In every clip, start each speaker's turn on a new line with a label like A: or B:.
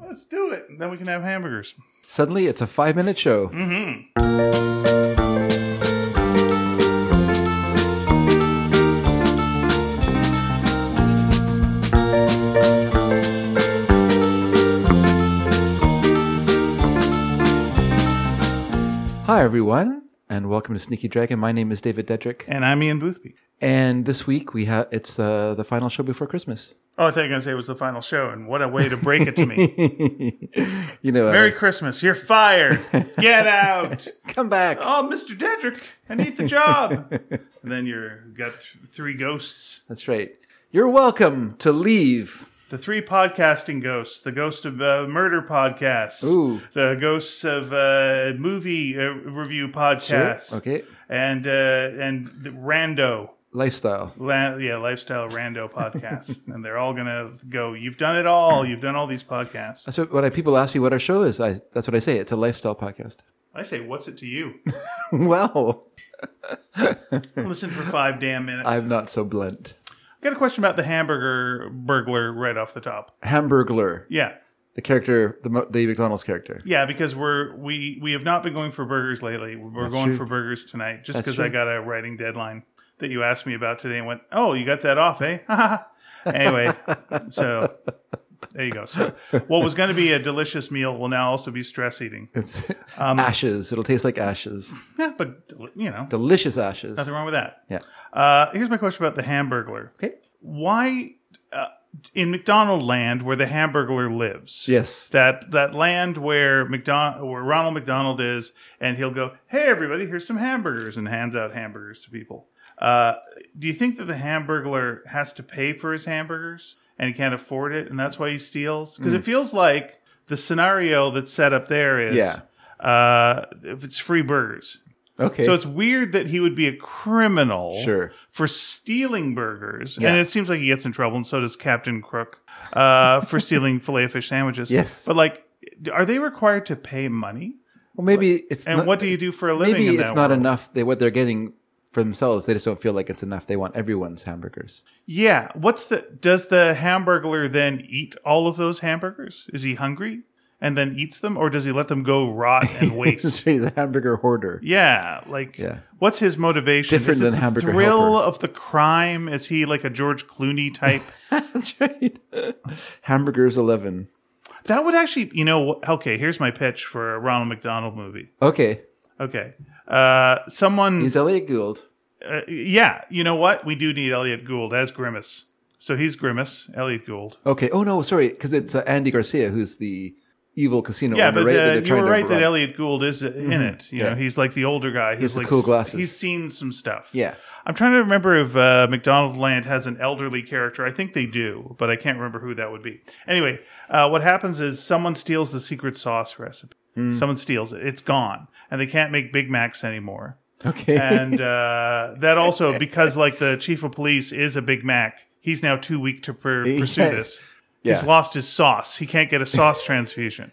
A: Let's do it. And then we can have hamburgers.
B: Suddenly, it's a five minute show. Hi, everyone, and welcome to Sneaky Dragon. My name is David Dedrick,
A: And I'm Ian Boothby.
B: and this week we have it's uh, the final show before Christmas.
A: Oh, I thought you were going to say it was the final show, and what a way to break it to me.
B: you know, uh,
A: Merry Christmas. You're fired. Get out.
B: come back.
A: Oh, Mr. Dedrick, I need the job. And then you're got th- three ghosts.
B: That's right. You're welcome to leave.
A: The three podcasting ghosts. The ghost of uh, murder podcasts.
B: Ooh.
A: The ghosts of uh, movie uh, review podcasts.
B: Okay.
A: And, uh, and the Rando.
B: Lifestyle.
A: La- yeah, lifestyle rando podcast, and they're all gonna go. You've done it all. You've done all these podcasts.
B: That's what when I, people ask me what our show is, I that's what I say. It's a lifestyle podcast.
A: I say, what's it to you?
B: well,
A: Listen for five damn minutes. I've
B: I'm not so blunt.
A: got a question about the hamburger burglar right off the top.
B: Hamburglar,
A: Yeah,
B: the character, the Mo- the McDonald's character.
A: yeah, because we're we we have not been going for burgers lately. We're going
B: true.
A: for burgers tonight, just
B: That's
A: because I
B: true.
A: got a writing deadline that you asked me about today and went, oh, you got that off, eh? anyway, so. There you go. So, what was going to be a delicious meal will now also be stress eating.
B: It's
A: Um,
B: ashes. It'll taste like ashes.
A: Yeah, but deli- you know,
B: Delicious ashes.
A: Nothing wrong with that.
B: Yeah.
A: Uh, here's my question about the Hamburglar.
B: Okay.
A: Why, uh, in McDonald Land, where the Hamburglar lives,
B: Yes.
A: that that land where McDonald, where Ronald McDonald is, and he'll go, "Hey, everybody, here's some hamburgers," and hands out hamburgers to people. Uh, do you think that the Hamburglar has to pay for his hamburgers and he can't afford it, and that's why he steals? Because
B: Mm.
A: it feels like the scenario that's set up there is,
B: Yeah.
A: uh, if it's free burgers.
B: Okay.
A: So it's weird that he would be a criminal
B: Sure.
A: for stealing burgers.
B: Yeah.
A: And it seems like he gets in trouble, and so does Captain Crook uh, for stealing filet of fish sandwiches.
B: Yes.
A: But, like, are they required to pay money?
B: well, maybe it's
A: And
B: not,
A: what do you do for a living?
B: maybe
A: in
B: it's
A: that
B: not
A: world?
B: enough. They what they're getting for themselves. They just don't feel like it's enough. They want everyone's hamburgers.
A: Yeah. What's the. Does the hamburger then eat all of those hamburgers? Is he hungry and then eats them? Or does he let them go rot and waste?
B: It's really the hamburger hoarder.
A: Yeah, like
B: Yeah.
A: what's his motivation?
B: Different
A: Is it
B: than
A: the
B: Hamburger
A: thrill
B: Helper.
A: of the crime? Is he like a George Clooney type?
B: That's right. Hamburgers eleven.
A: That would actually, you know, wh- okay, here's my pitch for a Ronald McDonald movie.
B: Okay.
A: Okay. Uh, someone,
B: He's Elliot Gould.
A: uh, yeah, you know what? We do need Elliot Gould as Grimace. So he's Grimace, Elliot Gould.
B: Okay. Oh no, sorry, because it's uh, Andy Garcia who's the evil casino
A: Yeah,
B: owner,
A: but
B: right? that
A: uh,
B: they're
A: you
B: trying
A: were
B: to
A: right that
B: rob.
A: Elliot Gould is in it. You know,
B: Mm-hmm. Yeah.
A: he's like the older guy. He's
B: has the
A: like
B: cool
A: s-
B: glasses.
A: He's seen some stuff.
B: Yeah.
A: I'm trying to remember if uh, McDonald Land has an elderly character. I think they do, but I can't remember who that would be. Anyway, uh, what happens is someone steals the secret sauce recipe. Someone steals it. It's gone, and they can't make Big Macs anymore.
B: Okay.
A: And uh, that also because like the chief of police is a Big Mac. He's now too weak to per- pursue
B: Yes.
A: this. He's
B: Yeah.
A: lost his sauce. He can't get a sauce transfusion.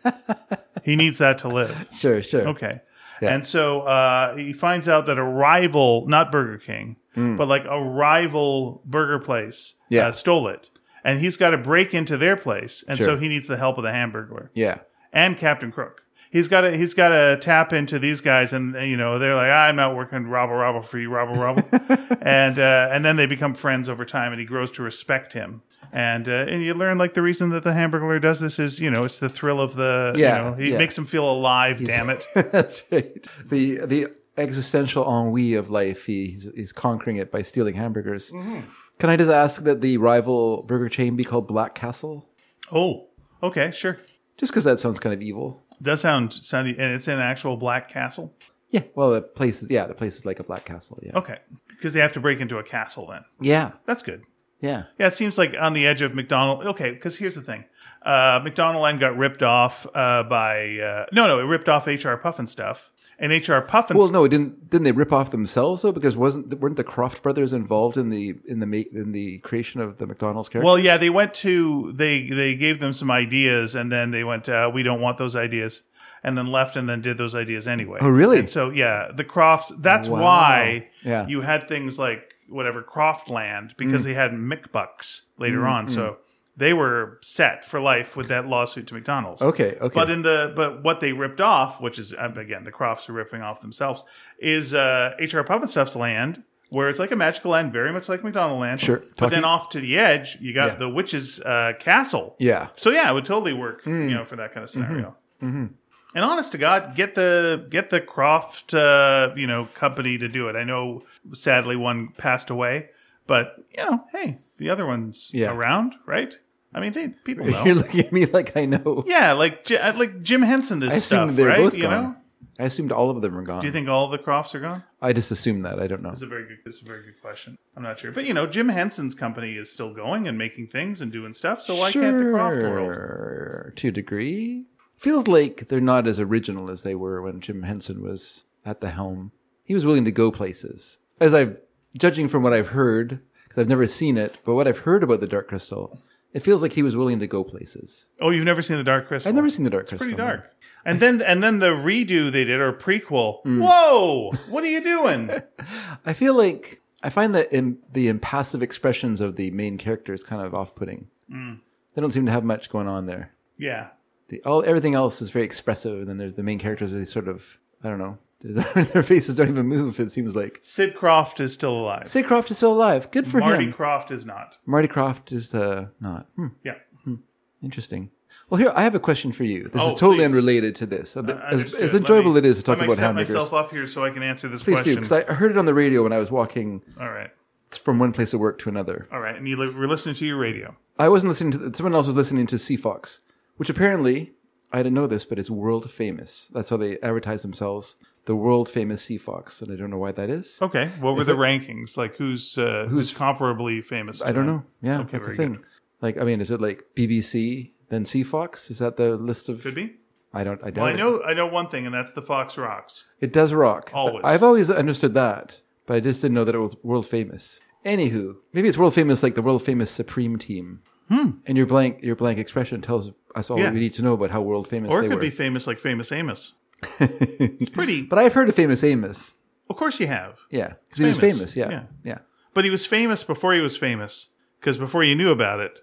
A: he needs that to live.
B: sure. Sure.
A: Okay. And so uh, he finds out that a rival, not Burger King, but like a rival burger place,
B: Mm. Yeah.
A: uh, stole it. And he's got to break into their place, and so
B: Sure.
A: he needs the help of the Hamburglar
B: Yeah.
A: and Captain Crook. He's got to he's got to tap into these guys, and you know they're like, I'm not working robble robble for you, robble robble, and uh, and then they become friends over time, and he grows to respect him. And uh, and you learn like the reason that the Hamburglar does this is you know it's the thrill of the
B: Yeah,
A: you know he
B: yeah.
A: makes him feel alive. Damn it.
B: That's right. The the existential ennui of life. He, he's he's conquering it by stealing hamburgers.
A: Mm-hmm.
B: Can I just ask that the rival burger chain be called Black Castle?
A: Oh, okay, sure.
B: Just because that sounds kind of evil.
A: Does sound sound, and it's an actual black castle.
B: Yeah. Well, the place is yeah, the place is like a black castle. Yeah.
A: Okay, because they have to break into a castle. Then
B: Yeah.
A: that's good.
B: Yeah.
A: Yeah, it seems like on the edge of McDonald. Okay, because here's the thing: uh, McDonald Land got ripped off uh, by uh, no, no, it ripped off HR Puffin stuff, and HR Puffin.
B: Well, no, it didn't didn't they rip off themselves though? Because wasn't weren't the Croft brothers involved in the in the ma- in the creation of the McDonald's character?
A: Well, yeah, they went to they they gave them some ideas, and then they went, uh, "We don't want those ideas," and then left, and then did those ideas anyway.
B: Oh, really?
A: And so yeah, the Crofts. That's
B: Wow.
A: why
B: Yeah. Mm.
A: you had things like whatever Croftland because they had McBucks later on. So they were set for life with that lawsuit to McDonald's.
B: Okay, okay.
A: But in the but what they ripped off, which is um, again the Crofts are ripping off themselves, is uh, H.R. Puffenstuff's land, where it's like a magical land, very much like McDonald land.
B: Sure.
A: But
B: Talking-
A: then off to the edge, you got
B: Yeah.
A: the witch's uh, castle.
B: yeah. Mm.
A: So yeah, it would totally work, you know, for that kind of scenario.
B: Mm-hmm.
A: And honest to God, get the get the Croft, uh, you know, company to do it. I know, sadly, one passed away, but you know, hey, the other one's
B: Yeah.
A: around, right? I mean, they people know.
B: You're looking at me like I know.
A: Yeah, like J- uh, like Jim Henson. This
B: I assumed
A: stuff,
B: they're
A: right?
B: both
A: you
B: gone.
A: know,
B: I assumed all of them are gone.
A: do you think all the Crofts are gone?
B: I just assumed that. I don't know.
A: It's a very good. It's a very good question. I'm not sure, but you know, Jim Henson's company is still going and making things and doing stuff. So why can't the Croft world?
B: Sure, to a degree. Feels like they're not as original as they were when Jim Henson was at the helm. He was willing to go places. As I've judging from what I've heard, because I've never seen it, but what I've heard about the Dark Crystal, it feels like he was willing to go places.
A: Oh, you've never seen the Dark Crystal?
B: I've never seen the Dark Crystal.
A: pretty dark. And then and then the redo they did or prequel.
B: Mm.
A: Whoa! What are you doing?
B: I feel like I find that in, the impassive expressions of the main characters kind of off-putting.
A: Mm.
B: They don't seem to have much going on there.
A: yeah.
B: the all everything else is very expressive, and then there's the main characters. They sort of I don't know. there's- Their faces don't even move. It seems like
A: Sid Croft is still alive.
B: Sid Croft is still alive. Good for
A: Marty
B: him.
A: Croft is not.
B: Marty Croft is uh, not. Hmm,
A: Yeah.
B: interesting. Well, here I have a question for you. This
A: Oh,
B: is totally
A: please.
B: unrelated to this. A bit- as,
A: Understood.
B: as
A: Let
B: enjoyable
A: me-
B: it is to talk
A: let me
B: about
A: set
B: hamburgers,
A: myself up here so I can answer this
B: please
A: question.
B: do because I heard it on the radio when I was walking
A: All right.
B: from one place of work to another.
A: All right. And you li- we're listening to your radio.
B: I wasn't listening to someone else was listening to Sea Fox, which apparently I didn't know this, but it's world famous. That's how they advertise themselves. The world famous Sea Fox, and I don't know why that is.
A: Okay. What were the rankings? Like who's uh, who's comparably famous?
B: I don't know. Yeah,
A: Okay,
B: that's the
A: very
B: thing. Like, I mean, is it like BBC then Sea Fox? Is that the list of?
A: Could be.
B: I don't. I doubt
A: Well, I
B: it.
A: know I know one thing, and that's the Fox Rocks.
B: It does rock.
A: Always.
B: I've always understood that, but I just didn't know that it was world famous. Anywho, maybe it's world famous like the world famous Supreme team. Hmm. And your blank your blank expression tells us all
A: Yeah.
B: we need to know about how world famous
A: Or
B: they
A: it could
B: were.
A: be famous like Famous Amos. it's pretty.
B: But I've heard of Famous Amos.
A: of course you have.
B: Yeah, because he was
A: famous.
B: famous. Yeah,
A: Yeah.
B: yeah, yeah.
A: But he was famous before he was famous, because before you knew about it,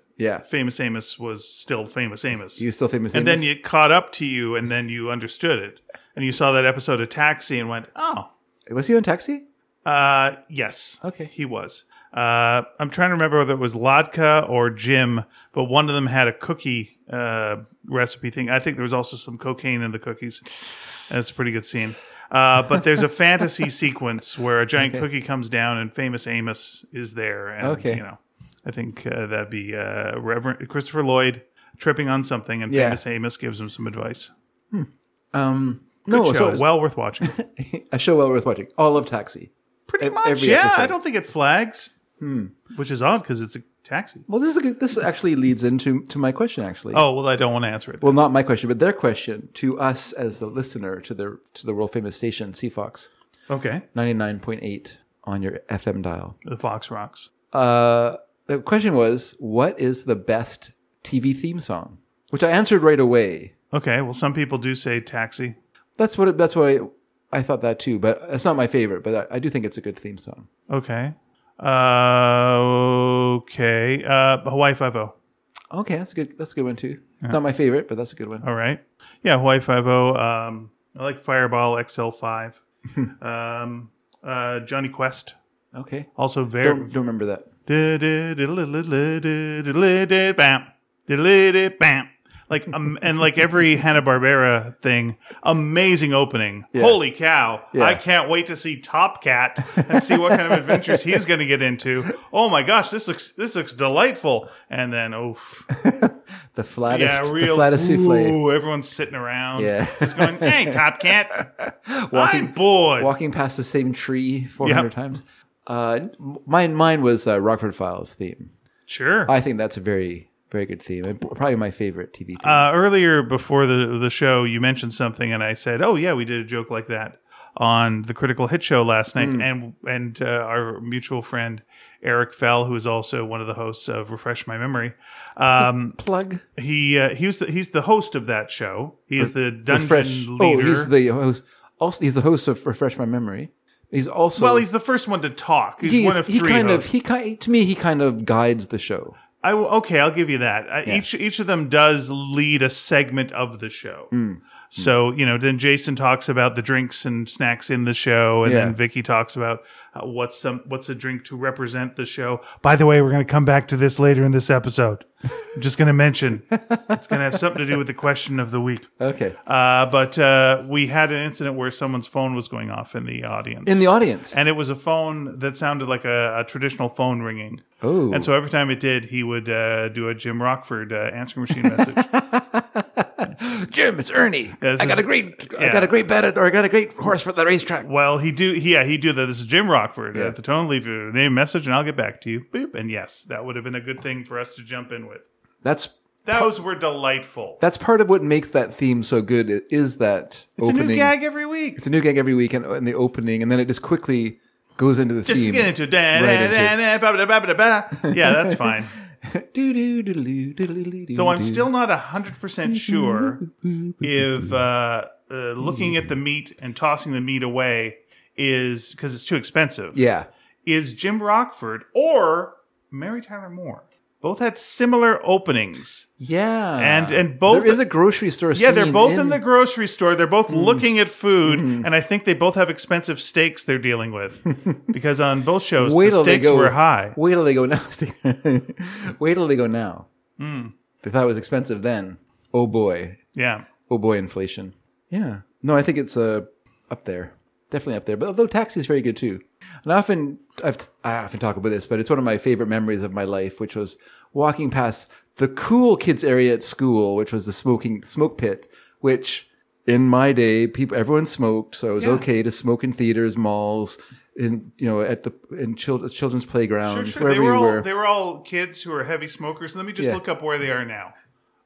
A: Famous Amos was still Famous Amos.
B: He was still famous.
A: and
B: Amos.
A: then it caught up to you, and then you understood it, and you saw that episode of Taxi, and went, "Oh,
B: was he on Taxi?
A: uh, yes,
B: Okay.
A: he was." Uh, I'm trying to remember whether it was Ladka or Jim, but one of them had a cookie uh, recipe thing. I think there was also some cocaine in the cookies. That's a pretty good scene. Uh, but there's a fantasy sequence where a giant cookie comes down and famous Amos is there. And,
B: Okay.
A: You know, I think uh, that'd be uh, Reverend Christopher Lloyd tripping on something, and
B: Yeah.
A: famous Amos gives him some advice.
B: Um, no,
A: Show,
B: so it was
A: well worth watching.
B: a show well worth watching. All of Taxi.
A: Pretty
B: Ev-
A: much,
B: every
A: yeah. I
B: episode. Hmm.
A: don't think it flags, which is odd because it's a taxi.
B: Well, this is a good, this actually leads into to my question. Actually,
A: Oh well, I don't want to answer it.
B: well, not my question, but their question to us as the listener to the to the world famous station CFox
A: okay,
B: ninety nine point eight on your FM dial.
A: the Fox rocks.
B: Uh, the question was, what is the best TV theme song? Which I answered right away.
A: Okay, well, some people do say taxi.
B: That's what it, that's what I I thought that too, but it's not my favorite. But I, I do think it's a good theme song.
A: Okay, uh, okay, uh, Hawaii Five O.
B: Okay, that's a good that's a good one too. Not my favorite, but that's a good one.
A: All right. Yeah, Hawaii Five O. Um, I like Fireball XL Five. um, uh, Johnny Quest.
B: Okay,
A: Also very.
B: don't, don't remember that.
A: Bam. Bam. Like um, and like every Hanna Barbera thing, amazing opening. Holy cow! I can't wait to see Top Cat and see what kind of adventures he's going to get into. Oh my gosh, this looks this looks delightful. And then oh
B: The flattest,
A: yeah, real
B: the flattest souffle.
A: Ooh, everyone's sitting around.
B: Yeah.
A: It's going, hey, Top Cat. I'm
B: Walking-
A: bored.
B: walking past the same tree 400
A: Yep.
B: times. Uh, mine, mine was uh, Rockford Files theme.
A: sure.
B: I think that's a very, very good theme. and Probably my favorite TV theme.
A: uh, earlier before the the show, you mentioned something, and I said, "Oh yeah, we did a joke like that on the Critical Hit show last night."
B: Mm.
A: And and uh, our mutual friend Eric Fell, who is also one of the hosts of Refresh My Memory, um,
B: Plug.
A: he uh, he was the, he's the host of that show. He is the dungeon
B: Refresh.
A: leader.
B: Oh, he's the host. Also, he's the host of Refresh My Memory. He's also
A: well, he's the first one to talk. He's,
B: he's-
A: one of
B: he
A: three
B: kind
A: hosts.
B: of he kind to me he kind of guides the show.
A: I w- okay, I'll give you that. Uh,
B: Yeah.
A: Each each of them does lead a segment of the show.
B: Hmm.
A: So you know, then Jason talks about the drinks and snacks in the show, and
B: Yeah.
A: then Vicky talks about uh, what's some what's a drink to represent the show. By the way, we're going to come back to this later in this episode. I'm just going to mention it's going to have something to do with the question of the week.
B: Okay.
A: Uh, but uh, we had an incident where someone's phone was going off in the audience.
B: In the audience.
A: and it was a phone that sounded like a, a traditional phone ringing.
B: Oh.
A: And so every time it did, he would uh, do a Jim Rockford uh, answering machine message.
B: Jim, it's Ernie.
A: this
B: I got
A: is-
B: a great, I
A: yeah.
B: got a great bet, at, or I got a great horse for the racetrack.
A: well, he do, he- yeah, he do that. This is Jim Rockford
B: Yeah.
A: at the tone. Leave your name, message, and I'll get back to you. Boop. And yes, that would have been a good thing for us to jump in with.
B: That's
A: Those were delightful.
B: that's part of what makes that theme so good. i- Is that
A: It's
B: opening?
A: a new gag every week.
B: It's a new gag every week, and, and the opening, and then it just quickly goes into the
A: Just
B: theme.
A: get into da,
B: Right
A: da,
B: into
A: da, da, ba, ba, ba, ba, ba. Yeah, that's fine. Though
B: Though
A: I'm still not 100% sure if uh, uh, looking at the meat and tossing the meat away is because it's too expensive.
B: Yeah.
A: Is Jim Rockford or Mary Tyler Moore? Both had similar openings.
B: Yeah.
A: And- and both-
B: There is a grocery store
A: Yeah, they're both in, the grocery store. They're both
B: Mm.
A: looking at food,
B: Mm-hmm.
A: and I think they both have expensive steaks they're dealing with because on both shows
B: Wait
A: the
B: till they
A: stakes
B: go.
A: were high.
B: Wait till they go now. Steve. Wait till they go now.
A: Hmm.
B: If that was expensive then, oh boy,
A: Yeah,
B: oh boy, inflation. Yeah. No, I think it's uh, up there. Definitely up there. But although Taxi is very good too. And I often, I've, I often talk about this, but it's one of my favorite memories of my life, which was walking past the cool kids area at school, which was the smoking smoke pit, which in my day, people, everyone smoked. So it was okay to smoke in theaters, malls, in, you know, at the, in chil- children's
A: sure,
B: playgrounds,
A: sure.
B: wherever
A: They were
B: you
A: all
B: were.
A: they were all kids who are heavy smokers. Let me just
B: Yeah.
A: look up where they are now.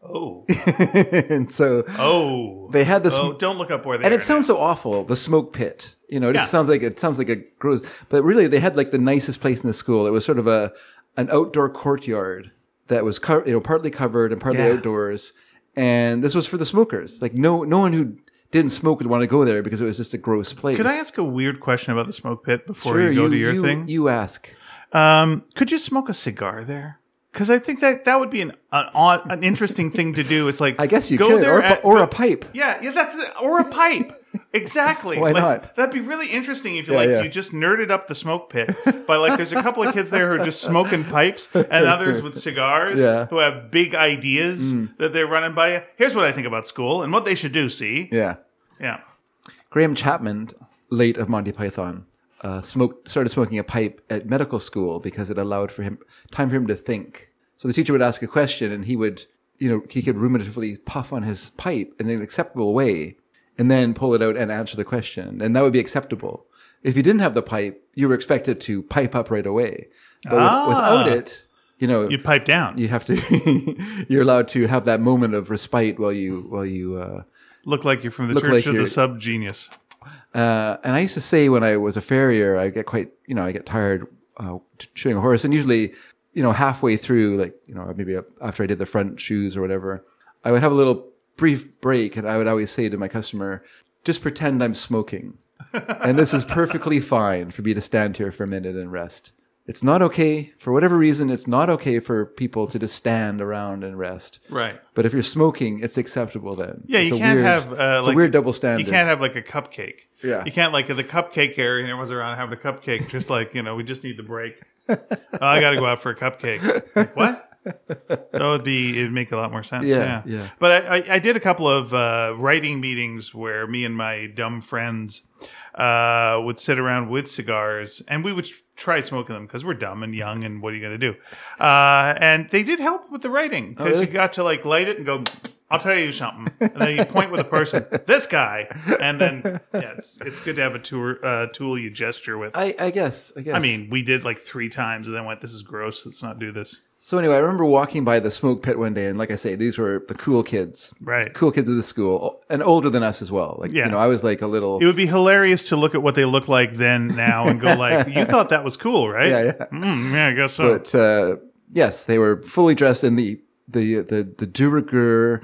A: Oh,
B: and so
A: oh,
B: they had this,
A: oh, don't look up where they
B: and
A: are.
B: it sounds so awful the smoke pit you know it just
A: Yeah.
B: sounds like it sounds like a gross but really they had like the nicest place in the school it was sort of a an outdoor courtyard that was co- you know partly covered and partly
A: Yeah.
B: outdoors and this was for the smokers like no no one who didn't smoke would want to go there because it was just a gross place
A: Could I ask a weird question about the smoke pit before
B: Sure,
A: you go to your
B: you,
A: thing?
B: you ask
A: um, could you smoke a cigar there? Because I think that that would be an an, odd, an interesting thing to do. It's like
B: i guess you could or, a
A: at-
B: pi- or a pipe
A: yeah, yeah, that's it. or a pipe. Exactly.
B: Why
A: Like,
B: not?
A: That'd be really interesting if you like
B: yeah.
A: you just nerded up the smoke pit by like there's a couple of kids there who are just smoking pipes and others with cigars
B: Yeah. Mm.
A: who have big ideas that they're running by. you. Here's what I think about school and what they should do. See,
B: yeah
A: yeah.
B: Graham Chapman, late of Monty Python, uh, smoked started smoking a pipe at medical school because it allowed for him time for him to think. So the teacher would ask a question, and he would, you know, he could ruminatively puff on his pipe in an acceptable way, and then pull it out and answer the question, and that would be acceptable. If you didn't have the pipe, you were expected to pipe up right away. But with-
A: Ah.
B: without it, you know,
A: You pipe down.
B: you have to, you're allowed to have that moment of respite while you while you. Uh,
A: Look like you're from the
B: Look
A: Church
B: like
A: of the
B: you're-
A: Sub Genius.
B: Uh, and I used to say when I was a farrier, I get quite, you know, I get tired uh, t- shoeing a horse, and usually, you know, halfway through, like you know, maybe after I did the front shoes or whatever, I would have a little brief break, and I would always say to my customer, "Just pretend I'm smoking, and this is perfectly fine for me to stand here for a minute and rest." It's not okay for whatever reason. It's not okay for people to just stand around and rest.
A: Right.
B: But if you're smoking, it's acceptable then.
A: Yeah,
B: It's
A: you
B: a
A: can't
B: weird-
A: have uh,
B: it's
A: like
B: a weird double standard.
A: You can't have like a cupcake.
B: Yeah.
A: you can't like the cupcake area and everyone's around having a cupcake. Just like you know, we just need the break. oh, I got to go out for a cupcake. Like, what? That would be it'd make a lot more sense.
B: Yeah,
A: Yeah,
B: yeah.
A: But I, I, I did a couple of uh, writing meetings where me and my dumb friends uh, would sit around with cigars and we would try smoking them because we're dumb and young and what are you going to do? Uh, and they did help with the writing because
B: Oh, really?
A: you got to like light it and go. I'll tell you something, and then you point with a person. This guy, and then yeah, it's, it's good to have a tour, uh, tool you gesture with.
B: I, I guess. I guess.
A: I mean, we did like three times, and then went, "This is gross. Let's not do this."
B: so anyway, I remember walking by the smoke pit one day, and like I say, these were the cool kids,
A: Right.
B: Cool kids of the school, and older than us as well. Like
A: Yeah.
B: you know, I was like a little.
A: It would be hilarious to look at what they look like then, now, and go like, "You thought that was cool, right?"
B: yeah, yeah.
A: Mm, yeah I guess so.
B: But uh, yes, they were fully dressed in the the the the de rigueur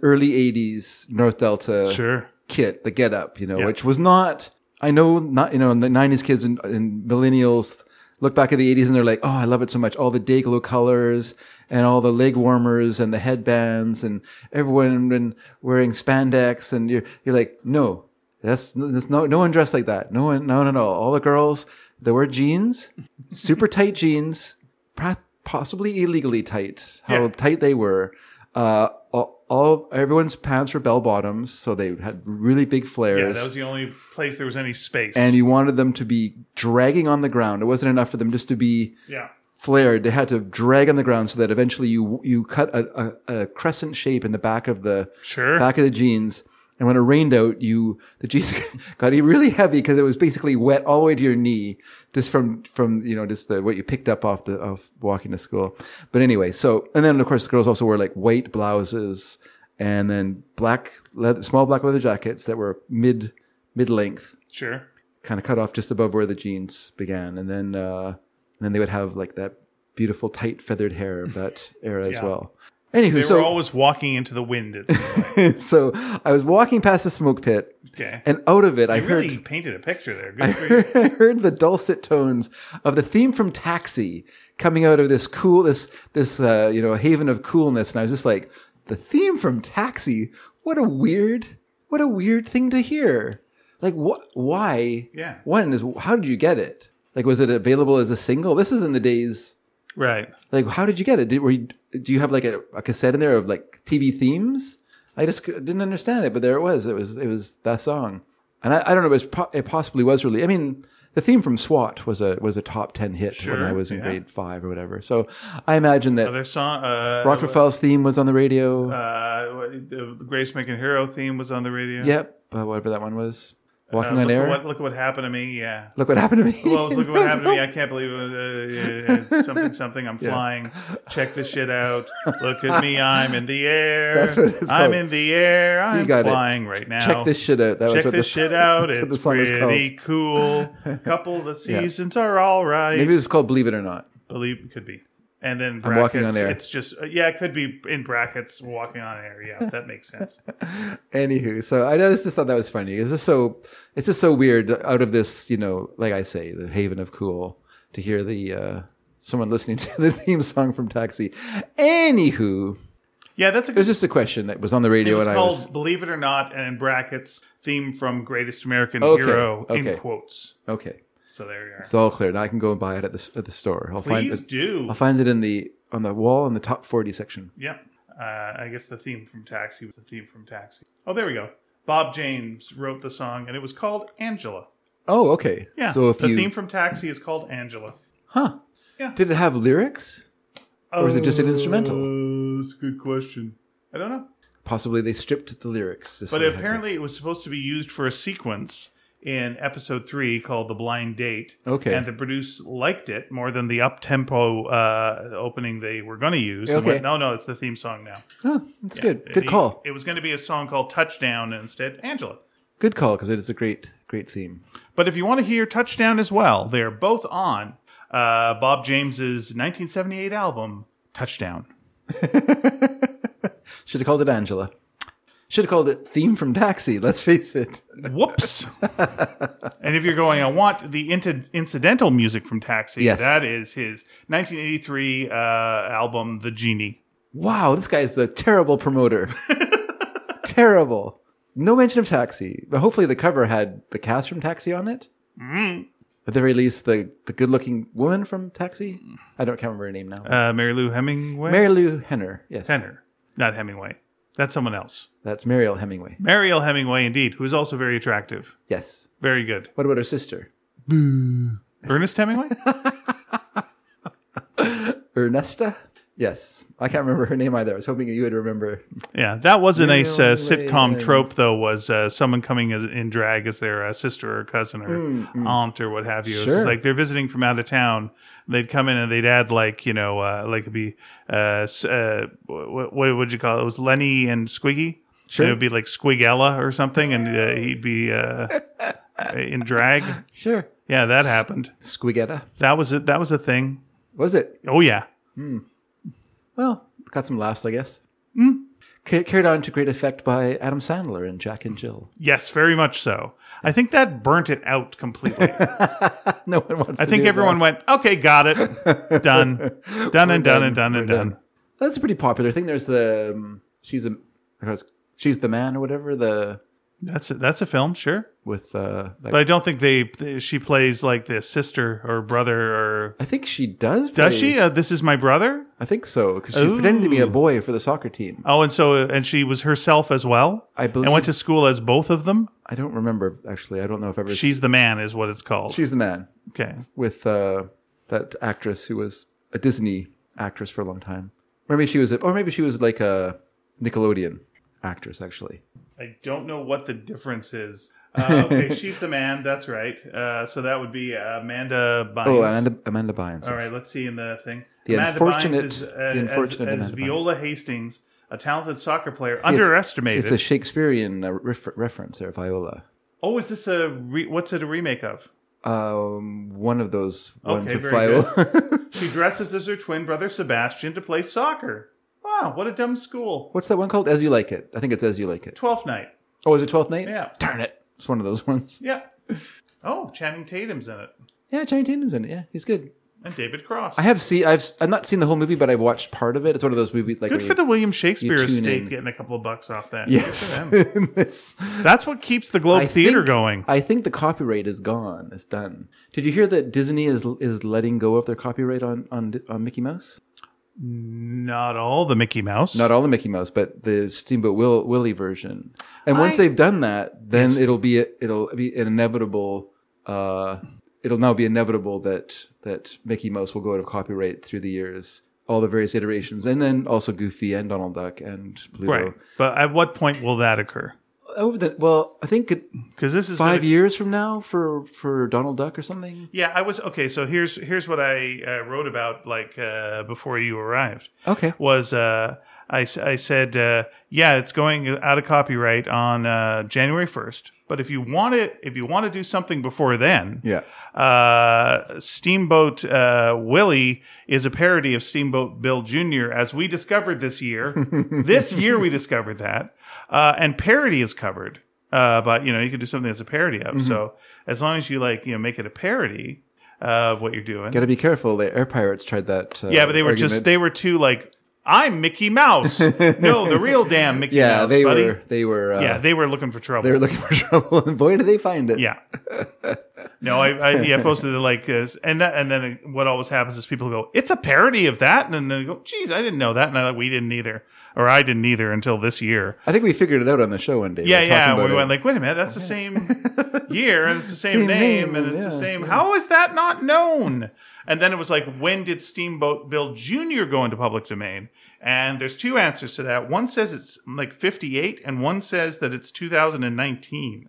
B: early '80s North Delta
A: sure.
B: kit, the get up, you know, which was not. I know not you know the '90s kids and, and millennials look back at the 80s and they're like, oh, I love it so much. All the Dayglow colors and all the leg warmers and the headbands and everyone been wearing spandex. And you're, you're like, no, that's, that's no, no one dressed like that. No one, no, no, no. All the girls, they wear jeans, super tight jeans, pro- possibly illegally tight, how
A: Yeah.
B: tight they were. Uh, all, all, everyone's pants were bell bottoms. So they had really big flares
A: Yeah, that was the only place there was any space.
B: and you wanted them to be dragging on the ground. It wasn't enough for them just to be
A: yeah,
B: flared. They had to drag on the ground so that eventually you you cut a, a, a crescent shape in the back of the
A: sure.
B: back of the jeans. And when it rained out, you the jeans got really heavy because it was basically wet all the way to your knee, just from from you know just the what you picked up off the off walking to school. But anyway, so and then of course the girls also wore like white blouses and then black leather, small black leather jackets that were mid mid length
A: sure.
B: kind of cut off just above where the jeans began, and then uh, and then they would have like that beautiful tight feathered hair of that era as
A: Yeah.
B: well. Anywho,
A: They were
B: so
A: always walking into the wind. At
B: so I was walking past the smoke pit,
A: okay.
B: and out of it I
A: You
B: heard
A: really painted a picture there. Good for you.
B: I heard the dulcet tones of the theme from Taxi coming out of this cool this this uh, you know haven of coolness, and I was just like, the theme from Taxi. What a weird what a weird thing to hear. Like what? Why?
A: Yeah.
B: One is how did you get it? Like was it available as a single? This is in the days.
A: Right.
B: Like how did you get it? Did, were you, do you have like a, a cassette in there of like TV themes? I just c- didn't understand it, but there it was. It was it was that song, and I, I don't know. It, was po- it possibly was really. I mean, the theme from SWAT was a was a top ten hit when
A: Sure,
B: I was in
A: yeah.
B: grade five or whatever. So I imagine that
A: Other song. Uh,
B: Rockford Files theme was on the radio.
A: Uh, the Grace Making Hero theme was on the radio.
B: yep, uh, whatever that one was.
A: Uh,
B: Walking
A: look,
B: on
A: at
B: air.
A: What, look at what happened to me. Yeah.
B: look what happened to me.
A: Well, look at what happened to me. I can't believe it. Uh, yeah, yeah, something, something. I'm flying. Check this shit out. Look at me. I'm in the air.
B: That's what it's
A: I'm
B: called.
A: in the air. I'm
B: got it.
A: flying right now.
B: Check this shit out. That was
A: Check
B: what
A: this
B: the,
A: shit out.
B: that's
A: It's
B: what the song is called.
A: pretty cool. Couple of the seasons are all right.
B: Maybe it was called Believe It or Not.
A: Believe it could be. And then
B: I'm
A: brackets.
B: walking on air.
A: It's just uh, yeah, it could be in brackets. Walking on air. Yeah, that makes sense.
B: Anywho, so I just, just thought that was funny. It's just so it's just so weird out of this, you know, like I say, the haven of cool to hear the uh someone listening to the theme song from Taxi. Anywho,
A: Yeah, that's a
B: it was
A: good.
B: just a question that was on the
A: It
B: radio
A: was
B: and I
A: called
B: was
A: "Believe It or Not" and in brackets theme from "Greatest American
B: Okay,
A: Hero" in
B: okay.
A: quotes.
B: okay.
A: So there you are.
B: It's all clear. Now I can go and buy it at the at the store. I'll find
A: Please
B: it.
A: do.
B: I'll find it in the on the wall in the top forty section.
A: Yep. Uh, I guess the theme from Taxi was the theme from Taxi. Oh, there we go. Bob James wrote the song, and it was called Angela.
B: Oh, okay.
A: Yeah.
B: So if
A: the
B: you
A: theme from Taxi is called Angela.
B: huh?
A: Yeah.
B: Did it have lyrics? Or is it just an instrumental?
A: Uh, Oh, that's a good question. I don't know.
B: Possibly they stripped the lyrics. just so
A: But
B: they had
A: apparently, it was supposed to be used for a sequence in episode three called "The Blind Date."
B: Okay.
A: and the producer liked it more than the up tempo uh, opening they were going to use. and
B: Okay.
A: went, no, no, it's the theme song now.
B: the- Oh, that's good.
A: And
B: Good
A: he-
B: call.
A: It was going to be a song called "Touchdown" and instead, Angela.
B: Good call because it is a great, great theme.
A: But if you want to hear Touchdown as well, they're both on uh, Bob James's 1978 album Touchdown.
B: Should have called it Angela. Should have called it Theme from Taxi. Let's face it.
A: Whoops. and if you're going, I want the inti- incidental music from Taxi.
B: Yes.
A: That is his 1983 uh, album, The Genie.
B: Wow, this guy is a terrible promoter. terrible. No mention of Taxi. But hopefully the cover had the cast from Taxi on it. At the very least, the, the good looking woman from Taxi. I don't can't remember her name now.
A: Uh, Mary Lou Hemingway?
B: Mary Lou Henner. Yes.
A: Henner. Not Hemingway. That's someone else.
B: That's Mariel Hemingway.
A: Mariel Hemingway, indeed, who is also very attractive.
B: Yes.
A: Very good.
B: What about her sister?
A: Ernest Hemingway?
B: Ernesta? Yes. I can't remember her name either. I was hoping you would remember.
A: Yeah, that was a nice uh,
B: Really
A: sitcom
B: lame.
A: trope, though. Was uh, someone coming as, in drag as their uh, sister or cousin or aunt or what have you? It's
B: Hmm, Sure.
A: like they're visiting from out of town. They'd come in and they'd add like you know uh, like it'd be uh, s- uh, what, what would you call it? It was Lenny and Squiggy.
B: Sure.
A: It would be like Squigella or something, and uh, he'd be uh, in drag.
B: Sure.
A: Yeah, that happened.
B: Squigetta.
A: That was it. That was a thing.
B: Was it?
A: Oh yeah. Hmm.
B: Well, got some laughs, I guess. ca- carried on to great effect by Adam Sandler in Jack and Jill.
A: Yes, very much so. I think that burnt it out completely.
B: no one wants.
A: I
B: to
A: think
B: do
A: everyone went, okay, got it. Done. Done and done, and done and
B: We're
A: done.
B: That's a pretty popular thing. There's the um, she's a she's the man or whatever the
A: That's a, that's a film, sure.
B: with uh that,
A: But I don't think they, they- she plays like the sister or brother or
B: I think she does.
A: does
B: play-
A: she? Uh, this is my brother.
B: I think so because she's pretending to be a boy for the soccer team.
A: Oh, and so and she was herself as well.
B: I believe.
A: and went to school as both of them.
B: I don't remember actually. I don't know if ever
A: She's the man, is what it's called.
B: she's the man
A: okay,
B: with uh that actress who was a Disney actress for a long time. Or maybe she was, a, or maybe she was like a Nickelodeon actress actually.
A: I don't know what the difference is. Uh, okay, she's the man. That's right. Uh, so that would be uh, Amanda Bynes.
B: Oh, Amanda, Amanda Bynes.
A: All
B: yes.
A: right, let's see in the thing.
B: The
A: Amanda
B: unfortunate-
A: Bynes is, uh,
B: the unfortunate
A: as, as
B: Amanda Bynes.
A: Viola Hastings, a talented soccer player,
B: See, it's-
A: underestimated.
B: It's a Shakespearean uh, refer- reference there, Viola.
A: oh, is this a re- what's it a remake of?
B: Um, one of those ones
A: Okay,
B: with
A: very
B: Viola.
A: She dresses as her twin brother Sebastian to play soccer. Wow, what a dumb school.
B: What's that one called? As You Like It. I think it's As You Like It.
A: Twelfth night.
B: Oh, is it Twelfth Night?
A: Yeah.
B: Darn it. It's one of those ones.
A: Yeah. Oh, Channing Tatum's in it,
B: Yeah, Channing Tatum's in it. Yeah, he's good.
A: and David Cross.
B: I have seen. I've. I've not seen the whole movie, but I've watched part of it. It's one of those movies like.
A: Good
B: where
A: for the William Shakespeare
B: tune
A: estate
B: in.
A: getting a couple of bucks off that.
B: you-
A: Good for
B: Yes.
A: them.
B: This-
A: That's what keeps the Globe
B: I
A: Theater
B: think-
A: going.
B: I think the copyright is gone. It's done. Did you hear that Disney is is letting go of their copyright on on, on Mickey Mouse?
A: Not all the Mickey Mouse.
B: Not all the Mickey Mouse, but the Steamboat Will, Willie version. And once
A: I-
B: they've done that, then it'll be it'll be an inevitable. Uh, it'll now be inevitable that that Mickey Mouse will go out of copyright through the years, all the various iterations, and then also Goofy and Donald Duck and Pluto.
A: Right. But at what point will that occur?
B: Over the well, I think it-
A: Because this is
B: five
A: gonna-
B: years from now for for Donald Duck or something.
A: Yeah, I was okay. So here's here's what I uh, wrote about like uh, before you arrived.
B: Okay.
A: was uh, I, s- I said, uh, yeah, it's going out of copyright on uh, January 1st. But if you want it, if you want to do something before then,
B: Yeah.
A: uh, Steamboat uh, Willie is a parody of Steamboat Bill Jr., as we discovered this year. this year we discovered that. Uh, and parody is covered. Uh, but you know, you can do something that's a parody of.
B: Mm-hmm.
A: So as long as you like, you know, make it a parody of what you're doing.
B: Got to be careful. The Air Pirates tried that. Uh,
A: Yeah, but they were just
B: argument.
A: they were too like I'm Mickey Mouse. no, the real damn Mickey
B: Yeah,
A: Mouse,
B: they
A: buddy.
B: were. They were. Uh,
A: yeah, they were looking for trouble.
B: they were looking for trouble, and boy, did they find it.
A: yeah. No, I, I yeah posted it like this, and that and then what always happens is people go, "It's a parody of that," and then they go, "Geez, I didn't know that," and I we didn't either, or I didn't either until this year.
B: I think we figured it out on the show one day.
A: Yeah,
B: We were
A: yeah.
B: talking
A: We
B: about
A: went
B: it.
A: like, "Wait a minute, that's the same year, and it's the same,
B: Same
A: name,
B: name,
A: and it's the
B: yeah,
A: same. How is that not known?" And then it was like, "When did Steamboat Bill Jr. go into public domain?" And there's two answers to that. One says it's like 58, and one says that it's 2019.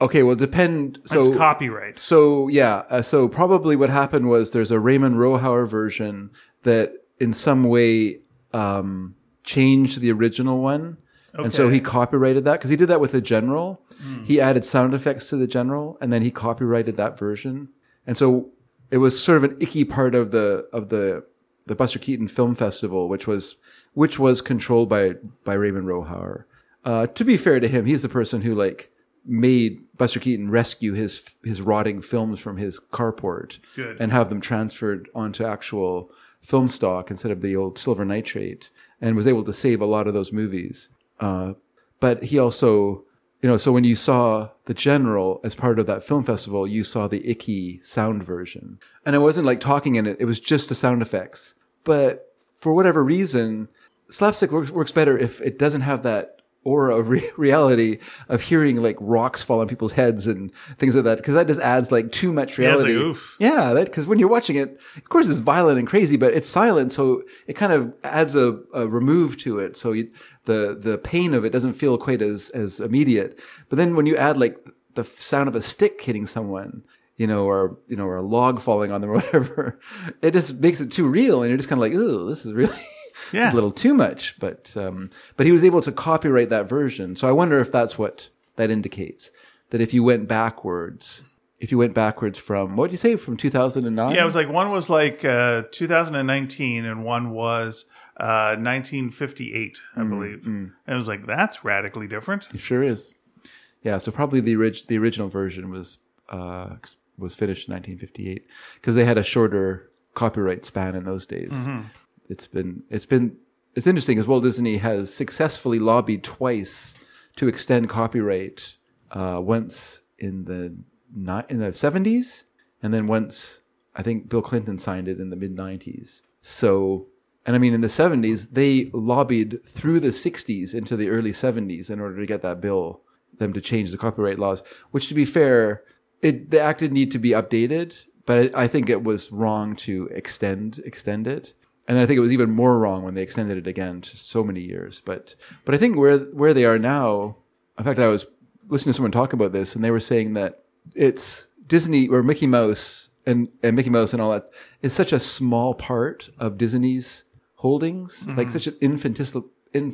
B: okay, well, depend.
A: That's
B: So,
A: copyright.
B: so yeah, uh, so probably what happened was there's a Raymond Rohauer version that in some way um, changed the original one. And so
A: Okay. Hmm.
B: he copyrighted that because he did that with the general. He added sound effects to the general, and then he copyrighted that version. And so it was sort of an icky part of the of the the Buster Keaton Film Festival, which was which was controlled by by Raymond Rohauer. Uh, to be fair to him, he's the person who like made Buster Keaton rescue his his rotting films from his carport
A: Good.
B: and have them transferred onto actual film stock instead of the old silver nitrate, and was able to save a lot of those movies. Uh, but he also, you know, so when you saw the general as part of that film festival, you saw the icky sound version, and I wasn't like talking in it; it was just the sound effects. But for whatever reason, slapstick works, works better if it doesn't have that aura of re- reality of hearing like rocks fall on people's heads and things like that because that just adds like too
A: it's
B: much
A: like,
B: reality
A: oof.
B: yeah, that because when you're watching it, of course it's violent and crazy, but it's silent, so it kind of adds a, a remove to it. So you, the the pain of it doesn't feel quite as as immediate. But then when you add like the sound of a stick hitting someone, you know, or you know, or a log falling on them or whatever, it just makes it too real, and you're just kind of like, ooh, this is really.
A: Yeah.
B: a little too much, but um, but he was able to copyright that version. So I wonder if that's what that indicates. That if you went backwards, if you went backwards from what did you say from two thousand and nine?
A: Yeah, it was like one was like uh, 2019, and one was uh, 1958, I believe. And it was like, that's radically different.
B: It sure is. Yeah, so probably the orig- the original version was uh, ex- was finished in 1958 because they had a shorter copyright span in those days. It's been it's been it's interesting as Walt Disney has successfully lobbied twice to extend copyright uh, once in the ni- in the 70s and then once I think Bill Clinton signed it in the mid 90s. So and I mean, in the 70s, they lobbied through the 60s into the early 70s in order to get that bill, them to change the copyright laws, which, to be fair, it, the act did need to be updated, but I think it was wrong to extend extend it. And I think it was even more wrong when they extended it again to so many years. But but I think where where they are now, in fact, I was listening to someone talk about this, and they were saying that it's Disney or Mickey Mouse and, and Mickey Mouse and all that is such a small part of Disney's holdings, like such an infinitesimal,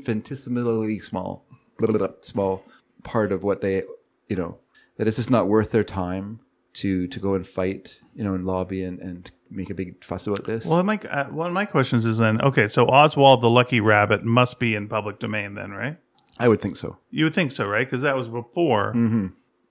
B: infinitesimally small, blah, blah, blah, small part of what they, you know, that it's just not worth their time to to go and fight, you know, and lobby and, and make a big fuss about this.
A: Well, my, uh, one of my questions is then okay, so Oswald the Lucky Rabbit must be in public domain then, right?
B: I would think so.
A: You would think so, right? Because that was before.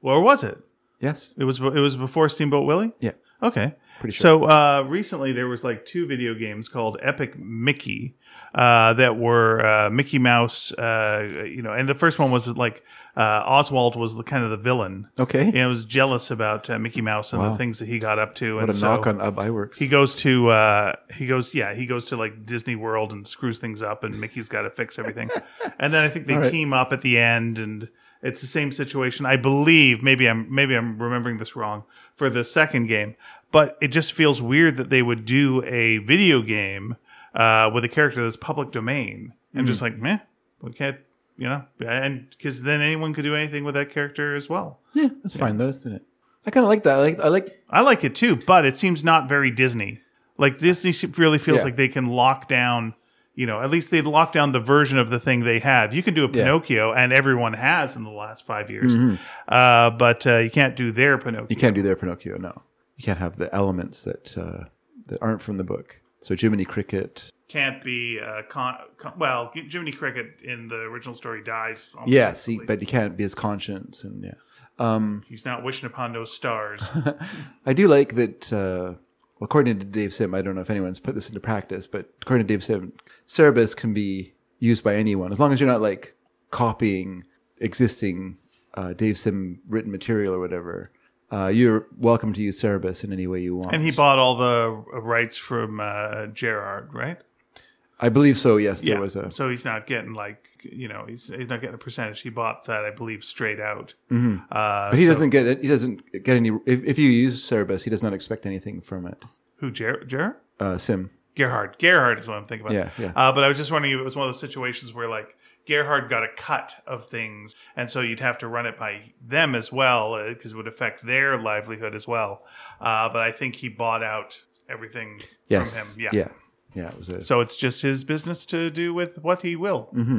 A: Or was it?
B: Yes.
A: It was. It was before Steamboat Willie.
B: Yeah.
A: Okay.
B: Pretty
A: So uh, recently there was like two video games called Epic Mickey uh, that were uh, Mickey Mouse, uh, you know, and the first one was like uh, Oswald was the kind of the villain.
B: Okay.
A: And was jealous about uh, Mickey Mouse and the things that he got up to.
B: What
A: and
B: a
A: so
B: knock on Ub Iwerks.
A: he goes to uh, he goes yeah he goes to like Disney World and screws things up, and Mickey's got to fix everything. and then I think they
B: right.
A: team up at the end, and it's the same situation. I believe maybe I'm maybe I'm remembering this wrong for the second game, but it just feels weird that they would do a video game uh, with a character that's public domain and just like meh, we can't you know, and because then anyone could do anything with that character as well.
B: yeah, that's fine though, isn't it? I kind of like that. I like I like
A: I like it too, but it seems not very Disney. Like Disney se- really feels
B: Yeah.
A: like they can lock down, you know, at least they lock down the version of the thing they have. You can do a Pinocchio, and everyone has in the last five years, uh, but uh, you can't do their Pinocchio.
B: Mm-hmm. You can't do their Pinocchio. No, you can't have the elements that uh, that aren't from the book. So Jiminy Cricket.
A: Can't be uh, con- con- well. Jiminy Cricket in the original story dies. Um, almost
B: Yes, he,
A: instantly.
B: but you can't be his conscience. And yeah,
A: he's not wishing upon those stars.
B: I do like that. Uh, well, according to Dave Sim, I don't know if anyone's put this into practice, but according to Dave Sim, Cerebus can be used by anyone as long as you're not like copying existing uh, Dave Sim written material or whatever. Uh, you're welcome to use Cerebus in any way you want.
A: and he bought all the rights from uh, Gerard, right?
B: I believe so. Yes,
A: Yeah. Uh,
B: there was a.
A: So he's not getting like you know he's he's not getting a percentage. He bought that I believe straight out. Uh,
B: But he doesn't get it. He doesn't get any. If, if you use Cerebus, he does not expect anything from it.
A: who Ger- Gerard?
B: Uh, Sim.
A: Gerhard. Gerhard is what I'm thinking about.
B: Yeah, yeah.
A: Uh, but I was just wondering if it was one of those situations where like Gerhard got a cut of things, and so you'd have to run it by them as well because it would affect their livelihood as well. Uh, but I think he bought out everything
B: Yes.
A: from him.
B: Yeah. Yeah. It was a,
A: So it's just his business to do with what he will. Mm-hmm.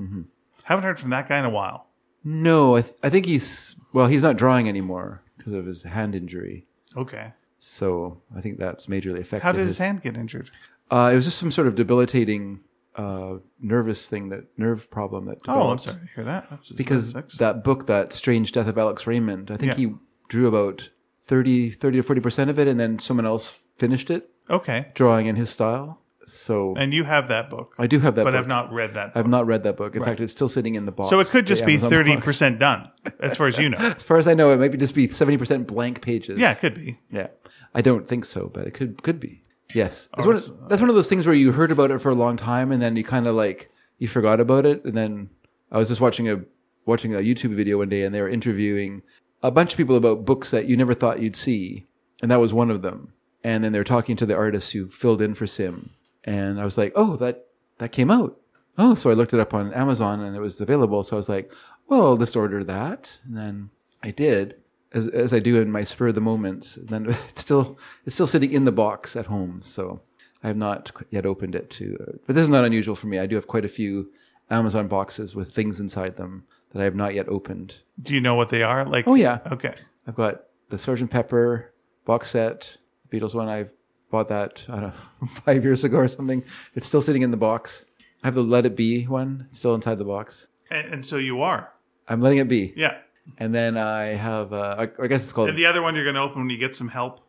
A: Mm-hmm. Haven't heard from that guy in a while.
B: no, I, th- I think he's well. He's not drawing anymore because of his hand injury.
A: Okay.
B: So I think that's majorly affected.
A: How did his hand get injured?
B: Uh, it was just some sort of debilitating uh, nervous thing that nerve problem that. Developed.
A: Oh, I'm sorry to hear that. That's
B: because
A: that's-
B: that book that strange death of alex raymond i think
A: Yeah.
B: he drew about 30 30 to 40 percent of it and then someone else finished it
A: okay.
B: drawing in his style so
A: And you have that book,
B: i do have that
A: but
B: book.
A: I've not read that.
B: I've not read that book. In fact, it's still sitting in the box.
A: So it could
B: the
A: just be
B: Amazon
A: thirty
B: box.
A: percent done, as far as you know.
B: As far as I know, it might be just be seventy percent blank pages.
A: Yeah, it could be.
B: yeah. I don't think so, but it could could be. Yes, it's one of, Oh, that's uh, one of those things where you heard about it for a long time, and then you kind of like you forgot about it, and then I was just watching a watching a YouTube video one day, and they were interviewing a bunch of people about books that you never thought you'd see, and that was one of them. And then they were talking to the artists who filled in for Sim, and I was like, oh, that that came out. Oh, so I looked it up on Amazon and it was available. So I was like, well, I'll just order that. And then I did, as, as I do in my spur of the moments. And then it's still it's still sitting in the box at home. So I have not qu- yet opened it to, but this is not unusual for me. I do have quite a few Amazon boxes with things inside them that I have not yet opened.
A: Do you know what they are? Like,
B: Oh yeah,
A: okay,
B: I've got the Sergeant Pepper box set, the Beatles one. I've Bought that I don't know five years ago or something. It's still sitting in the box. I have the Let It Be one it's still inside the box.
A: And, and so you are.
B: I'm letting it be,
A: Yeah.
B: and then I have uh, I, I guess it's called.
A: And the other one you're going to open when you get some help.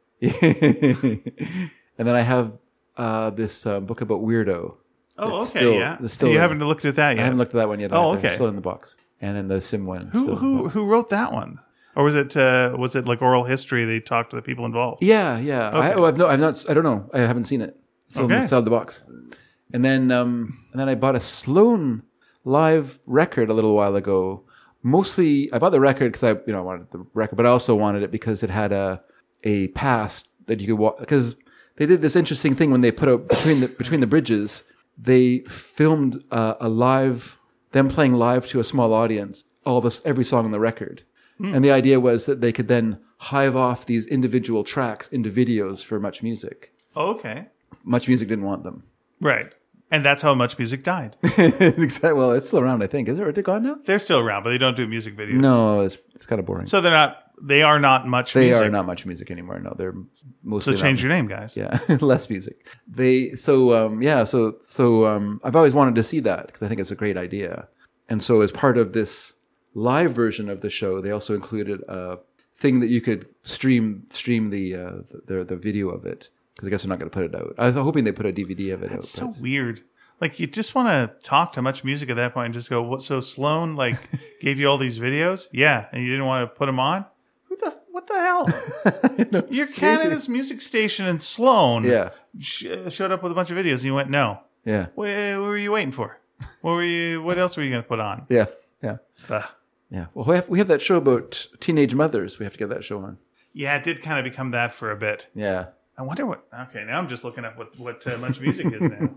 B: and then I have uh, this uh, book about weirdo.
A: Oh,
B: It's
A: okay.
B: still-
A: yeah.
B: it's still-
A: you haven't looked at that
B: I
A: yet.
B: haven't looked at that one yet.
A: Oh,
B: either. It's
A: okay.
B: Still in the box. And then the sim one.
A: who who who wrote that one? Or was it uh, was it like oral history? They talked to the people involved.
B: Yeah, yeah. I, oh, I've no, I've not. I don't know. I haven't seen it. It's still
A: Okay.
B: inside the box. And then, um, and then I bought a Sloan live record a little while ago. Mostly, I bought the record because I, you know, I wanted the record, but I also wanted it because it had a a past that you could watch. Because they did this interesting thing when they put out between the between the bridges, they filmed uh, a live them playing live to a small audience. All this every song on the record. And the idea was that they could then hive off these individual tracks into videos for Much Music.
A: Oh, okay.
B: Much Music didn't want them.
A: Right. And that's how much music died.
B: exactly. Well, it's still around, I think. Is it, is it gone now?
A: They're still around, but they don't do music videos.
B: No, it's, it's kind of boring.
A: So they're not they are not much
B: they
A: music.
B: are not Much Music anymore. No, they're mostly
A: so
B: not
A: change your name, guys.
B: yeah less music they so um yeah so so um i've always wanted to see that because i think it's a great idea and so as part of this live version of the show they also included a thing that you could stream stream the uh the the video of it because i guess they're not going to put it out i was hoping they put a dvd of it out
A: So weird. Like you just want to talk to much music at that point and just go, "What?" So Sloan like gave you all these videos, yeah, and you didn't want to put them on. Who the what the hell?
B: but, No, it's
A: You're
B: crazy.
A: Canada's music station in Sloan.
B: yeah
A: sh- showed up with a bunch of videos, and you went, "No,
B: yeah
A: Wha- what were you waiting for? What were you? What else were you going to put on?"
B: yeah yeah
A: Ugh.
B: yeah well we have, we have that show about teenage mothers we have to get that show on
A: Yeah, it did kind of become that for a bit.
B: yeah
A: I wonder what. Okay, now I'm just looking up what what uh, much music is now.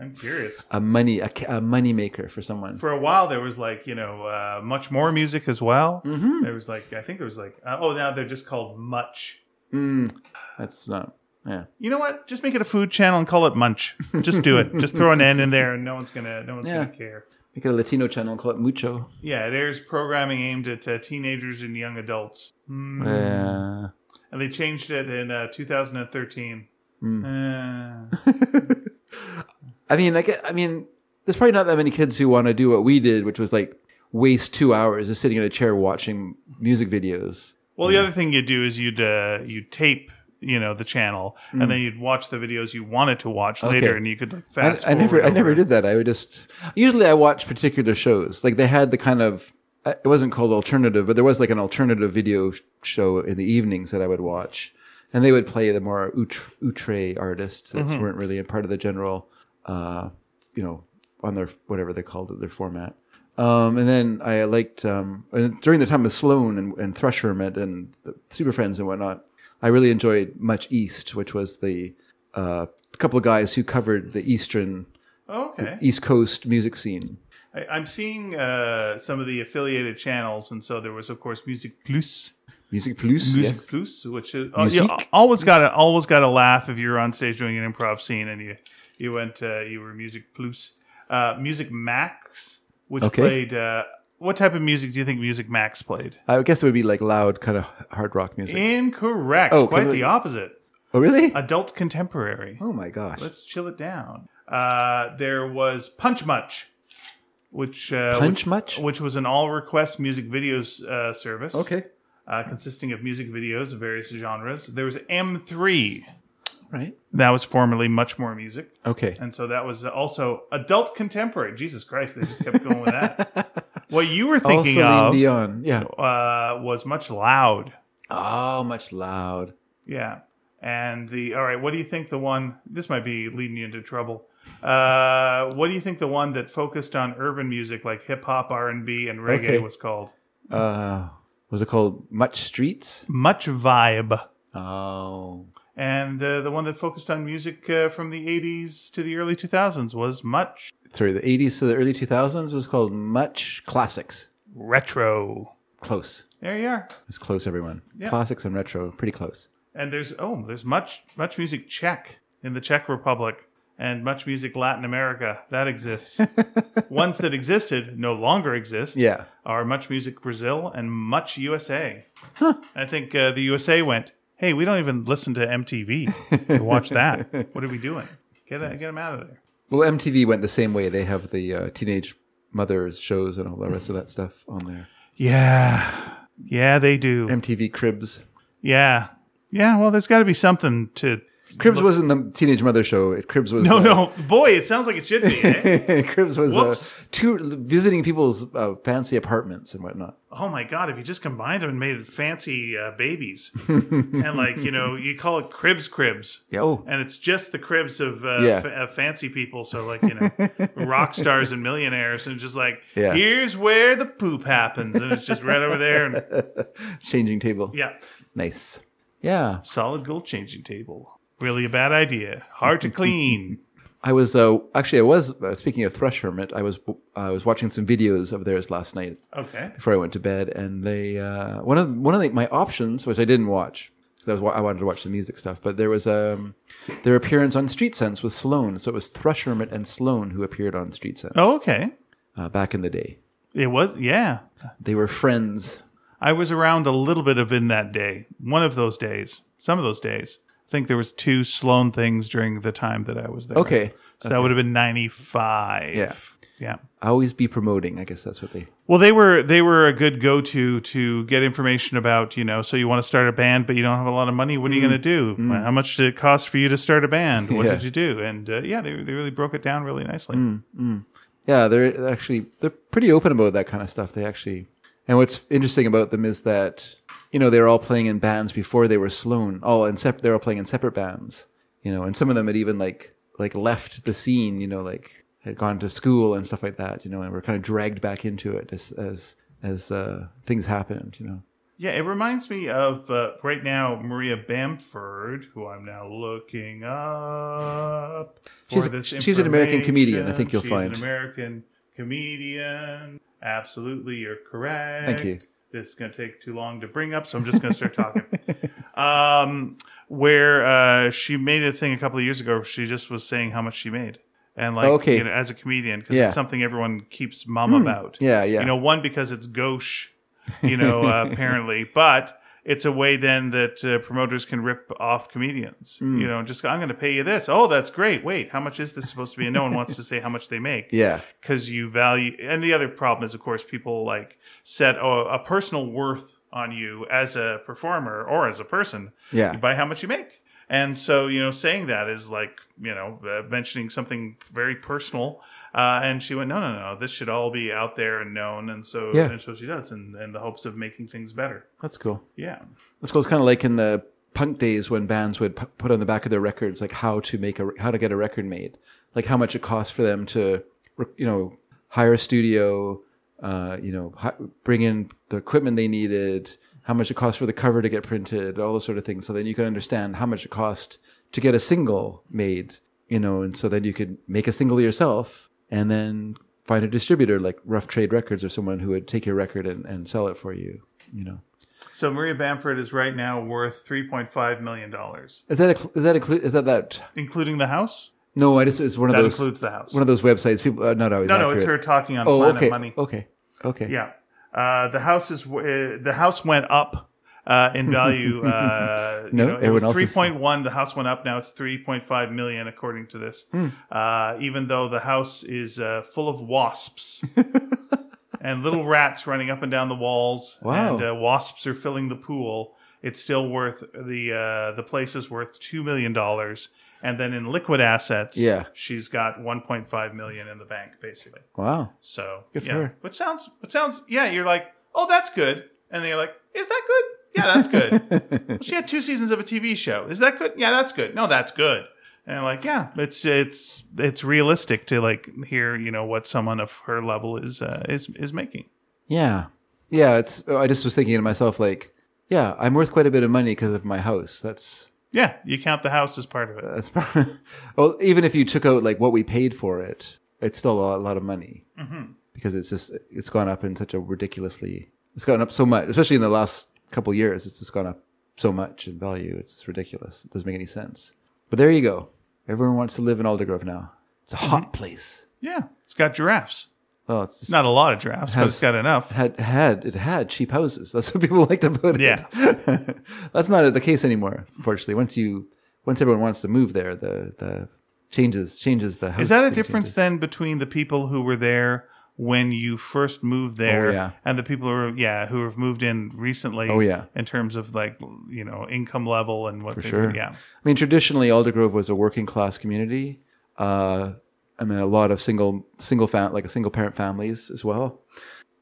A: I'm curious.
B: a money a, ca- a money maker for someone
A: for a while there was like you know uh, much more music as well
B: Mm-hmm.
A: there was like i think there was like uh, oh now they're just called much
B: mm, that's not yeah
A: you know what just make it a food channel and call it munch just do it just throw an n in there and no one's gonna no one's
B: Yeah.
A: gonna care
B: Make it a Latino channel and call it Mucho.
A: yeah there's programming aimed at uh, teenagers and young adults
B: Mm.
A: Hmm.
B: Yeah.
A: and they changed it in uh, 2013
B: Mm.
A: Uh,
B: I mean, like, I mean, there's probably not that many kids who want to do what we did, which was like waste two hours just sitting in a chair watching music videos.
A: well the other thing you do is you'd uh, you tape you know the channel and then you'd watch the videos you wanted to watch later and you could like
B: Mm. I,
A: fast
B: I never,
A: forward
B: I never
A: over.
B: did that. I would just usually I watch particular shows. Like they had the kind of it wasn't called alternative, but there was like an alternative video show in the evenings that I would watch, and they would play the more outre, outre artists that weren't really a part of the general, uh, you know, on their whatever they called it, their format. Um, and then I liked um, and during the time of Sloan and, and Thrush Hermit and the Super Friends and whatnot. I really enjoyed Much East, which was the uh, couple of guys who covered the Eastern
A: Oh, okay
B: East Coast music scene.
A: I, I'm seeing uh, some of the affiliated channels, and so there was, of course, Music Plus,
B: Music Plus,
A: Music
B: yes.
A: Plus, which is
B: Musique.
A: Oh, yeah, always got to always got to laugh if you were on stage doing an improv scene and you you went uh, you were Music Plus, uh, Music Max, which
B: Okay.
A: played uh, what type of music do you think Music Max played?
B: I guess it would be like loud, kind of hard rock music.
A: Incorrect.
B: Oh,
A: Quite
B: can we-
A: the opposite.
B: oh, really?
A: Adult contemporary.
B: oh my gosh!
A: Let's chill it down. Uh, there was Punch Much, which uh,
B: Punch
A: which,
B: Much?
A: which was an all request music videos uh, service.
B: Okay,
A: uh, consisting of music videos of various genres. There was M3
B: right.
A: that was formerly much more music,
B: Okay,
A: and so that was also adult contemporary. Jesus Christ, they just kept going with that. What you were
B: also
A: thinking
B: Celine
A: of
B: Dion. Yeah.
A: uh, was much loud,
B: Oh, much loud.
A: yeah. And the all right, what do you think the one? This might be leading you into trouble. Uh, what do you think the one that focused on urban music like hip hop, R and B, and reggae
B: Okay.
A: was called?
B: Uh, was it called Much Streets?
A: Much vibe.
B: Oh,
A: And uh, the one that focused on music uh, from the 80s to the early 2000s was much
B: sorry. The '80s to the early 2000s was called Much Classics.
A: retro.
B: Close.
A: There you are.
B: It's close, everyone.
A: Yeah.
B: Classics and retro, pretty close.
A: And there's oh, there's much much music Czech in the Czech Republic and much music Latin America that exists. Ones that existed no longer exist.
B: Yeah.
A: Are much music Brazil and much USA. I think uh, the USA went. hey, we don't even listen to MTV to watch that. What are we doing? Get, that- get them out of there.
B: Well, MTV went the same way. They have the uh, teenage mothers shows and all the rest of that stuff on there.
A: Yeah. Yeah, they do.
B: MTV Cribs.
A: Yeah. Yeah, well, there's got to be something to.
B: Cribs wasn't the teenage mother show. It Cribs was
A: No,
B: uh,
A: no. Boy, it sounds like it should be, eh?
B: Cribs was uh,
A: Whoops.
B: tour, visiting people's uh, fancy apartments and whatnot.
A: oh my god if you just combined them and made fancy uh, babies and like you know you call it cribs cribs
B: Yeah, oh,
A: and it's just the cribs of uh,
B: Yeah.
A: fa- uh, fancy people so like you know rock stars and millionaires and just like
B: Yeah.
A: here's where the poop happens and it's just right over there and
B: changing table.
A: yeah
B: Nice. Yeah,
A: solid gold changing table really a bad idea hard to clean
B: I was uh, actually I was uh, speaking of Thresh Hermit. I was uh, I was watching some videos of theirs last night
A: okay
B: before I went to bed, and they uh, one of one of the, my options, which I didn't watch because I was wa- I wanted to watch the music stuff, but there was um, their appearance on Street Sense with Sloan, so it was Thresh Hermit and Sloan who appeared on Street Sense
A: oh okay
B: uh, back in the day.
A: it was yeah
B: They were friends.
A: I was around a little bit of in that day, one of those days, some of those days. I think there was two Sloan things during the time that I was there.
B: Okay,
A: So that would have been 95.
B: Yeah.
A: Yeah.
B: I always be promoting. I guess that's what they.
A: Well, they were they were a good go to to get information about you know. So you want to start a band, but you don't have a lot of money. What are you going to do? How much did it cost for you to start a band? What
B: Mm. Yeah.
A: did you do? And uh, yeah, they, they really broke it down really nicely.
B: Yeah, they're actually they're pretty open about that kind of stuff. They actually, and what's interesting about them is that you know they were all playing in bands before they were Sloan. All in sep- they were all playing in separate bands. You know, and some of them had even like like left the scene. You know, like had gone to school and stuff like that. You know, and were kind of dragged back into it as as as uh, things happened. You know,
A: Yeah, it reminds me of uh, right now Maria Bamford, who I'm now looking up. for
B: She's- she's an American
A: information.
B: comedian, I think you'll
A: she's
B: find.
A: an American comedian. Absolutely, you're correct.
B: Thank you.
A: This is going to take too long to bring up, so I'm just going to start talking. um, where uh, she made a thing a couple of years ago. Where she just was saying how much she made, and like
B: Okay.
A: you know, as a comedian, because
B: Yeah. Hmm.
A: it's something everyone keeps mum about.
B: yeah, yeah.
A: You know, one because it's gauche, you know, uh, apparently, but it's a way then that uh, promoters can rip off comedians. You know, just I'm going to pay you this. Oh, that's great. Wait, how much is this supposed to be? And no one wants to say how much they make.
B: yeah,
A: Because you value, and the other problem is, of course, people like set a, a personal worth on you as a performer or as a person
B: yeah,
A: by how much you make. And so, you know, saying that is like, you know, uh, mentioning something very personal. Uh, and she went, no, no, no, this should all be out there and known. And so,
B: Yeah.
A: and so she does, in, in the hopes of making things better.
B: that's cool.
A: Yeah.
B: That's cool. It's kind of like in the punk days when bands would pu- put on the back of their records like how to make a how to get a record made, like how much it costs for them to, re- you know, hire a studio, uh, you know, hi- bring in the equipment they needed, how much it costs for the cover to get printed, all those sort of things. So then you can understand how much it cost to get a single made, you know, and so then you could make a single yourself and then find a distributor like Rough Trade Records or someone who would take your record and, and sell it for you, you know.
A: So Maria Bamford is right now worth $3.5 million,
B: Is that a, is that include is that that
A: including the house.
B: No, I just it's one of
A: That
B: those
A: includes the house.
B: one of those websites. People are not always.
A: no, no, it's her
B: accurate.
A: talking on
B: Oh,
A: Planet
B: okay,
A: Money.
B: okay, okay.
A: Yeah. Uh, the house is uh, the house went up uh, in value. Uh,
B: No,
A: you know, it
B: everyone
A: was
B: else
A: three
B: is-
A: point one. The house went up. Now it's three point five million, according to this.
B: Hmm.
A: Uh, even though the house is uh, full of wasps and little rats running up and down the walls,
B: Wow.
A: and uh, wasps are filling the pool. It's still worth the uh, the place is worth two million dollars. And then in liquid assets,
B: Yeah.
A: she's got 1.5 million in the bank, basically.
B: Wow.
A: So
B: Good for
A: yeah.
B: her.
A: Which sounds which sounds yeah, you're like, oh that's good. And then you're like, is that good? Yeah, that's good. well, she had two seasons of a TV show. Is that good? Yeah, that's good. No, that's good. And I'm like, yeah, it's it's it's realistic to like hear, you know, what someone of her level is uh, is is making.
B: Yeah, yeah. It's. I just was thinking to myself, like, yeah, I'm worth quite a bit of money because of my house. That's
A: Yeah, you count the house as part of it.
B: that's. well, even if you took out like what we paid for it, it's still a lot, lot of money because it's just it's gone up in such a ridiculously. It's gone up so much, especially in the last couple of years. It's just gone up so much in value. It's just ridiculous. It doesn't make any sense. But there you go. Everyone wants to live in Aldergrove now. It's a hot place.
A: Yeah, it's got giraffes.
B: Oh, it's just
A: Not a lot of drafts, but
B: Has-
A: it's got enough.
B: had had it had cheap houses. That's what people liked about it. Yeah, that's not the case anymore. Fortunately, once you once everyone wants to move there, the the changes changes the house.
A: Is that a
B: thing
A: difference
B: changes.
A: then between the people who were there when you first moved there
B: Oh, yeah.
A: and the people who are, yeah who have moved in recently?
B: Oh, yeah.
A: in terms of like you know income level and what for they,
B: sure.
A: Yeah,
B: I mean, traditionally, Aldergrove was a working class community. Uh, I mean, a lot of single single fam- like a single parent families as well.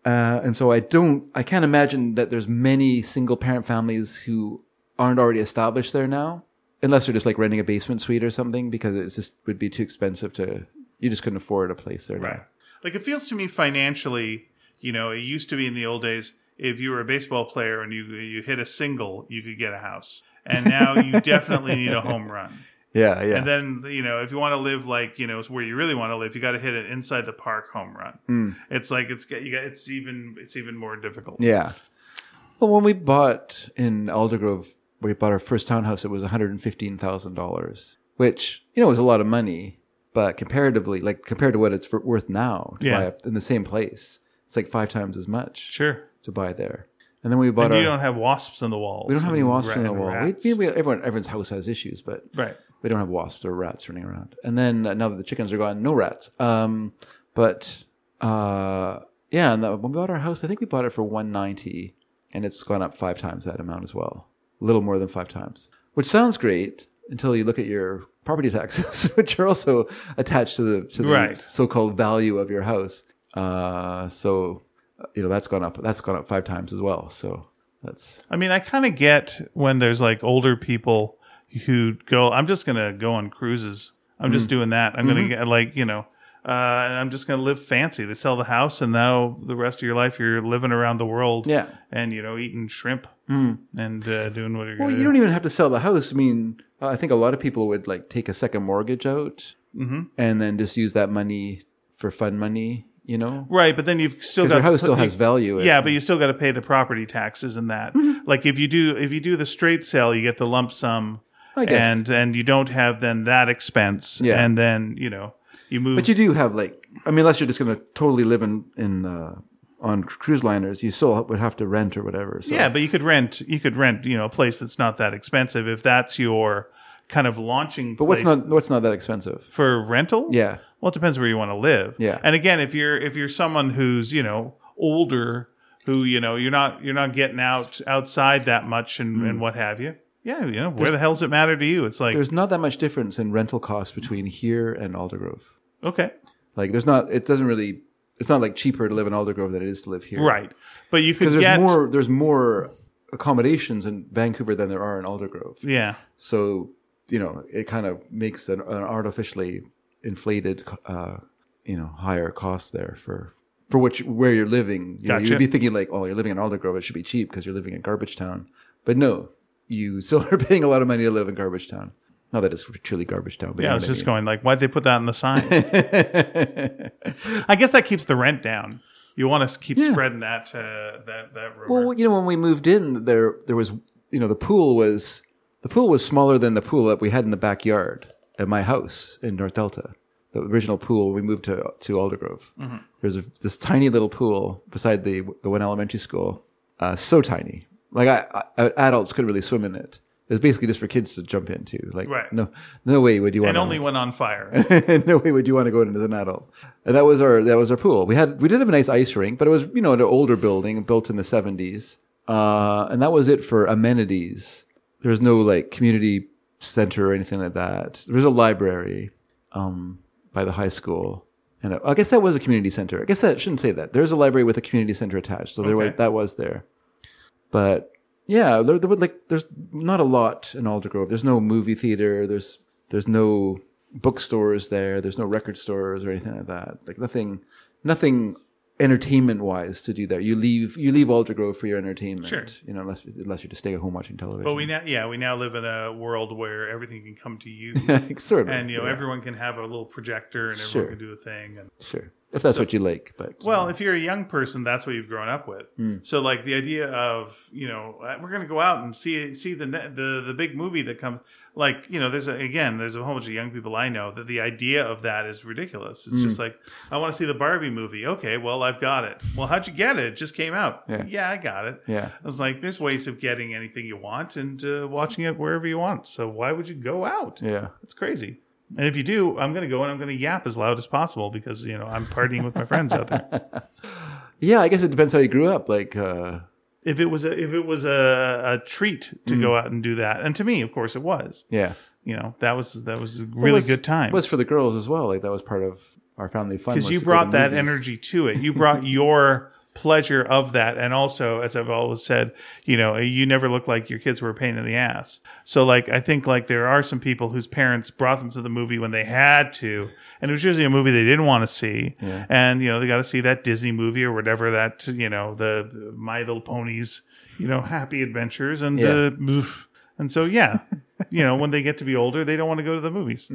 B: Uh, and so I don't, I can't imagine that there's many single parent families who aren't already established there now, unless they're just like renting a basement suite or something because it's just would be too expensive to. You just couldn't afford a place there. now.
A: right. Like it feels to me financially, you know, it used to be in the old days if you were a baseball player and you you hit a single, you could get a house, and now you definitely need a home run.
B: Yeah, yeah.
A: And then you know, if you want to live like you know it's where you really want to live, you got to hit an inside the park home run. It's like it's got- you got it's even it's even more difficult.
B: Hmm. Yeah. Well, when we bought in Aldergrove, we bought our first townhouse. It was one hundred and fifteen thousand dollars, which you know was a lot of money, but comparatively, like compared to what it's for, worth now to
A: Yeah.
B: buy up in the same place, it's like five times as much
A: Sure.
B: to buy there. And then we bought
A: And you
B: our.
A: don't have wasps on the walls.
B: uh, we don't have any
A: and
B: wasps
A: ra-
B: on the
A: and
B: wall. We,
A: rats.
B: we, we- everyone, everyone's house has issues, but
A: right.
B: we don't have wasps or rats running around. And then uh, now that the chickens are gone, no rats. Um, but uh, yeah, and the, when we bought our house, I think we bought it for one ninety, and it's gone up five times that amount as well, a little more than five times. Which sounds great until you look at your property taxes, which are also attached to the to the
A: Right.
B: so-called value of your house. Uh, so uh, you know that's gone up. That's gone up five times as well. So that's
A: I mean, I kind of get when there's like older people who go, I'm just going to go on cruises. I'm
B: Hmm.
A: just doing that. I'm
B: Mm-hmm.
A: going to get like, you know, uh, and I'm just going to live fancy. They sell the house, and now the rest of your life you're living around the world.
B: Yeah. Hmm.
A: And, you know, eating shrimp and uh, doing what you're
B: Well,
A: going
B: you
A: to do.
B: don't even have to sell the house. I mean, uh, I think a lot of people would like take a second mortgage out
A: Mm-hmm.
B: and then just use that money for fun money, you know?
A: Right. But then you've still
B: Because
A: got to
B: your house
A: put
B: still
A: the-
B: has value. Mm-hmm.
A: Yeah, but you still got to pay the property taxes and that. Like if you do if you do the straight sale, you get the lump sum,
B: I guess.
A: and and you don't have then that expense,
B: Yeah.
A: and then you know you move.
B: But you do have like, I mean, unless you're just going to totally live in, in uh, on cruise liners, you still would have to rent or whatever. So.
A: yeah, but you could rent you could rent you know a place that's not that expensive if that's your kind of launching.
B: But what's not, what's not that expensive?
A: for rental?
B: Yeah.
A: Well, it depends where you want to live.
B: Yeah.
A: And again, if you're if you're someone who's you know older, who you know you're not you're not getting out outside that much and, and what have you. Yeah, you know where the hell does it matter to you? It's like
B: Hmm. There's not that much difference in rental costs between here and Aldergrove.
A: okay,
B: Like, there's not, it doesn't really, it's not like cheaper to live in Aldergrove than it is to live here.
A: right? But you could
B: Because there's
A: get
B: more there's more accommodations in Vancouver than there are in Aldergrove.
A: Yeah,
B: So you know it kind of makes an, an artificially inflated, uh, you know, higher cost there for for which where you're living. You know,
A: Gotcha.
B: You'd be thinking like, oh, you're living in Aldergrove, it should be cheap because you're living in garbage town. But no, you still are paying a lot of money to live in garbage town. Not that it's truly garbage town, but
A: yeah. I
B: you
A: was
B: know
A: just
B: what
A: going like, why'd they put that on the sign?
B: I mean.
A: I guess that keeps the rent down. You want to keep spreading that uh, that that rumor.
B: Well, you know, when we moved in, there there was you know the pool was the pool was smaller than the pool that we had in the backyard at my house in North Delta. The original pool we moved to to Aldergrove.
A: Mm-hmm.
B: There's a, this tiny little pool beside the the one elementary school, uh, so tiny. Like I, I, adults couldn't really swim in it. It was basically just for kids to jump into. Like
A: Right.
B: no no way would you want
A: and
B: to
A: only when on fire.
B: no way would you want to go in as an adult. And that was our that was our pool. We had we did have a nice ice rink, but it was you know an older building built in the seventies, uh, and that was it for amenities. There was no like community center or anything like that. There was a library um, by the high school, and I guess that was a community center. I guess that shouldn't say that. There's a library with a community center attached, so there was,
A: Okay.
B: that was there. But yeah, there, there would like there's not a lot in Aldergrove. There's no movie theater. There's there's no bookstores there. There's no record stores or anything like that. Like nothing, nothing entertainment wise to do there. You leave you leave Aldergrove for your entertainment.
A: Sure.
B: You know, unless unless you're just staying at home watching television.
A: but we now, yeah, we now live in a world where everything can come to you,
B: sort of.
A: and you know
B: yeah,
A: everyone can have a little projector and everyone
B: Sure.
A: can do a thing. And
B: sure. if that's what you like. But
A: Well, if you're a young person, that's what you've grown up with.
B: Hmm.
A: So, like the idea of you know uh, we're going to go out and see see the ne- the the big movie that comes. Like you know, there's a, again, there's a whole bunch of young people I know that the idea of that is ridiculous. It's
B: Hmm.
A: just like I want to see the Barbie movie. Okay, well I've got it. Well, how'd you get it? It just came out.
B: Yeah.
A: I got it.
B: Yeah.
A: I was like, there's ways of getting anything you want and uh, watching it wherever you want. So why would you go out?
B: yeah,
A: It's crazy. And if you do, I'm going to go and I'm going to yap as loud as possible because, you know, I'm partying with my friends out there.
B: yeah, I guess it depends how you grew up. Like, uh,
A: If it was a, if it was a, a treat to go
B: Mm.
A: out and do that. And to me, of course it was.
B: yeah,
A: You know, that was that was a really
B: was-
A: good time.
B: it was for the girls as well. Like that was part of our family fun
A: Cuz
B: was
A: you
B: to go to
A: brought that
B: movies.
A: energy to it. You brought your pleasure of that and also as I've always said, you know, you never looked like your kids were a pain in the ass. So like I think like there are some people whose parents brought them to the movie when they had to and it was usually a movie they didn't want to see.
B: Yeah.
A: and you know they got to see that Disney movie or whatever that you know the My Little Ponies, you know, Happy Adventures, and
B: Yeah.
A: uh, oof. and so yeah, you know when they get to be older, they don't want to go to the movies.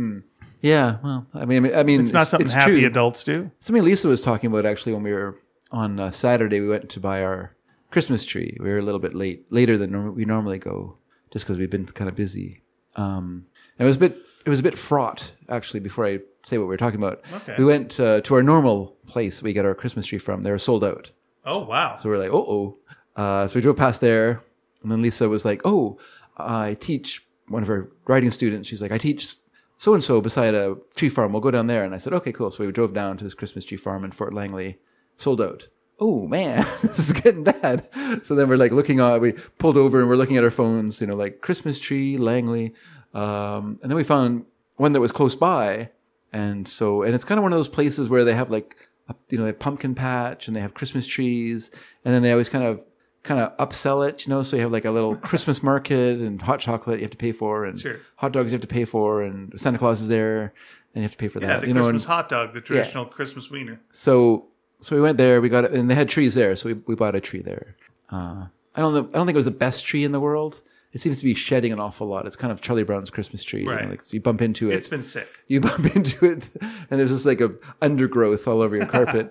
B: Yeah, well, I mean, I mean,
A: It's not something
B: Mm. it's
A: happy
B: true.
A: adults do.
B: Something Lisa was talking about actually when we were on uh, Saturday, we went to buy our Christmas tree. We were a little bit late, later than norm- we normally go, just because we've been kind of busy. Um, and it was a bit, it was a bit fraught actually. Before I say what we were talking about,
A: Okay.
B: we went uh, to our normal place we get our Christmas tree from. They were sold out.
A: Oh wow,
B: So we are like, oh, oh. Uh, so we drove past there. And then Lisa was like, oh, I teach one of her writing students. She's like, I teach so and so beside a tree farm. We'll go down there. And I said, okay, cool. So we drove down to this Christmas tree farm in Fort Langley, sold out. Oh man, this is getting bad. So then we're like looking on, we pulled over and we're looking at our phones, you know, like Christmas tree, Langley. Um, and then we found one that was close by and so and it's kind of one of those places where they have like a, you know a pumpkin patch and they have christmas trees and then they always kind of kind of upsell it you know so you have like a little christmas market and hot chocolate you have to pay for and
A: Sure.
B: hot dogs you have to pay for and santa claus is there and you have to pay for
A: yeah,
B: that
A: the
B: you know and
A: Christmas hot dog, the traditional Christmas wiener.
B: so so we went there we got it and they had trees there so we, we bought a tree there uh, i don't know i don't think it was the best tree in the world it seems to be shedding an awful lot it's kind of charlie brown's christmas tree you know,
A: Right.
B: like you bump into it
A: It's been sick.
B: you bump into it and there's just like a undergrowth all over your carpet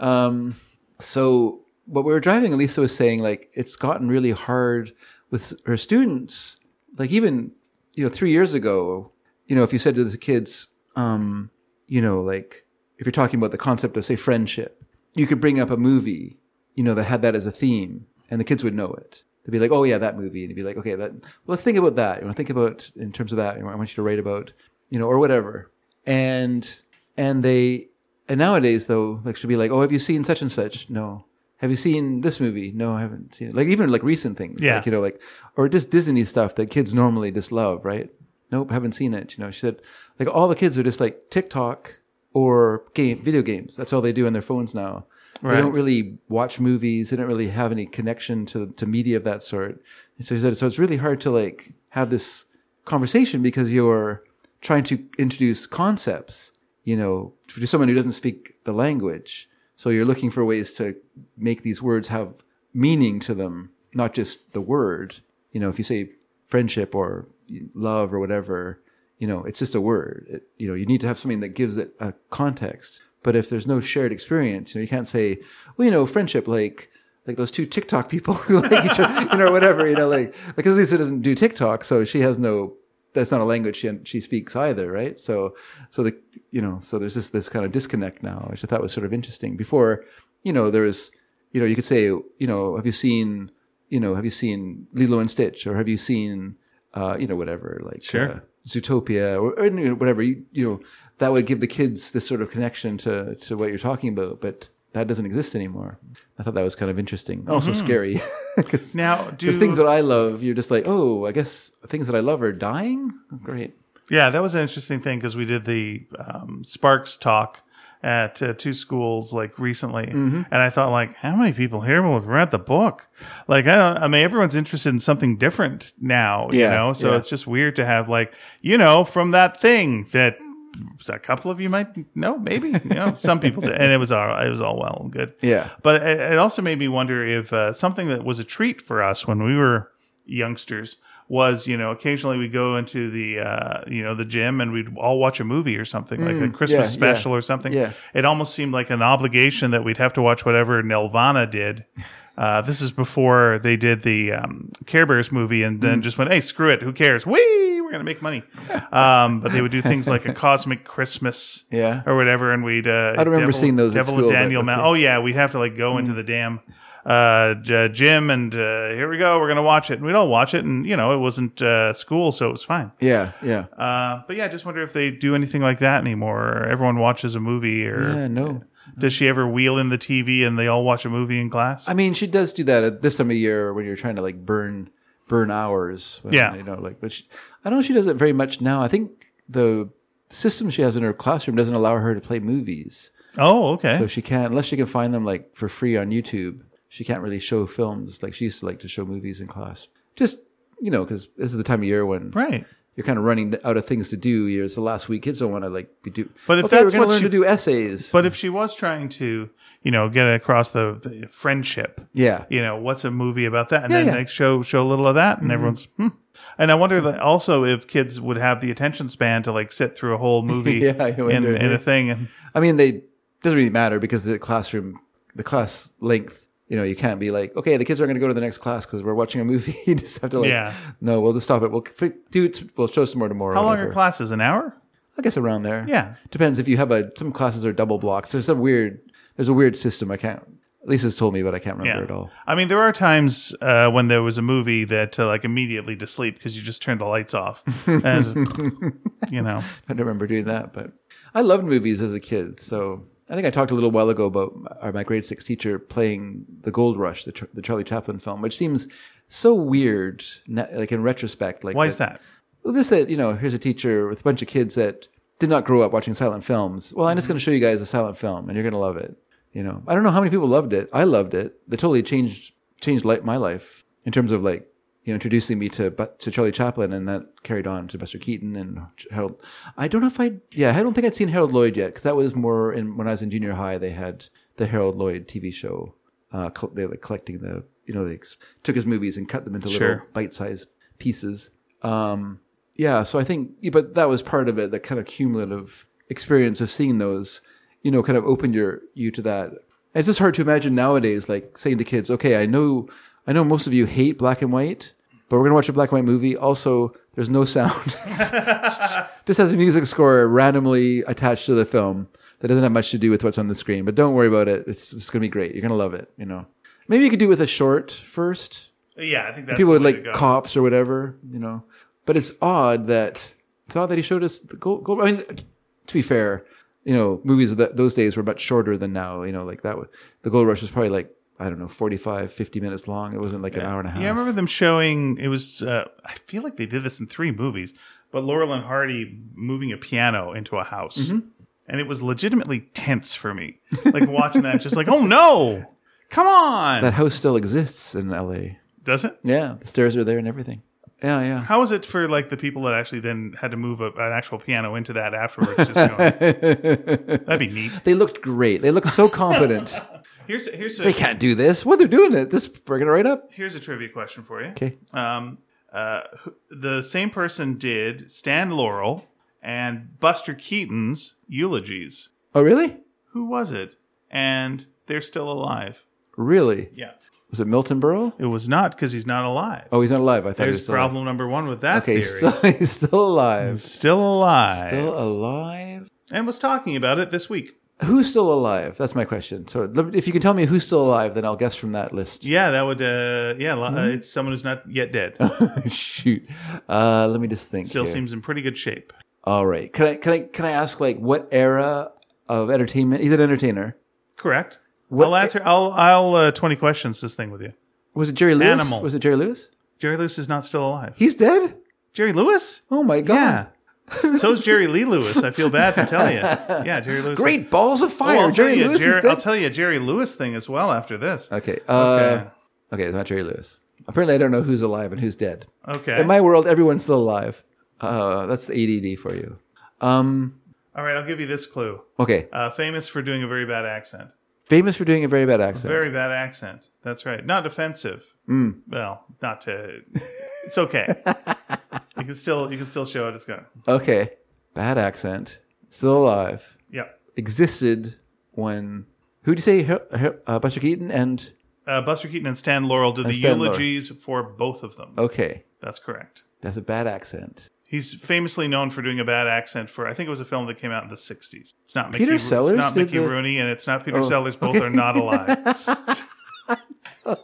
B: um, so what we were driving elisa was saying like it's gotten really hard with her students like even you know three years ago you know if you said to the kids um, you know like if you're talking about the concept of say friendship you could bring up a movie you know that had that as a theme and the kids would know it they'd be like oh yeah that movie and you'd be like okay that well, let's think about that you want to think about in terms of that you know, i want you to write about you know or whatever and and they and nowadays though like she'll be like oh have you seen such and such no have you seen this movie no i haven't seen it like even like recent things
A: Yeah.
B: like you know like or just disney stuff that kids normally just love right nope haven't seen it you know she said like all the kids are just like tiktok or game video games that's all they do on their phones now they don't
A: Right.
B: really watch movies. They don't really have any connection to to media of that sort. And so he said, so it's really hard to like have this conversation because you're trying to introduce concepts, you know, to someone who doesn't speak the language. So you're looking for ways to make these words have meaning to them, not just the word. You know, if you say friendship or love or whatever, you know, it's just a word. It, you know, you need to have something that gives it a context. But if there's no shared experience, you know, you can't say, well, you know, friendship, like, like those two TikTok people who like each other, you know, or whatever, you know, like, because Lisa doesn't do TikTok, so she has no, that's not a language she, she speaks either, right? So, so the, you know, so there's just this kind of disconnect now, which I thought was sort of interesting. Before, you know, there was, you know, you could say, you know, have you seen, you know, have you seen Lilo and Stitch or have you seen, uh, you know, whatever, like
A: Sure.
B: uh, Zootopia or, or you know, whatever, you, you know, that would give the kids this sort of connection to, to what you're talking about, but that doesn't exist anymore. I thought that was kind of interesting. Also scary. Because
A: Now, do
B: things that I love, you're just like, oh, I guess things that I love are dying? Great.
A: Yeah, that was an interesting thing because we did the um, Sparks talk at uh, two schools like recently,
B: Mm-hmm.
A: and I thought like, how many people here will have read the book? Like, I don't. I mean, everyone's interested in something different now, you
B: Yeah,
A: know. So
B: yeah.
A: it's just weird to have like, you know, from that thing that a couple of you might know, maybe you know, some people did, and it was all it was all well and good.
B: Yeah.
A: But it, it also made me wonder if uh, something that was a treat for us when we were youngsters was you know occasionally we go into the uh, you know the gym and we'd all watch a movie or something like a Christmas
B: Mm, yeah,
A: special or something.
B: yeah.
A: It almost seemed like an obligation that we'd have to watch whatever Nelvana did. Uh, this is before they did the um, Care Bears movie and
B: Mm.
A: then just went, hey, screw it, who cares? Whee, we're gonna make money. Um, but they would do things like a Cosmic Christmas
B: Yeah.
A: or whatever, and we'd. Uh, I
B: remember seeing those at
A: Devil
B: school,
A: and
B: but
A: Daniel
B: okay. Mm.
A: Mount. Oh yeah, we'd have to like go into the damn uh, j- gym and uh, here we go. We're gonna watch it, and we'd all watch it, and you know it wasn't uh, school, so it was fine.
B: Yeah. Yeah.
A: Uh, but yeah, I just wonder if they do anything like that anymore. Or everyone watches a movie, or
B: Yeah. No.
A: does she ever wheel in the TV and they all watch a movie in class?
B: I mean, she does do that at this time of year when you're trying to like burn burn hours. When,
A: Yeah.
B: you know, like but she, I don't know. if She does it very much now. I think the system she has in her classroom doesn't allow her to play movies,
A: oh, okay.
B: so she can't unless she can find them like for free on YouTube. She can't really show films like she used to like to show movies in class. Just you know, because this is the time of year when
A: right.
B: you're kind of running out of things to do. You're, it's the last week. Kids don't want to like be do.
A: But if
B: okay,
A: that's
B: we're going
A: what
B: to learn
A: you-
B: to do essays.
A: But if she was trying to, you know, get across the, the friendship,
B: yeah,
A: you know, what's a movie about that? And
B: Yeah,
A: then
B: yeah. Mm-hmm.
A: like show show a little of that, and everyone's. Hmm. And I wonder that also if kids would have the attention span to like sit through a whole movie
B: Yeah, I
A: in,
B: wonder,
A: in
B: yeah.
A: a thing. And
B: I mean, they doesn't really matter because the classroom, the class length. You know, you can't be like, okay, the kids aren't going to go to the next class because we're watching a movie. you just have to like,
A: Yeah.
B: no, we'll just stop it. We'll f- do it. We'll show some more tomorrow.
A: how long
B: whatever.
A: are classes? An hour?
B: I guess around there.
A: Yeah.
B: depends if you have a some classes are double blocks. There's a weird. There's a weird system. I can't. Lisa's told me, but I can't remember it all.
A: I mean, there are times uh, when there was a movie that uh, like immediately to sleep because you just turned the lights off, and you know,
B: I don't remember doing that, but I loved movies as a kid. So I think I talked a little while ago about our, my grade six teacher playing the Gold Rush, the, Char- the Charlie Chaplin film, which seems so weird, na- like in retrospect. Like
A: why is that?
B: Well, this that you know, here's a teacher with a bunch of kids that did not grow up watching silent films. Well, I'm just going to show you guys a silent film, and you're going to love it. You know, I don't know how many people loved it. I loved it. They totally changed changed like my life in terms of like you know introducing me to Bu- to Charlie Chaplin, and that carried on to Buster Keaton and Harold. I don't know if I yeah I don't think I'd seen Harold Lloyd yet because that was more in when I was in junior high. They had the Harold Lloyd TV show. Uh, col- they were like collecting the you know they ex- took his movies and cut them into
A: Sure.
B: little bite sized pieces. Um, yeah, so I think, yeah, but that was part of it. That kind of cumulative experience of seeing those, you know, kind of opened your you to that. It's just hard to imagine nowadays, like saying to kids, "Okay, I know, I know, most of you hate black and white, but we're gonna watch a black and white movie. Also, there's no sound. It's- it's- just has a music score randomly attached to the film that doesn't have much to do with what's on the screen. But don't worry about it. It's it's gonna be great. You're gonna love it. You know, maybe you could do it with a short first,
A: Yeah, I think that's
B: people
A: the
B: would
A: way to
B: like
A: go.
B: cops or whatever, you know. But it's odd that it's odd that he showed us the gold. gold I mean, to be fair, you know, movies of that, those days were much shorter than now. You know, like that. would- The Gold Rush was probably like I don't know, 45, 50 minutes long. It wasn't like an hour and a half.
A: Yeah, I remember them showing it was. Uh, I feel like they did this in three movies, but Laurel and Hardy moving a piano into a house,
B: Mm-hmm.
A: and it was legitimately tense for me, like watching that. Just like, oh no, come on,
B: that house still exists in L.A.
A: does it?
B: Yeah, the stairs are there and everything. Yeah, yeah.
A: How is it for like the people that actually then had to move a, an actual piano into that afterwards? Just going, that'd be neat.
B: They looked great. They looked so competent.
A: Here's here's
B: they
A: a
B: can't do this. What they're doing it. This breaking it right up.
A: here's a trivia question for you.
B: Okay.
A: um, uh, who- the same person did Stan Laurel and Buster Keaton's eulogies.
B: Oh, really?
A: Who was it? And they're still alive.
B: Really?
A: Yeah.
B: Was it Milton Berle?
A: It was not because he's not alive.
B: Oh, he's not alive. I thought he was
A: There's
B: still alive.
A: problem number one with that
B: Okay,
A: theory.
B: still, he's still alive.
A: still alive.
B: Still alive.
A: and was talking about it this week.
B: Who's still alive? That's my question. So let me- if you can tell me who's still alive, then I'll guess from that list.
A: Yeah, that would, uh, yeah, li-
B: Hmm?
A: uh, it's someone who's not yet dead.
B: Shoot. Uh, let me just think.
A: Still
B: here.
A: seems in pretty good shape.
B: All right. Can I can I can I ask like what era of entertainment? He's an entertainer.
A: Correct.
B: What-
A: I'll answer, I'll, I'll, uh, 20 questions this thing with you.
B: Was it Jerry Lewis?
A: Animal.
B: Was it Jerry Lewis?
A: Jerry Lewis is not still alive.
B: He's dead.
A: Jerry Lewis?
B: Oh my god.
A: Yeah. so is Jerry Lee Lewis. I feel bad to tell you. Yeah, Jerry Lewis.
B: Great balls of
A: Oh,
B: fire.
A: I'll,
B: Jerry
A: tell you, a
B: Lewis
A: Jerry,
B: is dead.
A: I'll tell you a Jerry Lewis thing as well after this.
B: okay. Uh, okay. It's not Jerry Lewis. Apparently, I don't know who's alive and who's dead.
A: Okay.
B: In my world, everyone's still alive. Uh, that's the ADD for you. Um,
A: All right, I'll give you this clue.
B: okay.
A: Uh, famous for doing a very bad accent.
B: Famous for doing a very bad accent.
A: Very bad accent. That's right. Not offensive.
B: Mm.
A: Well, not to. It's okay. you can still you can still show it. It's good.
B: Okay. Bad accent. Still alive.
A: Yeah.
B: Existed when. Who'd you say? Her- Her- uh, Buster Keaton and.
A: Uh, Buster Keaton and Stan Laurel did
B: And
A: the
B: Stan Laurel. Oh.
A: eulogies for both of them.
B: Okay.
A: That's correct.
B: That's a bad accent.
A: He's famously known for doing a bad accent for I think it was a film that came out in the '60s. It's not Mickey,
B: Peter
A: it's
B: Sellers
A: not
B: did
A: Mickey
B: the-
A: Rooney, and it's not Peter
B: Oh,
A: Sellers. Both
B: okay.
A: are not alive.
B: I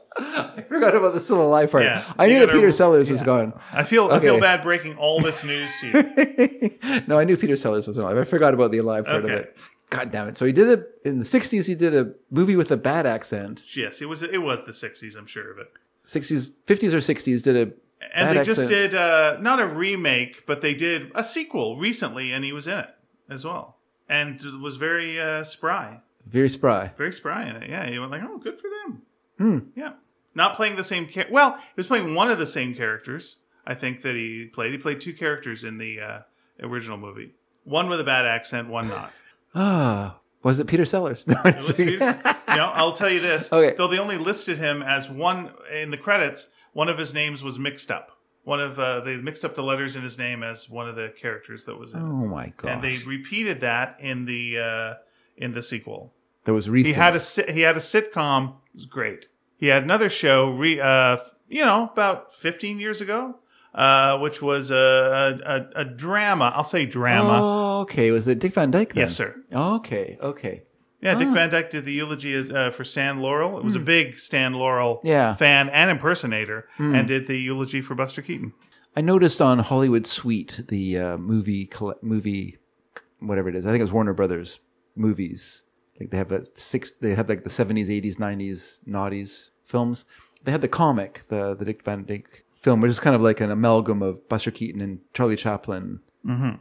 B: forgot about the still alive part.
A: Yeah.
B: I
A: You
B: knew that
A: gotta-
B: Peter Sellers was
A: yeah.
B: gone.
A: I feel I feel
B: Okay.
A: bad breaking all this news to you.
B: no, I knew Peter Sellers was alive. I forgot about the alive part
A: Okay.
B: of it. God damn it. So he did it in the 60s. He did a movie with a bad accent.
A: yes, it was it was the '60s. I'm sure of it.
B: 60s, 50s or 60s did a.
A: And
B: Bad
A: they just
B: accent.
A: did uh, not a remake, but they did a sequel recently, and he was in it as well, and was very uh, spry,
B: Very spry.
A: very spry in it. Yeah, you went like, oh, good for them.
B: Hmm.
A: Yeah, not playing the same character. Well, he was playing one of the same characters. I think that he played. He played two characters in the uh, original movie. One with a bad accent, one not.
B: Ah, was it Peter Sellers? No, I'm
A: Let's
B: just
A: be-
B: kidding.
A: no, I'll tell you this.
B: Okay.
A: Though they only listed him as one in the credits, one of his names was mixed up. One of uh, they mixed up the letters in his name as one of the characters that was in.
B: oh
A: it.
B: my gosh.
A: And they repeated that in the uh, in the sequel.
B: that was recent.
A: He had a si- he had a sitcom. It was great. He had another show, re, uh, you know, about fifteen years ago, uh, which was a, a, a, a drama. I'll say drama.
B: Oh, okay. Was it Dick Van Dyke? Then? Oh,
A: yes, sir.
B: Okay. Okay.
A: Yeah,
B: Ah.
A: Dick Van Dyke did the eulogy uh, for Stan Laurel. It was a big Stan Laurel
B: Hmm. Yeah. Hmm.
A: fan and impersonator, and did the eulogy for Buster Keaton.
B: I noticed on Hollywood Suite the uh, movie colle- movie whatever it is. I think it's Warner Brothers movies. Like they have that six. They have like the seventies, eighties, nineties, naughties films. They had the comic, the the Dick Van Dyke film, which is kind of like an amalgam of Buster Keaton and Charlie Chaplin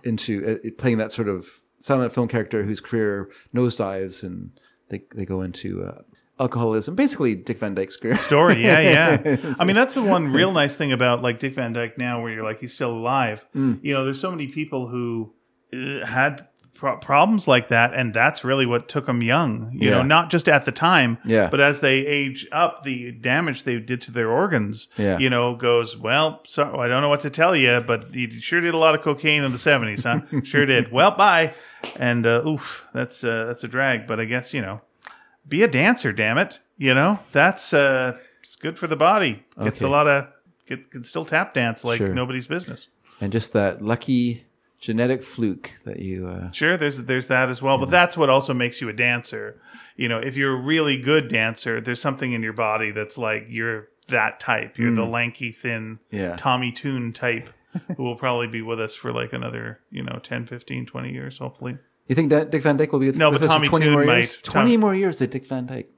B: into uh, playing that sort of silent film character whose career nosedives and they they go into uh, alcoholism. Basically, Dick Van Dyke's career.
A: Story, yeah, yeah. I mean, that's the one real nice thing about like Dick Van Dyke now, where you're like he's still alive.
B: Mm.
A: You know, there's so many people who uh, had pro- problems like that, and that's really what took them young. You know,
B: Yeah.
A: not just at the time,
B: Yeah.
A: but as they age up, the damage they did to their organs,
B: Yeah.
A: you know, goes well. So I don't know what to tell you, but you sure did a lot of cocaine in the '70s, huh? sure did. Well, bye. And uh, oof, that's uh, that's a drag. But I guess you know be a dancer, damn it. You know, that's uh it's good for the body. Gets a
B: Okay.
A: lot of get, can still tap dance like
B: Sure.
A: nobody's business.
B: and just that lucky genetic fluke that you uh,
A: Sure, there's there's that as well, but that's what also makes you a dancer. You know, if you're a really good dancer, there's something in your body that's like you're that type. You're the lanky, thin
B: Mm. Yeah.
A: Tommy Toon type who will probably be with us for like another, you know, 10, 15, 20 years hopefully.
B: You think that Dick Van Dyke will be with,
A: No,
B: with
A: but
B: us
A: Tommy
B: for 20
A: Toon
B: more
A: might.
B: years?
A: Tom-
B: 20 more years to Dick Van Dyke.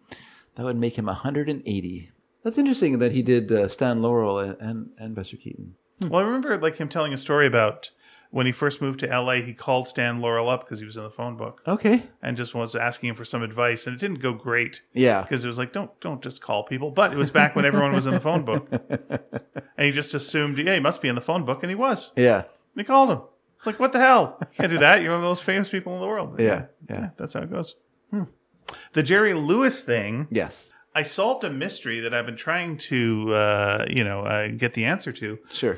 B: That would make him 180. That's interesting that he did uh, Stan Laurel and, and, and Buster Keaton.
A: Well, I remember like him telling a story about when he first moved to LA, he called Stan Laurel up because he was in the phone book.
B: Okay.
A: and just was asking him for some advice and it didn't go great
B: Yeah.
A: because it was like don't don't just call people but it was back when everyone was in the phone book and he just assumed yeah he must be in the phone book and he was
B: Yeah.
A: and he called him it's like what the hell You can't do that you're one of those famous people in the world
B: Yeah. Yeah.
A: that's how it goes Hmm. the jerry lewis thing
B: Yes.
A: i solved a mystery that i've been trying to uh, you know uh, get the answer to
B: Sure.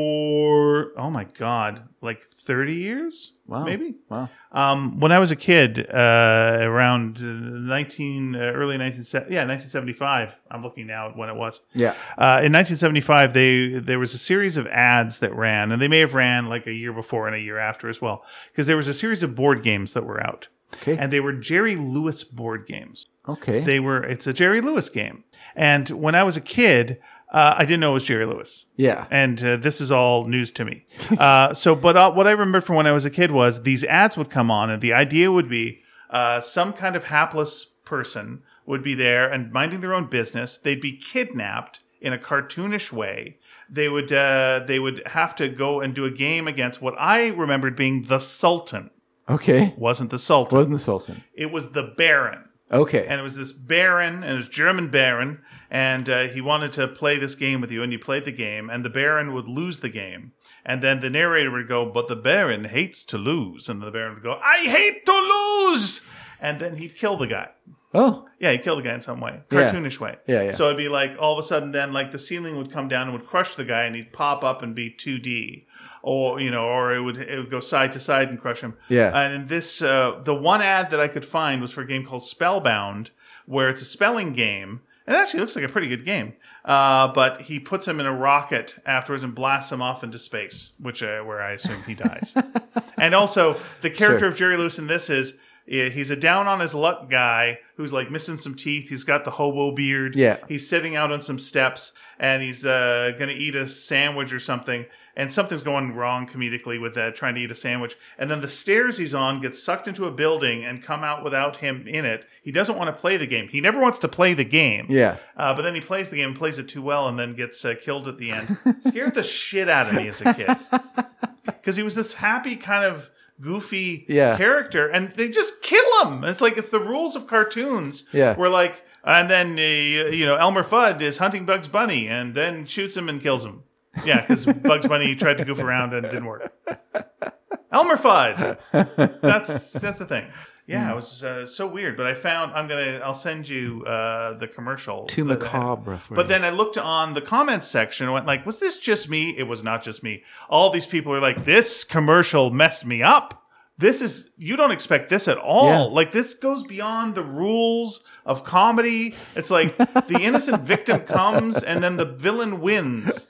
A: for oh my god like 30 years
B: Wow.
A: maybe
B: Wow.
A: um, when I was a kid, uh, around uh, 19, uh, early 19, yeah, 1975. I'm looking now at when it was.
B: Yeah.
A: Uh, in 1975, they there was a series of ads that ran, and they may have ran like a year before and a year after as well, because there was a series of board games that were out,
B: Okay.
A: and they were Jerry Lewis board games.
B: okay.
A: They were it's a Jerry Lewis game, and when I was a kid, uh, I didn't know it was Jerry Lewis
B: yeah.
A: and uh, this is all news to me. Uh, so, but uh, what I remembered from when I was a kid was these ads would come on, and the idea would be uh, some kind of hapless person would be there and minding their own business. They'd be kidnapped in a cartoonish way. They would uh, they would have to go and do a game against what I remembered being the Sultan.
B: Okay.
A: Wasn't the Sultan?
B: Wasn't the Sultan.
A: It was the Baron
B: Okay.
A: and it was this baron and it was german baron and uh, he wanted to play this game with you and you played the game and the baron would lose the game and then the narrator would go but the baron hates to lose and the baron would go i hate to lose and then he'd kill the guy.
B: Oh,
A: Yeah, he'd kill the guy in some way,
B: Yeah.
A: cartoonish way.
B: Yeah, yeah.
A: So it'd be like all of a sudden, then like the ceiling would come down and would crush the guy, and he'd pop up and be two D, or you know, or it would it would go side to side and crush him.
B: Yeah.
A: And in this, uh, the one ad that I could find was for a game called Spellbound, where it's a spelling game. It actually looks like a pretty good game, uh, but he puts him in a rocket afterwards and blasts him off into space, which uh, where I assume he dies. and also, the character of Jerry Lewis in this is yeah, he's a down on his luck guy who's like missing some teeth. He's got the hobo beard.
B: Yeah.
A: He's sitting out on some steps and he's uh, going to eat a sandwich or something. And something's going wrong comedically with that, trying to eat a sandwich. And then the stairs he's on get sucked into a building and come out without him in it. He doesn't want to play the game. He never wants to play the game.
B: yeah.
A: Uh, but then he plays the game, plays it too well, and then gets uh, killed at the end. Scared the shit out of me as a kid because he was this happy kind of goofy
B: Yeah.
A: character, and they just kill him. It's like it's the rules of cartoons.
B: Yeah.
A: where like, and then uh, you know Elmer Fudd is hunting Bugs Bunny, and then shoots him and kills him. Yeah, because Bugs Bunny tried to goof around and it didn't work. Elmer Fudd. That's that's the thing.
B: Hmm.
A: Yeah, it was uh, so weird, but I found I'm gonna I'll send you uh, the commercial.
B: Too
A: that-
B: macabre. For
A: But then I looked on the comments section and went like, was this just me? It was not just me. All these people are like, this commercial messed me up. This is you don't expect this at all.
B: Yeah.
A: Like this goes beyond the rules of comedy. It's like the innocent victim comes and then the villain wins.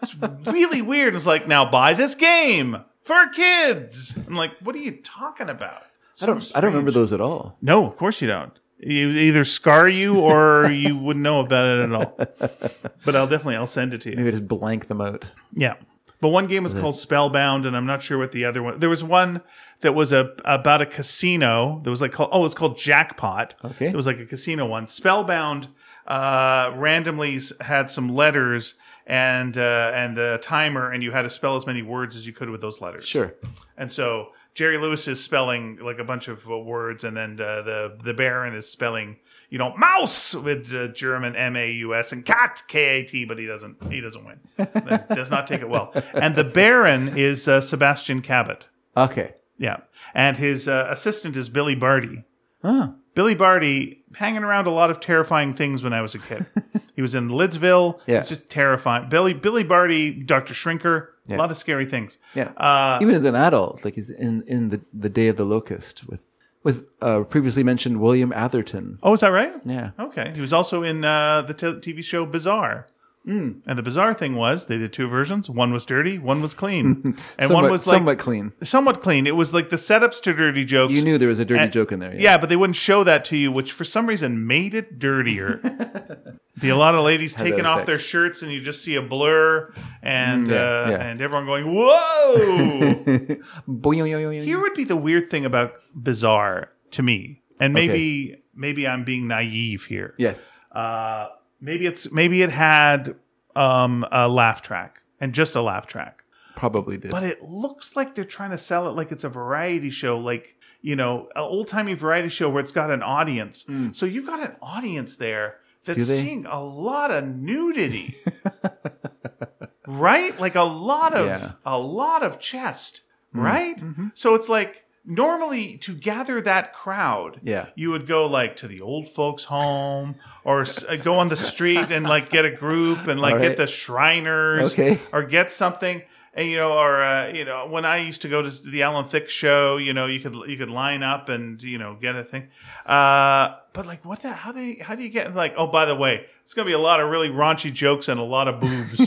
A: It's really weird. It's like now buy this game for kids. I'm like, what are you talking about?
B: I don't. I don't remember those at all.
A: No, of course you don't. It would either scar you or you wouldn't know about it at all. But I'll definitely I'll send it to you.
B: Maybe I just blank them out.
A: Yeah. But one game was
B: Mm-hmm.
A: called Spellbound, and I'm not sure what the other one. There was one that was a about a casino. That was like called, oh, it's called Jackpot.
B: Okay.
A: It was like a casino one. Spellbound uh, randomly s- had some letters and uh, and the timer, and you had to spell as many words as you could with those letters.
B: Sure.
A: And so Jerry Lewis is spelling like a bunch of uh, words, and then uh, the the Baron is spelling you know mouse with uh, German M A U S and cat K A T, but he doesn't he doesn't win. That does not take it well. And the Baron is uh, Sebastian Cabot.
B: Okay.
A: Yeah, and his uh, assistant is Billy Barty.
B: Oh.
A: Billy Barty hanging around a lot of terrifying things when I was a kid. he was in Lidsville.
B: Yeah.
A: It's just terrifying. Billy Billy Barty, Doctor Shrinker, a lot of scary things.
B: Yeah.
A: Uh,
B: Even as an adult, like he's in in the the Day of the Locust with with uh, previously mentioned William Atherton.
A: oh, is that right?
B: Yeah.
A: Okay. He was also in uh, the t- TV show Bizarre.
B: Hmm.
A: Mm. And the bizarre thing was they did two versions. One was dirty, one was clean. And
B: somewhat,
A: one was like somewhat.
B: somewhat clean.
A: clean. It was like the setups to dirty jokes.
B: You knew there was a dirty joke in there.
A: yeah, but they wouldn't show that to you, which for some reason made it dirtier. Be a lot of ladies taking off
B: effect. Mm,
A: their shirts, and you just see a blur, and
B: yeah,
A: uh,
B: yeah.
A: and everyone going, "Whoa!" Here
B: Boing-oing-oing-oing.
A: would be the weird thing about bizarre to me, and maybe maybe I'm being naive here.
B: Yes.
A: Uh, maybe it's maybe it had um, a laugh track and just a laugh track,
B: Probably did.
A: but it looks like they're trying to sell it like it's a variety show, like you know, an old timey variety show where it's got an audience. So you've got an audience there that's
B: Hmm. Do they?
A: seeing a lot of nudity, right? Like a lot of
B: Yeah. Hmm. Mm-hmm.
A: a lot of chest, right? So it's like normally to gather that crowd
B: Yeah.
A: you would go like to the old folks home or s- uh, go on the street and like get a group and like
B: All
A: get
B: right.
A: the Shriners
B: Okay.
A: or get something. And, you know, or uh, you know, when I used to go to the Alan Thicke show, you know, you could you could line up and you know get a thing. Uh, but like, what the how they how do you get like? Oh, by the way, it's gonna be a lot of really raunchy jokes and a lot of boobs.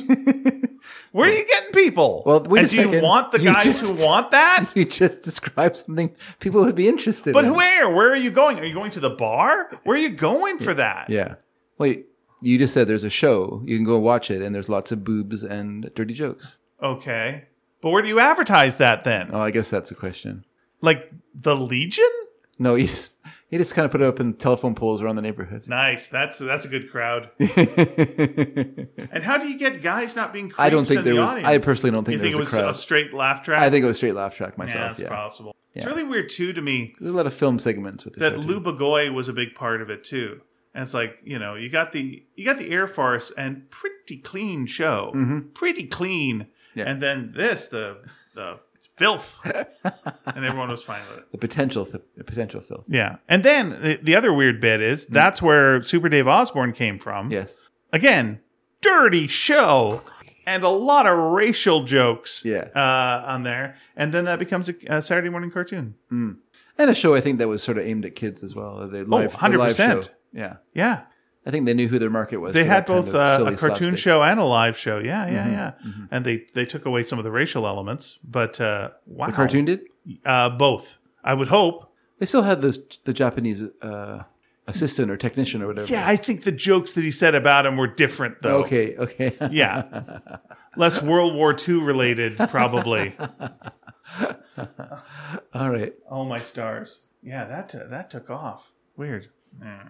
A: Where are you getting people?
B: Well, wait a
A: and do you
B: second.
A: want the
B: You
A: guys
B: just-
A: who want that?
B: you just described something people would be interested
A: But
B: in.
A: where? Where are you going? Are you going to the bar? Where are you going for that?
B: Yeah. Wait, you just said there's a show. You can go watch it, and there's lots of boobs and dirty jokes.
A: Okay. But where do you advertise that then?
B: Oh, I guess that's a question.
A: Like the Legion?
B: No, you just, you just kind of put it up in telephone poles around the neighborhood.
A: Nice. That's that's a good crowd. and how do you get guys not being creeps
B: I don't think
A: in
B: there
A: the
B: was.
A: audience?
B: I personally don't think
A: you
B: there
A: think it
B: was
A: was
B: a crowd.
A: a straight laugh track?
B: I think it was straight laugh track
A: yeah,
B: myself.
A: that's
B: Yeah,
A: possible. It's really weird too to me
B: there's a lot of film segments with this.
A: that Lou Goy was a big part of it too. And it's like you know you got the you got the Air Force and pretty clean show, pretty clean,
B: Mm-hmm. Yeah.
A: and then this the the filth. and everyone was fine with it.
B: The potential, th- the potential filth.
A: Yeah. And then the, the other weird bit is
B: Mm.
A: that's where Super Dave Osborne came from.
B: Yes.
A: Again, dirty show and a lot of racial jokes
B: Yeah.
A: uh, on there. And then that becomes a, a Saturday morning cartoon.
B: And a show I think that was sort of aimed at kids as
A: Oh,
B: well. Their live, their
A: 100%.
B: live show. Yeah.
A: Yeah.
B: I think they knew who their market was.
A: They
B: for
A: had
B: that kind
A: both
B: of
A: uh,
B: silly
A: a cartoon
B: slapstick. Mm-hmm.
A: show and a live show. Yeah, yeah, yeah. And they, they took away some of the racial elements, but uh, wow.
B: The cartoon did.
A: Uh, both. I would hope.
B: They still had this the Japanese uh, assistant or technician or whatever.
A: Yeah, I think the jokes that he said about him were different, though.
B: Okay. Okay.
A: Yeah. Less World War II related, probably.
B: All right.
A: oh, my stars. Yeah, that, uh, that took off. Weird. Yeah.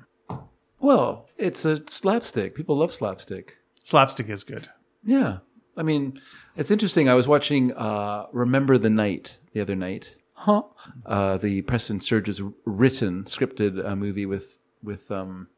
B: Well, it's a slapstick. People love slapstick.
A: Slapstick is good.
B: Yeah. I mean, it's interesting. I was watching uh, Remember the Night the other night. Huh? Uh, the Preston Sturges written, scripted uh, movie with with um,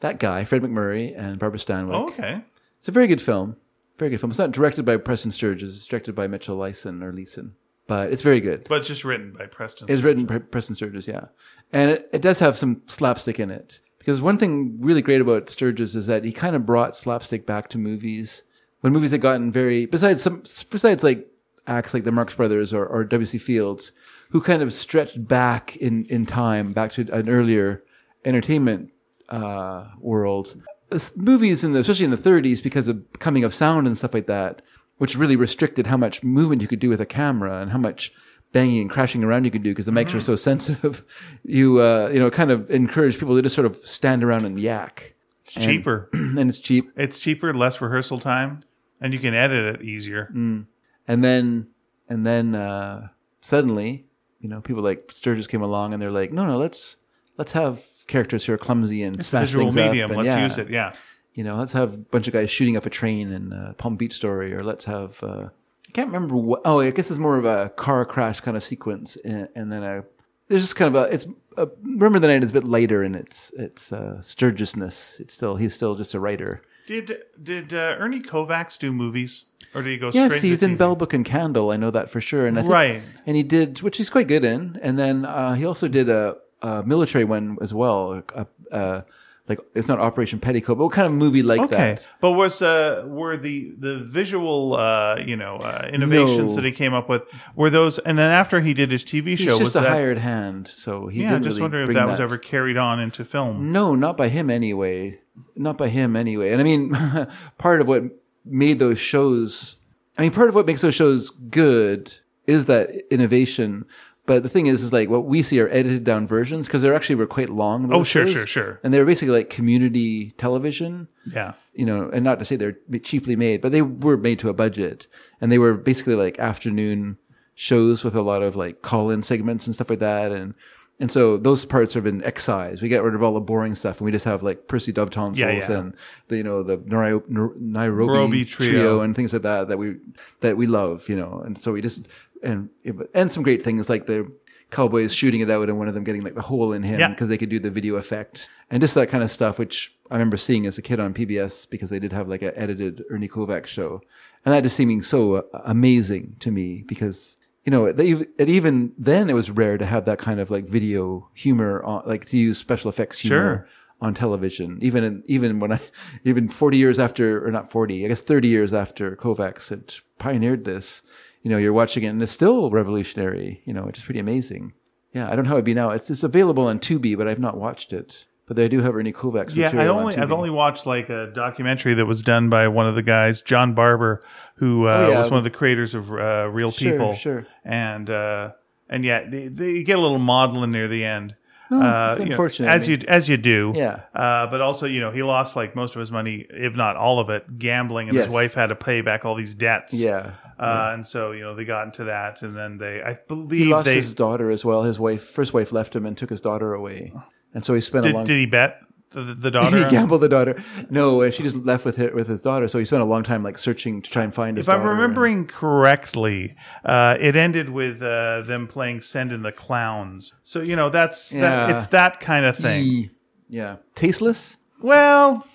B: that guy, Fred McMurray and Barbara Stanwyck.
A: Oh, okay.
B: It's a very good film. Very good film. It's not directed by Preston Sturges. It's directed by Mitchell Lyson or Leeson. But it's very good.
A: But it's just written by Preston.
B: It's written by Preston Sturges, yeah. And it, it does have some slapstick in it. Because one thing really great about Sturges is that he kind of brought slapstick back to movies when movies had gotten very, besides some, besides like acts like the Marx Brothers or, or W.C. Fields, who kind of stretched back in, in time, back to an earlier entertainment uh, world. This- Movies in the, especially in the 30s, because of coming of sound and stuff like that, which really restricted how much movement you could do with a camera and how much banging and crashing around you could do because the mics
A: Mm.
B: were so sensitive. You uh, you know kind of encourage people to just sort of stand around and yak,
A: It's cheaper.
B: and it's cheap.
A: it's cheaper, less rehearsal time, and you can edit it easier.
B: Mm. And then and then uh, suddenly, you know, people like Sturgis came along and they're like, no, no, let's let's have characters who are clumsy and smash
A: Visual
B: things up
A: medium.
B: and
A: Let's
B: yeah.
A: use it. Yeah.
B: you know, let's have a bunch of guys shooting up a train in uh, Palm Beach Story, or let's have uh, I can't remember what. Oh, I guess it's more of a car crash kind of sequence, and, and then a there's just kind of a it's a, remember the night is a bit later in its its uh, sturgisness. It's still he's still just a writer.
A: Did did uh, Ernie Kovacs do movies, or did he go
B: Yes,
A: straight?
B: he was
A: to
B: in
A: TV?
B: Bell Book and Candle. I know that for sure, and I think,
A: Right.
B: and he did, which he's quite good in. And then uh, he also did a, a military one as well, a, a, like it's not Operation Petticoat, but what kind of movie like
A: Okay,
B: that?
A: but was uh, were the the visual uh, you know uh, innovations
B: No.
A: that he came up with were those? And then after he did his TV show,
B: He's
A: was
B: just a
A: that?
B: hired hand, so he.
A: yeah,
B: didn't
A: I'm just
B: really
A: wondering if
B: bring
A: that, was ever carried on into film.
B: No, not by him anyway. Not by him anyway. And I mean, part of what made those shows. I mean, part of what makes those shows good is that innovation. But the thing is, is like what we see are edited down versions because they're actually were quite long. Those
A: Oh, sure,
B: shows.
A: sure, sure.
B: And they're basically like community television
A: Yeah,
B: you know, and not to say they're cheaply made, but they were made to a budget, and they were basically like afternoon shows with a lot of like call-in segments and stuff like that, and and so those parts have been excised. We got rid of all the boring stuff, and we just have like Percy Dove tonsils
A: Yeah, yeah.
B: and the you know the Nairobi, Nairobi
A: Nairobi
B: trio.
A: Trio.
B: and things like that that we that we love, you know, and so we just and and some great things like the cowboys shooting it out and one of them getting like the hole in him
A: Yeah.
B: because they could do the video effect and just that kind of stuff, which I remember seeing as a kid on PBS because they did have like an edited Ernie Kovacs show, and that just seeming so uh, amazing to me because you know they, it even then it was rare to have that kind of like video humor, on, like to use special effects humor.
A: Sure.
B: On television, even in, even when I, even forty years after, or not forty, I guess thirty years after Kovacs had pioneered this, you know, you're watching it and it's still revolutionary, you know, which is pretty amazing. Yeah, I don't know how it'd be now. It's it's available on Tubi, but I've not watched it. But I do have Ernie Kovacs
A: yeah. I
B: material
A: only
B: on Tubi.
A: I've only watched like a documentary that was done by one of the guys, John Barber, who uh,
B: Oh, yeah.
A: was one of the creators of uh, Real
B: Sure,
A: People.
B: sure.
A: and uh, and yeah, they, they get a little maudlin near the end. Uh,
B: it's
A: you know,
B: Oh, unfortunate.
A: as you as you do.
B: Yeah.
A: Uh, but also, you know, he lost like most of his money, if not all of it, gambling, and
B: Yes.
A: his wife had to pay back all these debts.
B: yeah.
A: Uh, and so, you know, they got into that, and then they, I
B: He
A: believe
B: lost
A: they
B: his daughter as well. His wife, first wife, left him and took his daughter away, and so he spent a
A: did,
B: long.
A: did he bet the, the daughter?
B: he gambled the daughter. No, uh, she just left with his, with his daughter. So he spent a long time like searching to try and find his
A: If I'm
B: daughter.
A: remembering correctly, uh, it ended with uh, them playing "Send in the Clowns." So you know that's
B: Yeah.
A: that, it's that kind of
B: And-
A: thing.
B: yeah, tasteless.
A: Well,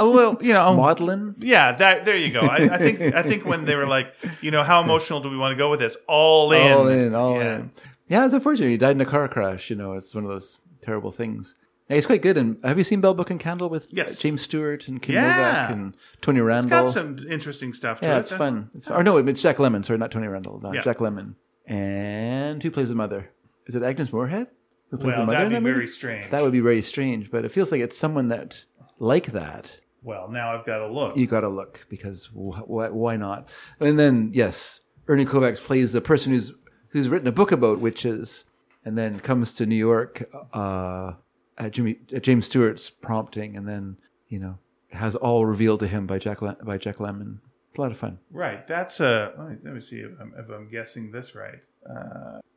A: a little, you know,
B: Maudlin?
A: yeah, that there you go. I, I think I think when they were like, you know, how emotional do we want to go with this? All in,
B: All in, all
A: Oh, Yeah.
B: in. Yeah, it's unfortunate. He died in a car crash. You know, it's one of those terrible things. Yeah, he's quite good. And have you seen Bell Book and Candle with uh,
A: Yes.
B: James Stewart and Kim
A: Yeah.
B: Novak and Tony Randall?
A: It's got some interesting stuff. To
B: yeah,
A: it.
B: it's fun. It's fun. Or no, it's Jack Lemon. Sorry, not Tony Randall. No,
A: Yeah.
B: Jack Lemon. And who plays the mother? Is it Agnes Moorehead? Who plays
A: Well,
B: the mother?
A: that'd be
B: in that
A: very
B: movie?
A: strange.
B: That would be very strange. But it feels like it's someone that like that.
A: well, now I've got to look.
B: You got to look because wh- wh- why not? And then yes, Ernie Kovacs plays the person who's who's written a book about witches, and then comes to New York uh, at Jimmy at James Stewart's prompting, and then you know has all revealed to him by Jack Le- by Jack Lemmon. It's a lot of fun.
A: Right. That's a. Let me, let me see if I'm, if I'm guessing this right.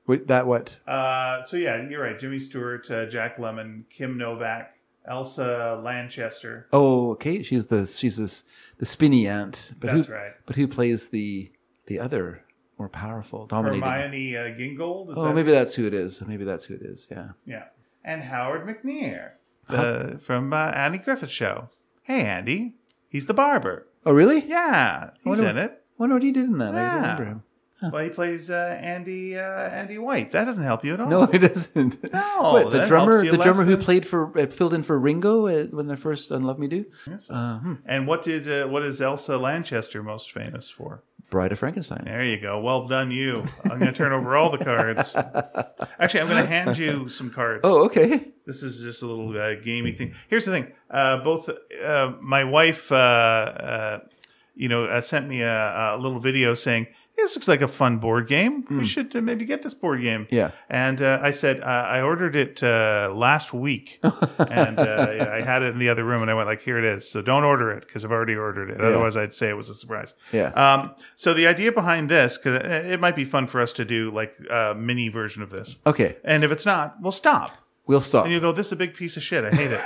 B: Wait, that what?
A: Uh, so yeah, you're right. Jimmy Stewart, uh, Jack Lemon, Kim Novak, Elsa Lanchester.
B: Oh, okay. She's the she's this the spinny aunt. But
A: That's
B: who,
A: right.
B: But who plays the the other more powerful dominating?
A: Hermione uh, Gingold. Is
B: Oh,
A: that-
B: maybe that's who it is. Maybe that's who it is. Yeah.
A: Yeah. And Howard McNear the, from uh, Andy Griffith Show. Hey, Andy. He's the barber.
B: Oh, really?
A: Yeah, he's
B: wonder-
A: in it.
B: wonder what he did in that. I
A: Yeah.
B: remember him.
A: Well, he plays uh, Andy uh, Andy White. That doesn't help you at all.
B: No, he doesn't.
A: No,
B: What,
A: that
B: the drummer,
A: helps you
B: the drummer
A: less
B: who
A: than-
B: played for uh, filled in for Ringo uh, when the first "Unlove Me Do."
A: Yes.
B: Uh, hmm.
A: And what did uh, what is Elsa Lanchester most famous for?
B: Bride of Frankenstein.
A: There you go. Well done, you. I'm going to turn over all the cards. Actually, I'm going to hand you some cards.
B: Oh, okay.
A: This is just a little uh, gamey
B: Mm-hmm.
A: thing. Here's the thing. Uh, both uh, my wife, uh, uh, you know, uh, sent me a, a little video saying this looks like a fun board game. We should uh, maybe get this board game.
B: Mm. Yeah.
A: And uh, I said uh, I ordered it uh, last week, and uh, yeah, I had it in the other room, and I went like, "Here it is." So don't order it because I've already ordered it. Otherwise, I'd say it was a surprise.
B: Yeah.
A: Um, so the idea behind this, because it might be fun for us to do like a mini version of this,
B: Okay.
A: and if it's not, we'll stop.
B: We'll stop.
A: And you go, this is a big piece of shit. I hate it.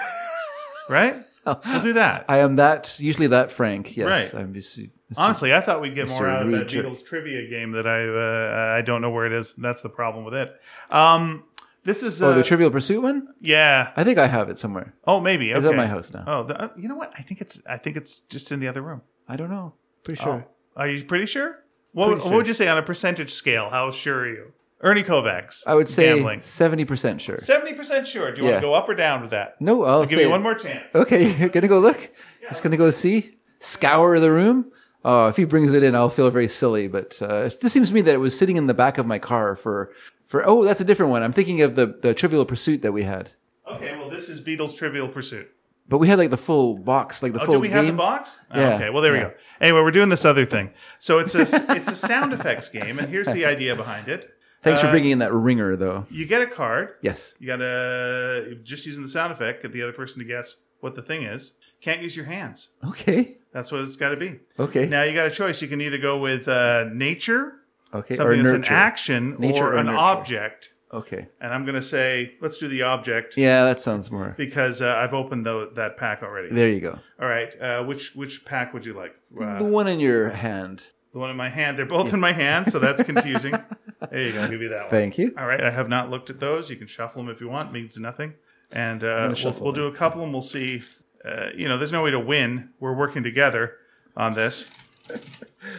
A: right? We'll do that.
B: I am that usually that frank. Yes.
A: Right.
B: I'm just,
A: Honestly, I thought we'd get more
B: Mr.
A: out of that
B: Rude Jerk.
A: Beatles trivia game that I uh, I don't know where it is. That's the problem with it. Um, this is uh,
B: oh, the Trivial Pursuit one.
A: yeah.
B: I think I have it somewhere.
A: Oh, maybe okay.
B: It's at my house now.
A: Oh, the, uh, you know what? I think it's I think it's just in the other room.
B: I don't know. Oh, Pretty sure.
A: Are you pretty sure? What,
B: Pretty
A: what
B: sure.
A: would you say on a percentage scale? How sure are you? Ernie Kovacs.
B: I would say
A: gambling.
B: seventy percent sure.
A: Seventy percent sure. Do you
B: Yeah.
A: want to go up or down with that?
B: No,
A: I'll
B: I'll,
A: give
B: say
A: you
B: it. Oh.
A: one more chance.
B: Okay, you're gonna go look. It's gonna go see, scour the room. Oh, if he brings it in, I'll feel very silly. But uh, it's- this seems to me that it was sitting in the back of my car for for. Oh, that's a different one. I'm thinking of the the Trivial Pursuit that we had.
A: Okay. Well, this is Beatles Trivial Pursuit.
B: But we had like the full box, like the
A: Oh,
B: full
A: do we
B: game.
A: have the box? Oh,
B: Yeah,
A: okay. Well, there
B: yeah.
A: we go. Anyway, we're doing this other thing. So it's a it's a sound effects game, and here's the idea behind it.
B: Thanks for
A: Uh,
B: bringing in that ringer, though.
A: You get a card.
B: Yes.
A: You gotta just using the sound effect get the other person to guess what the thing is. Can't use your hands.
B: Okay.
A: That's what it's got to be.
B: Okay.
A: Now you got a choice. You can either go with uh, nature,
B: okay.
A: something
B: or
A: that's
B: nurture.
A: an action,
B: Nature
A: or,
B: or
A: an
B: nurture.
A: object.
B: Okay.
A: And I'm gonna say let's do the object
B: Yeah, that sounds more.
A: because uh, I've opened tho- that pack already.
B: There you go.
A: All right. Uh, which which pack would you like? Uh,
B: the one in your hand.
A: The one in my hand. They're both in my hand, so that's confusing. there you go. I'll give you that one.
B: Thank you.
A: All right. I have not looked at those. You can shuffle them if you want. means nothing. And uh, we'll,
B: shuffle
A: we'll do a couple and we'll see. Uh, you know, there's no way to win. We're working together on this.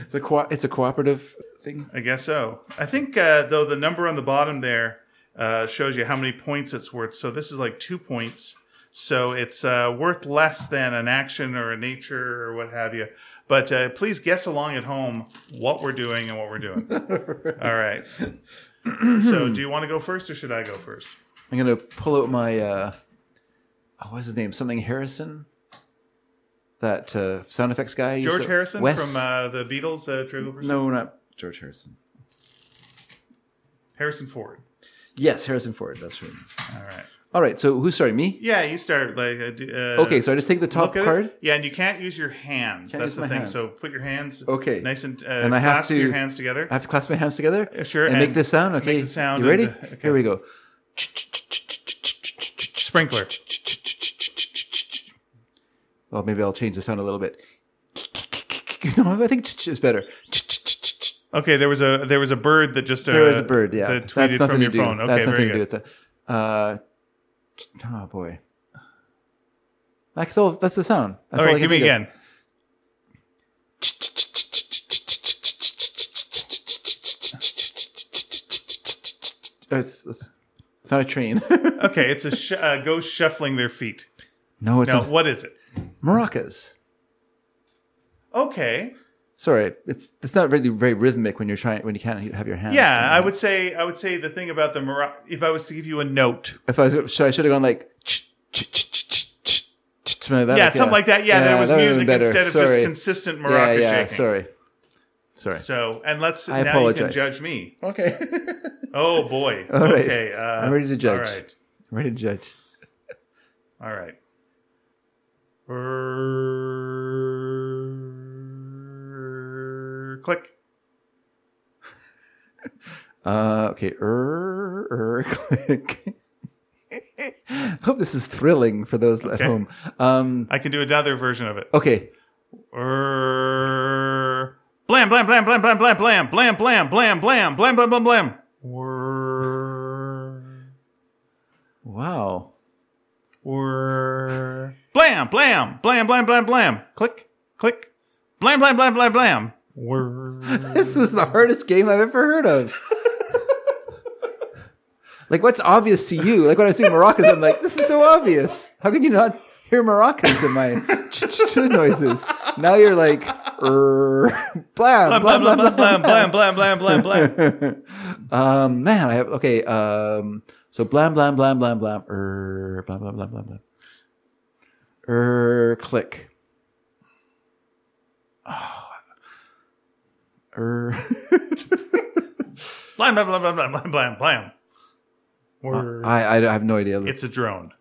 B: It's a co- it's a cooperative thing.
A: I guess so. I think, uh, though, the number on the bottom there uh, shows you how many points it's worth. So this is like two points. So it's uh, worth less than an action or a nature or what have you. But uh, please guess along at home what we're doing and what we're doing. All right. so do you want to go first or should I go first?
B: I'm gonna pull out my uh, oh, what's his name? Something Harrison. That uh, sound effects guy. He's
A: George
B: a-
A: Harrison
B: Wes-
A: from uh, the Beatles, uh, Trivial Pursuit.
B: no, not George Harrison.
A: Harrison Ford.
B: Yes, Harrison Ford. That's right.
A: All right.
B: All right. So who's sorry? Me.
A: Yeah, you start like uh, d- uh,
B: Okay. So I just take the top
A: Look at it.
B: card.
A: Yeah, and you can't use your hands.
B: Can't
A: That's
B: use
A: the
B: my
A: thing.
B: hands.
A: So put your hands
B: Okay.
A: nice and uh,
B: And I have
A: clasp
B: to-
A: your hands together.
B: I have to clasp my hands together.
A: sure,
B: And,
A: and
B: make this sound.
A: make
B: Okay.
A: the sound
B: You ready?
A: and, uh, okay.
B: Here we go.
A: Sprinkler.
B: Well, maybe I'll change the sound a little bit. No, I think is better.
A: Okay, there was a there was a bird that just uh,
B: There is a bird. Yeah,
A: that tweeted
B: that's nothing
A: from your
B: to do. Uh,
A: phone. Okay,
B: that's
A: very
B: nothing
A: good.
B: to do with that. Uh, oh boy. That's all. That's the sound. That's
A: All
B: all I
A: right,
B: can
A: give me
B: think of.
A: again.
B: Oh, It's, it's, it's not a train.
A: Okay, it's a sh- uh, ghost shuffling their feet.
B: no, it's
A: Now,
B: not.
A: what is it?
B: maracas.
A: Okay,
B: Sorry, it's it's not really very rhythmic when you're trying when you can't have your hands.
A: yeah, I would say I would say the thing about the mara- if I was to give you a note,
B: If I was, so I should have gone like. ch- ch- ch- ch- ch- ch- ch- Something like that.
A: yeah,
B: like,
A: something like that. Yeah, there was
B: that would've been
A: music
B: better.
A: instead of
B: Sorry.
A: just consistent
B: Yeah,
A: maraca
B: yeah.
A: shaking.
B: Sorry. Sorry.
A: So, and let's now
B: I
A: you
B: apologize.
A: can judge me.
B: Okay.
A: Oh boy.
B: All right.
A: Okay, uh,
B: I'm ready to judge.
A: All right.
B: Ready to judge.
A: All right. Er, click.
B: Uh, okay. Er, er, click. Hope this is thrilling for those at
A: Okay.
B: home. Um,
A: I can do another version of it.
B: okay.
A: Er, blam blam blam blam blam blam blam blam blam blam blam blam blam blam blam. Er,
B: Wow.
A: er, blam blam blam blam blam blam. Click click. Blam blam blam blam blam. Er.
B: This is the hardest game I've ever heard of. like, what's obvious to you? Like, when I see maracas, I'm like, this is so obvious. How can you not hear maracas in my ch- ch- ch- noises? Now you're like, er, blah, blah,
A: Blam
B: blah, blah,
A: blam blam blah blam blam blam blam blam.
B: um, man, I have okay. Um, so blam blam blam blam blam er blam blam blam blam blam er click. Er, Oh, er.
A: Blam blam blam blam blam blam blam blam. Word.
B: I, I have no idea.
A: it's
B: It's,
A: a drone.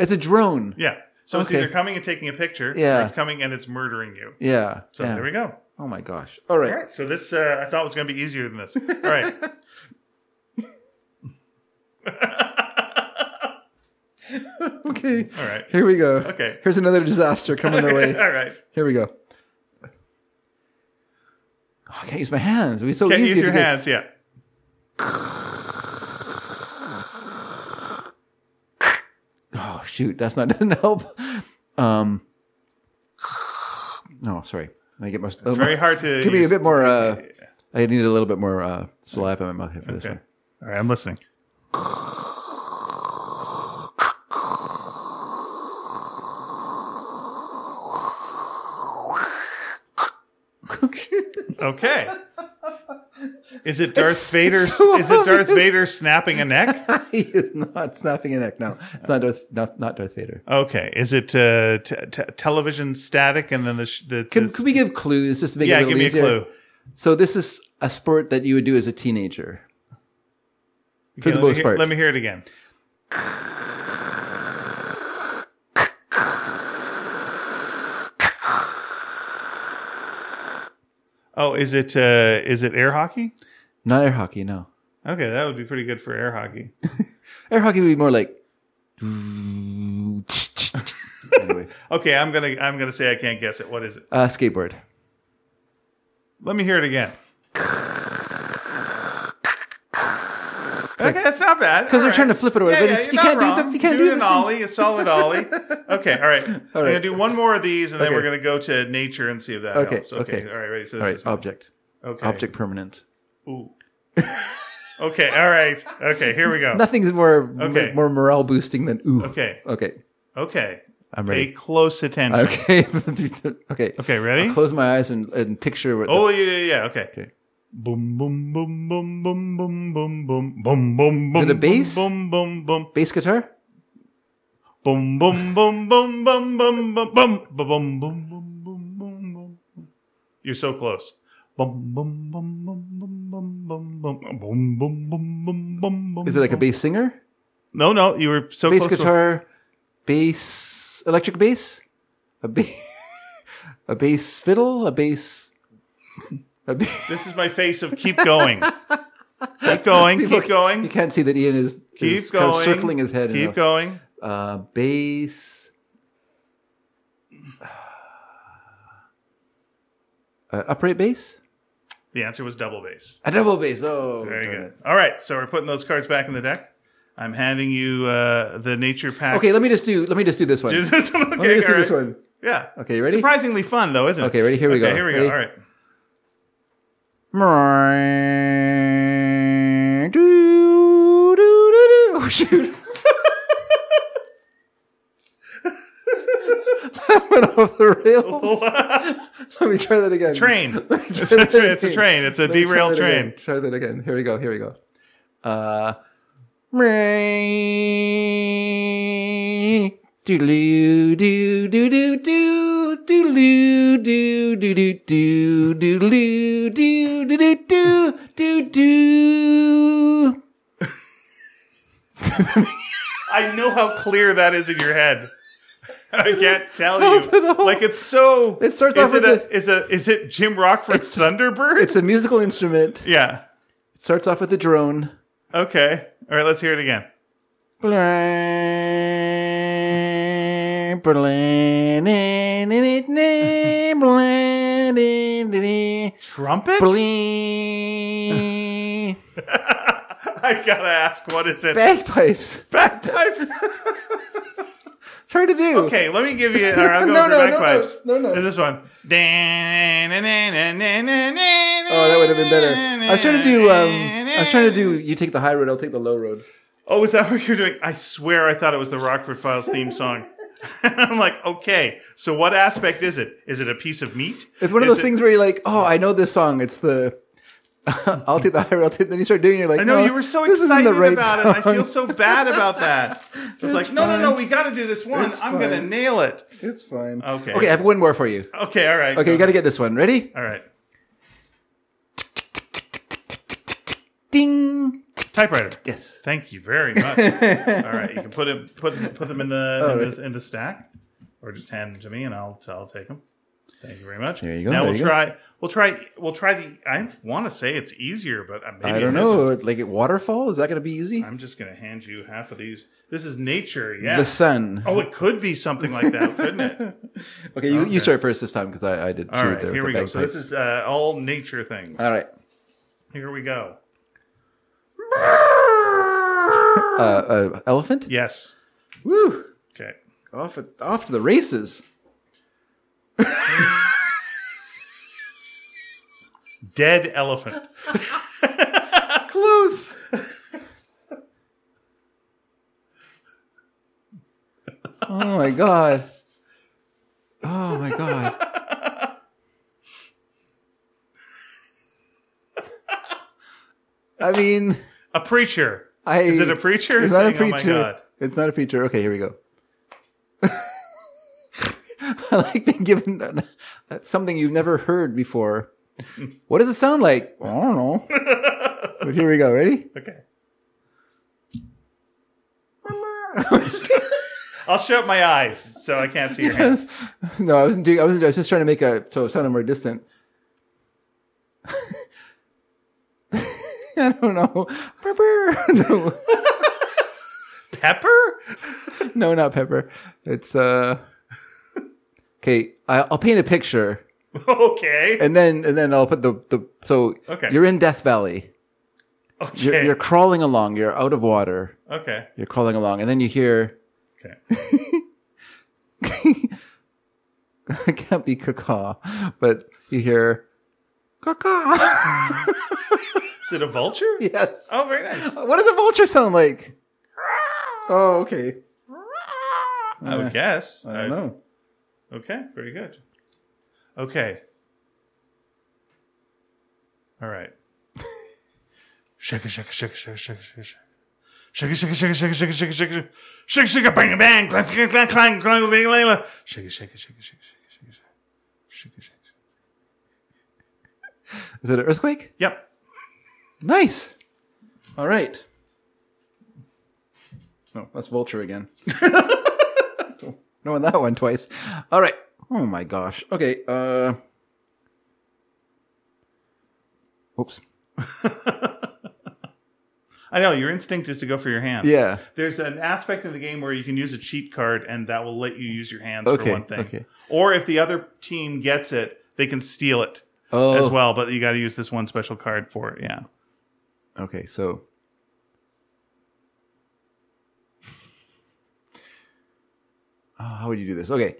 B: a drone. Yeah,
A: Yeah. So it's
B: Okay.
A: either coming and taking a picture,
B: Yeah.
A: or it's coming and it's murdering you.
B: yeah.
A: So there we go.
B: Oh my gosh! All right.
A: All right. So this uh, I thought was going to be easier than this. All right.
B: Okay.
A: All right.
B: Here we go.
A: Okay.
B: Here's another disaster coming their way.
A: All right.
B: Here we go. Oh, I can't use my hands. It'd be so
A: Can't
B: easy.
A: use
B: if
A: your
B: you could-
A: hands. Yeah.
B: Oh shoot, that's not doesn't help. Um, no, sorry. I get most.
A: Very hard to.
B: Give me a
A: use-
B: bit more. Uh, I need a little bit more uh, saliva in my mouth here for this
A: Okay.
B: one.
A: All right. I'm listening. Okay. Is it Darth
B: It's-
A: Vader?
B: it's so
A: is it Darth
B: obvious.
A: Vader snapping a neck?
B: he is not snapping a neck. No, it's not Darth. Not, not Darth Vader.
A: Okay. Is it uh, t- t- television static and then the sh- the,
B: Can,
A: the-
B: could we give clues just to make
A: yeah?
B: it a
A: Give
B: little
A: me
B: easier?
A: a clue.
B: So this is a sport that you would do as a teenager.
A: Okay,
B: For the
A: let me
B: most
A: hear-
B: part.
A: let me hear it again. Oh, is it uh, is it air hockey?
B: Not air hockey. No,
A: Okay, that would be pretty good for air hockey.
B: air hockey would be more like. anyway,
A: Okay, I'm gonna I'm gonna say I can't guess it. What is it?
B: uh, skateboard.
A: Let me hear it again. Okay, that's not bad.
B: Because they're trying to flip it away,
A: Yeah,
B: but
A: yeah,
B: it's,
A: you're
B: you
A: not
B: can't do
A: wrong.
B: that. You can't do
A: an
B: that.
A: ollie, a solid ollie. Okay, all right. I'm gonna
B: right.
A: do one more of these, and then
B: Okay.
A: we're gonna go to nature and see if that
B: Okay,
A: helps. Okay,
B: okay.
A: all right, ready. So this
B: All right,
A: is mine.
B: object,
A: okay.
B: object permanence.
A: Ooh. okay, all right. Okay, here we go.
B: Nothing's more
A: Oh. Okay.
B: more morale boosting than ooh.
A: Okay,
B: Okay,
A: okay.
B: I'm
A: Pay
B: ready.
A: close attention. Okay,
B: Okay, okay.
A: ready?
B: Close my eyes and, and picture what.
A: Oh yeah, yeah, yeah. Okay.
B: Okay.
A: Boom, boom, boom, boom, boom, boom, boom, boom, boom, boom.
B: Is it a
A: boom,
B: bass?
A: Boom, boom, boom,
B: the bass guitar.
A: boom, boom, boom, boom, boom, boom, boom, boom, boom, boom, boom, boom, boom, boom. You're so close. Boom, boom, boom, boom, boom, boom, boom, boom, boom, boom, boom, boom, boom, boom.
B: Is it like a bass singer?
A: No, no. You were so
B: Bass
A: close. to-
B: guitar, bass, electric bass, a ba- a bass fiddle, a bass. A ba-
A: This is my face of keep going. keep going.
B: People-
A: keep
B: you
A: going.
B: can't see that Ian is,
A: Keep
B: is
A: going.
B: kind of circling his head. in
A: Keep
B: a-
A: going.
B: Uh, bass. Uh, upright bass?
A: The answer was double bass.
B: A double bass. Oh,
A: Very
B: darn
A: good.
B: it.
A: All right. So we're putting those cards back in the deck. I'm handing you uh, the nature pack.
B: Okay, let me just do let me just do this one.
A: Is this one okay?
B: let me just do
A: all
B: this
A: right.
B: one.
A: Yeah.
B: Okay, you ready?
A: Surprisingly fun though, isn't it?
B: Okay, ready? Here we go.
A: Okay, here we
B: Ready?
A: go. All right.
B: Oh shoot. that went off the rails. Let me try that again.
A: Train.
B: It's
A: a tra- it's a train. It's a derailed train.
B: Try that again. Here we go. Here we go. Uh, Doodaloo, doo, doo, doo, doo, doodaloo, doo, doo, doo, doo, doodaloo, doo, doo, doo, doo, doo, doo.
A: I know how clear that is in your head. I can't tell you. Like it's so.
B: It starts
A: is
B: off
A: it
B: with
A: a, is a is it Jim Rockford's Thunderbird?
B: It's a musical instrument.
A: yeah.
B: It starts off with a drone.
A: Okay. All right. Let's hear it again.
B: Blame, blame, blame,
A: Trumpet.
B: blame.
A: I gotta ask. What is it?
B: Bagpipes.
A: Bagpipes.
B: It's hard to do.
A: Okay, let me give you. All right, I'll go
B: No,
A: for
B: no, no, no,
A: bagpipes.
B: no, no.
A: Is this one? Oh,
B: Oh,
A: that
B: that would have been better. I was trying to do. Um, I was trying to do. You take the high road. I'll take the low road.
A: Oh, is that what you're doing? I swear, I thought it was the Rockford Files theme song. I'm like, okay. So, what aspect is it? Is it a piece of meat?
B: It's one of
A: Is
B: those
A: it-
B: things where you're like, oh, I know this song. It's the. I'll take the high road. I'll take. Then you start doing. it, You're like,
A: I know
B: no,
A: you were so
B: this isn't
A: excited
B: the right
A: about
B: song.
A: it. I feel so bad about that. I was like, no, no, no,
B: fine.
A: we got to do this one.
B: It's
A: I'm gonna
B: fine.
A: nail it.
B: It's fine.
A: Okay.
B: Okay, I have one more for you.
A: Okay, all right.
B: Okay, you got to get this one. Ready?
A: All right.
B: Ding.
A: Typewriter.
B: Yes.
A: Thank you very much. All right, you can put it put put them in the in,
B: right.
A: the in the stack, or just hand them to me, and I'll I'll take them. Thank you very much.
B: There you go,
A: Now
B: there
A: we'll
B: you go.
A: try. We'll try. We'll try the. I want to say it's easier, but maybe
B: I
A: it
B: don't
A: isn't.
B: know. Like a waterfall? Is that going to be easy?
A: I'm just going to hand you half of these. This is nature. Yeah.
B: The sun.
A: oh, it could be something like that, couldn't it?
B: okay, you, you start first this time because I, I did
A: All
B: shoot
A: right,
B: there.
A: here
B: with
A: we
B: the
A: go. So this
B: bagpipes.
A: is uh, all nature things.
B: All right.
A: Here we go.
B: Uh, uh, elephant?
A: Yes.
B: Woo!
A: Okay.
B: Off, at- off to the races.
A: Dead elephant.
B: Close. oh my god. Oh my god. I mean,
A: A preacher.
B: I
A: Is it a preacher?
B: It's not a
A: saying,
B: preacher.
A: Oh my god.
B: It's not a preacher. Okay, here we go. I like being given an- something you've never heard before. What does it sound like? I don't know. but here we go. Ready?
A: Okay. I'll shut my eyes so I can't see your hands.
B: no, I wasn't doing. I wasn't. I was just trying to make a so it sounded more distant. I don't know. Pepper.
A: Pepper?
B: no, no, not pepper. It's uh. Okay, I- I'll paint a picture.
A: Okay.
B: and then and then I'll put the the so
A: Okay.
B: you're in Death Valley.
A: Okay.
B: You're, you're crawling along. You're out of water.
A: okay.
B: You're crawling along, and then you hear
A: Okay.
B: it can't be caca, but you hear caca.
A: Is it a vulture?
B: yes.
A: Oh, very nice.
B: What does a vulture sound like? Oh, okay.
A: I would guess.
B: I don't know.
A: Okay. Very good. Okay. All right. Shaka shaka shaka shaka shaka shaka shaka. Shaka shaka shaka shaka shaka shaka shaka shaka. shaka shaka bang bang clang clang clang clang clang clang clang shaka shaka shaka shaka shaka shaka shaka shaka shaka.
B: Is it an earthquake?
A: Yep.
B: Nice. All right. No, that's vulture again. no, that one twice. All right. Oh my gosh. Okay. Uh. Oops.
A: I know your instinct is to go for your hand.
B: Yeah.
A: There's an aspect of the game where you can use a cheat card, and that will let you use your hands for
B: Okay,
A: one thing.
B: okay.
A: Or if the other team gets it, they can steal it
B: Oh.
A: as well. But you got to use this one special card for it. Yeah.
B: Okay. So. oh, how would you do this? Okay.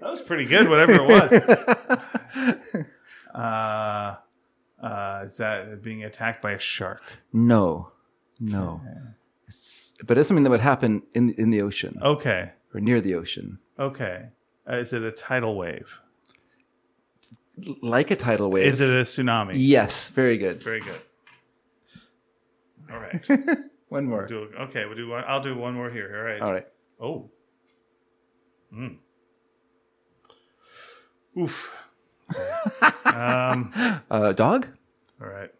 A: That was pretty good, whatever it was. uh, uh, is that being attacked by a shark?
B: No, no. It's, but it's something that would happen in in the ocean
A: Okay.
B: or near the ocean,
A: Okay. Uh, is it a tidal wave?
B: L- like a tidal wave.
A: Is it a tsunami?
B: Yes, very good.
A: Very good. All right.
B: One more.
A: Do, okay, we'll do one. I'll do one more here. All right.
B: All right.
A: Oh. Mm. Oof. um,
B: Uh, dog.
A: all right.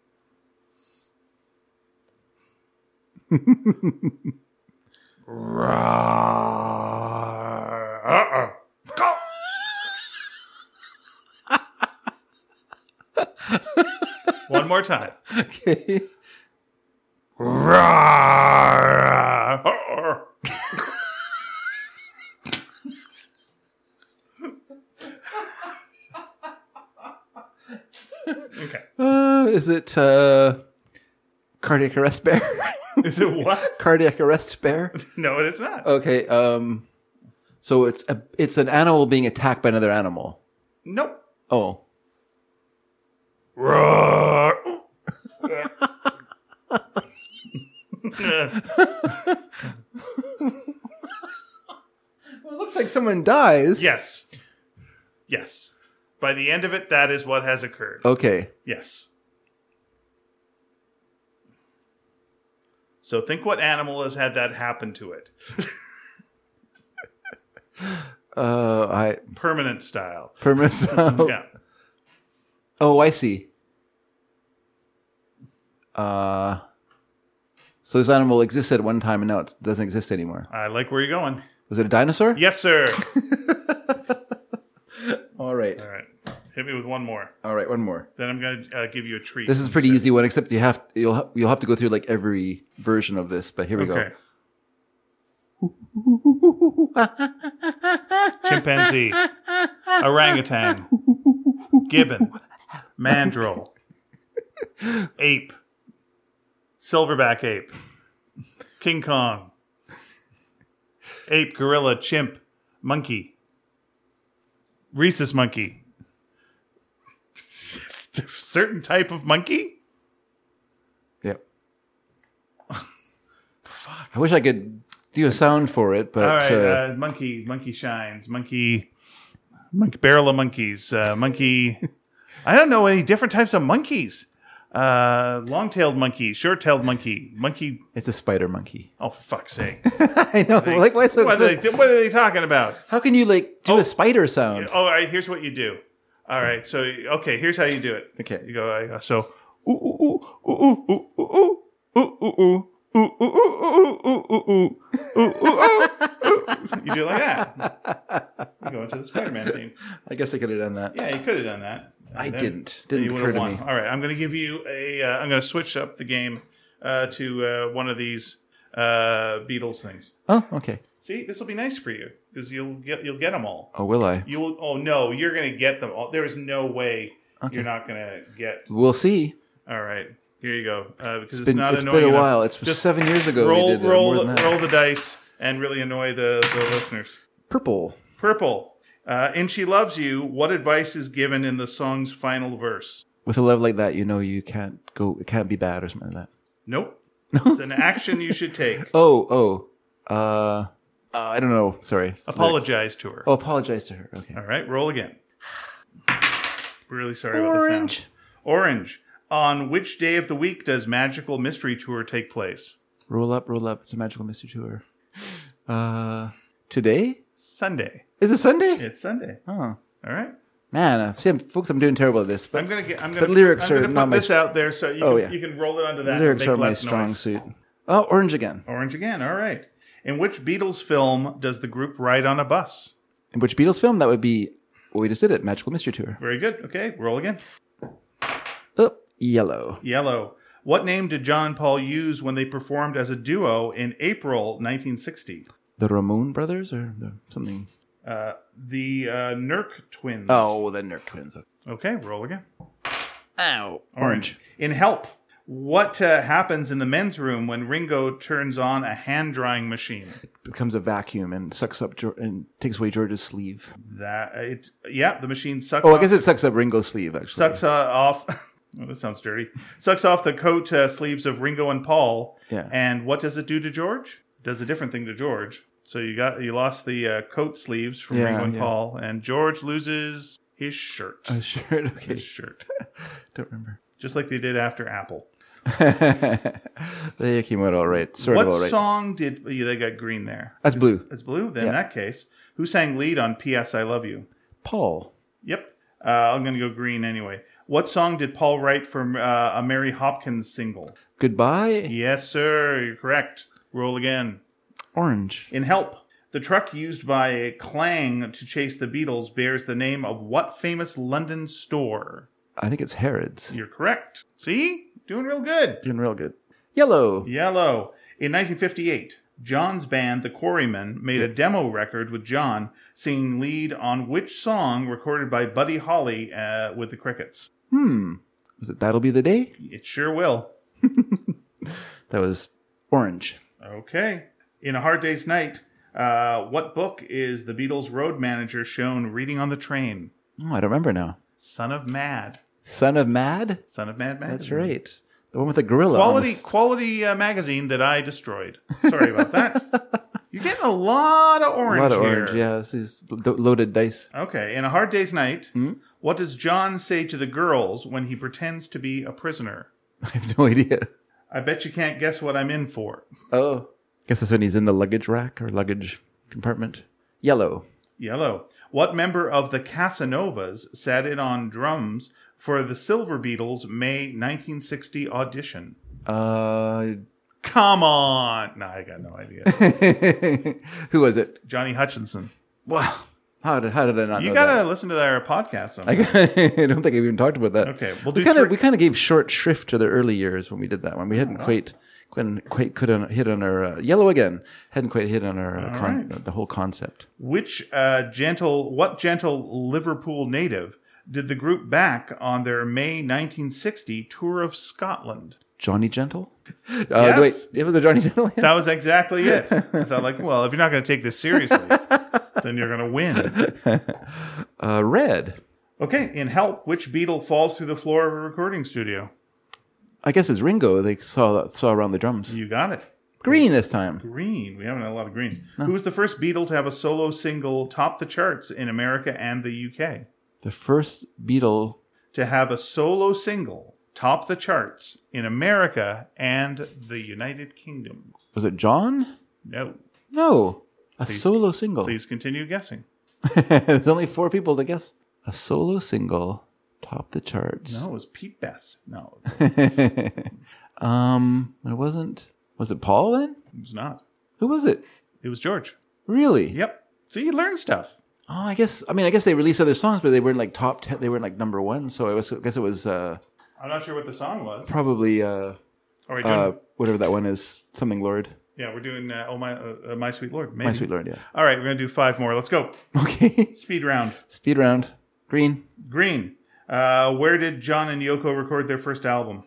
A: Rawr. Uh-uh. One more time.
B: Okay.
A: Rawr. Uh-uh. okay.
B: Uh, is it uh, cardiac arrest bear?
A: Is it what?
B: cardiac arrest bear.
A: No, it's not.
B: Okay. Um. So it's a it's an animal being attacked by another animal.
A: nope.
B: Oh.
A: Roar.
B: Well, it looks like someone dies.
A: yes. Yes. By the end of it, that is what has occurred.
B: Okay.
A: Yes. So think what animal has had that happen to it.
B: Uh, I
A: Permanent style.
B: permits.
A: Yeah.
B: Oh, I see. Uh, so this animal existed at one time and now it doesn't exist anymore.
A: I like where you're going.
B: Was it a dinosaur?
A: Yes, sir.
B: All right.
A: All right. Hit me with one more.
B: All right. One more.
A: Then I'm going to uh, give you a treat.
B: This is a pretty easy one, except you have you'll ha- you'll have to go through like every version of this. But here we
A: Okay.
B: go.
A: Chimpanzee. Orangutan. Gibbon. Mandrill. Ape. Silverback ape. King Kong. Ape, gorilla, chimp, monkey. Rhesus monkey. Certain type of monkey?
B: Yep. I wish I could do a sound for it, but
A: All right,
B: uh,
A: uh, monkey, monkey shines, monkey, monkey barrel of monkeys, uh, monkey. I don't know any different types of monkeys. Uh, long-tailed monkey, short-tailed monkey, monkey.
B: it's a spider monkey.
A: Oh, for fuck's sake!
B: I know. like, why so?
A: what, are they, what are they talking about?
B: How can you like do
A: Oh.
B: a spider sound?
A: Oh, all right, here's what you do. All right, so okay, here's how you do it.
B: Okay.
A: You go uh, so ooh ooh ooh ooh ooh ooh ooh ooh ooh ooh ooh ooh ooh ooh ooh ooh ooh ooh You do it like that. You go into the Spider-Man theme.
B: I guess I could have done that.
A: Yeah, you could have done that.
B: I
A: Then
B: didn't.
A: You
B: Didn't
A: would
B: occur
A: have
B: to
A: won.
B: me.
A: All right, I'm going to give you a. Uh, I'm going to switch up the game uh, to uh, one of these uh, Beatles things.
B: Oh, okay.
A: See, this will be nice for you because you'll get you'll get them all.
B: Oh, will I?
A: You will. Oh no, you're going to get them all. There is no way you're not going to get.
B: We'll see.
A: All right, here you go. Uh, because it's,
B: It's been,
A: not
B: it's
A: annoying
B: been a
A: enough.
B: while. It's
A: Just
B: seven years ago.
A: roll,
B: we did it, or more
A: roll,
B: than that.
A: roll the dice and really annoy the, the listeners.
B: Purple.
A: Purple. Uh, and she loves you. What advice is given in the song's final verse?
B: With a love like that, you know you can't go. It can't be bad or something like that.
A: Nope. it's an action you should take.
B: Oh, oh. Uh, uh I don't know. Sorry. It's lyrics.
A: Apologize to her.
B: Oh, apologize to her. Okay.
A: All right, roll again. Really sorry about the sound.
B: Orange.
A: Orange. On which day of the week does Magical Mystery Tour take place?
B: Roll up, roll up. It's a magical mystery tour. Uh, today
A: Sunday.
B: is it Sunday?
A: It's Sunday.
B: Oh
A: All right.
B: man, uh, see, I'm, folks, I'm doing terrible at this. But
A: I'm gonna get. I'm gonna.
B: But lyrics
A: I'm gonna
B: are
A: put
B: not my-
A: this out there, so you,
B: Oh,
A: can,
B: yeah.
A: you can roll it onto that. and
B: lyrics
A: make
B: are my
A: less
B: strong
A: noise.
B: suit. Oh, orange again.
A: Orange again. All right. In which Beatles film does the group ride on a bus?
B: In which Beatles film that would be? Well, we just did it. Magical mystery tour.
A: Very good. Okay, roll again.
B: Oh, yellow.
A: Yellow. What name did John Paul use when they performed as a duo in April 1960?
B: The Ramon brothers or the, something?
A: Uh, the uh, Nurk twins.
B: Oh, the Nerf twins.
A: Okay, roll again.
B: Ow.
A: Orange. In Help, what uh, happens in the men's room when Ringo turns on a hand drying machine?
B: Becomes a vacuum and sucks up Geor and takes away George's sleeve.
A: That uh, it's yeah, the machine sucks.
B: Oh, I
A: off-
B: guess it sucks up Ringo's sleeve, actually.
A: sucks uh, off. Oh, that sounds dirty. Sucks off the coat uh, sleeves of Ringo and Paul.
B: Yeah.
A: And what does it do to George? Does a different thing to George. So you got you lost the uh, coat sleeves from
B: Yeah,
A: Ringo and
B: yeah.
A: Paul, and George loses his shirt.
B: Oh, sure.
A: his
B: Okay.
A: shirt,
B: Don't remember.
A: just like they did after Apple.
B: they came out all right. Sort
A: what
B: of all right.
A: song did oh, yeah, they got green there?
B: That's blue.
A: It's blue. Then
B: Yeah.
A: in that case, who sang lead on "P.S. I Love You"?
B: Paul.
A: Yep. Uh, I'm going to go green anyway. What song did Paul write for uh, a Mary Hopkins single?
B: Goodbye.
A: Yes, sir. You're correct. Roll again.
B: Orange.
A: In Help, the truck used by Clang to chase the Beatles bears the name of what famous London store?
B: I think it's Herod's.
A: You're correct. See? Doing real good.
B: Doing real good. Yellow.
A: Yellow. In 1958, John's band, The Quarrymen, made a demo record with John singing lead on which song recorded by Buddy Holly uh, with the Crickets?
B: Hmm. Was it That'll Be the Day?
A: It sure will.
B: That was orange.
A: Okay. In A Hard Day's Night, uh, what book is the Beatles' road manager shown reading on the train?
B: Oh, I don't remember now.
A: Son of Mad.
B: Son of Mad?
A: Son of Mad Magazine.
B: That's right. The one with the gorilla. on
A: Quality,
B: the s-
A: quality uh, magazine that I destroyed. Sorry about that. You're getting a lot of
B: a
A: orange
B: lot of
A: here.
B: orange, yeah. This is lo- loaded dice.
A: Okay, in A Hard Day's Night,
B: Hmm?
A: what does John say to the girls when he pretends to be a prisoner?
B: I have no idea.
A: I bet you can't guess what I'm in for.
B: Oh. Guess that's when he's in the luggage rack or luggage compartment. Yellow.
A: Yellow. What member of the Casanovas sat in on drums for the Silver Beetles May 1960 audition?
B: Uh,
A: Come on! No, I got no idea.
B: who was it?
A: Johnny Hutchinson.
B: Wow. How did, how did I not
A: You
B: know
A: gotta
B: Oh, that?
A: listen to our podcast
B: I,
A: sometime.
B: got- I don't think I've even talked about that.
A: Okay, we'll
B: we
A: do
B: kind
A: three- Oh.
B: of we kind of gave short shrift to the early years when we did that one. We hadn't quite quite quite could on, hit on our uh, yellow again. Hadn't quite hit on our uh, con- the whole concept.
A: Which uh, gentle, what gentle Liverpool native did the group back on their May 1960 tour of Scotland?
B: Johnny Gentle. Uh,
A: Yes.
B: Wait, it was a Johnny Gentle. Yeah.
A: That was exactly it. I thought, like, well, if you're not going to take this seriously, then you're going to win.
B: Uh, red.
A: Okay, in Help, which beetle falls through the floor of a recording studio?
B: I guess it's Ringo. They saw saw around the drums.
A: You got it.
B: Green this time.
A: Green. We haven't had a lot of green. Who was the first beetle to have a solo single top the charts in America and the UK?
B: The first Beatle.
A: To have a solo single top the charts in America and the United Kingdom.
B: Was it John?
A: No.
B: No, a solo single.
A: Please continue guessing.
B: There's only four people to guess. A solo single topped the charts.
A: No, it was Pete Best. No,
B: um, it wasn't. Was it Paul then?
A: it was not.
B: Who was it?
A: It was George.
B: Really?
A: Yep. So you learn stuff.
B: Oh, I guess. I mean, I guess they released other songs, but they weren't like top ten. They weren't like number one. So I, was, I guess it was uh,
A: I'm not sure what the song was.
B: probably uh,
A: Are we doing?
B: uh, whatever that one is. Something Lord,
A: yeah, we're doing. Uh, oh my, uh, uh, my sweet lord. Maybe.
B: my sweet Lord. Yeah.
A: All right, we're gonna do five more. Let's go.
B: Okay.
A: Speed round.
B: Speed round. Green.
A: Green. Uh, where did John and Yoko record their first album?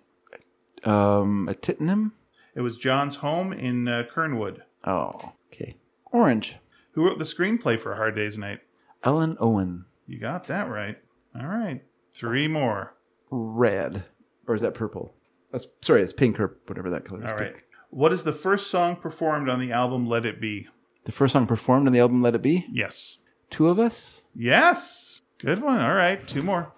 B: Um, a titanium.
A: It was John's home in uh, Kernwood.
B: Oh. Okay. Orange.
A: Who wrote the screenplay for A Hard Day's Night?
B: Ellen Owen.
A: You got that right. All right. Three more.
B: Red. Or is that purple? That's sorry. It's pink or whatever that color is.
A: All right.
B: pink.
A: What is the first song performed on the album Let It Be?
B: The first song performed on the album Let It Be.
A: Yes.
B: Two of Us.
A: Yes. Good one. All right. Two more.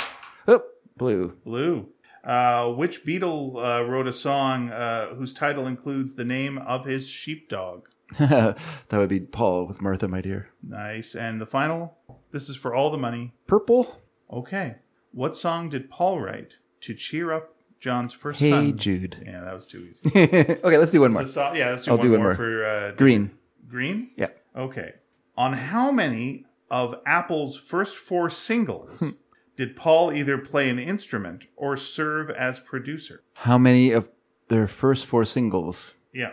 B: Oh, blue.
A: Blue. Uh, which Beatle uh, wrote a song uh, whose title includes the name of his sheepdog?
B: that would be Paul with Martha, my dear.
A: Nice. And the final. This is for all the money.
B: Purple.
A: Okay. What song did Paul write to cheer up John's first
B: Hey
A: son?
B: Jude.
A: Yeah, that was too easy.
B: okay, let's do one more.
A: The so- yeah, let's do
B: I'll
A: one
B: do one
A: more,
B: more.
A: for uh,
B: Green.
A: Green.
B: Yeah.
A: Okay. On how many of Apple's first four singles
B: Hmm.
A: did Paul either play an instrument or serve as producer?
B: How many of their first four singles.
A: Yeah.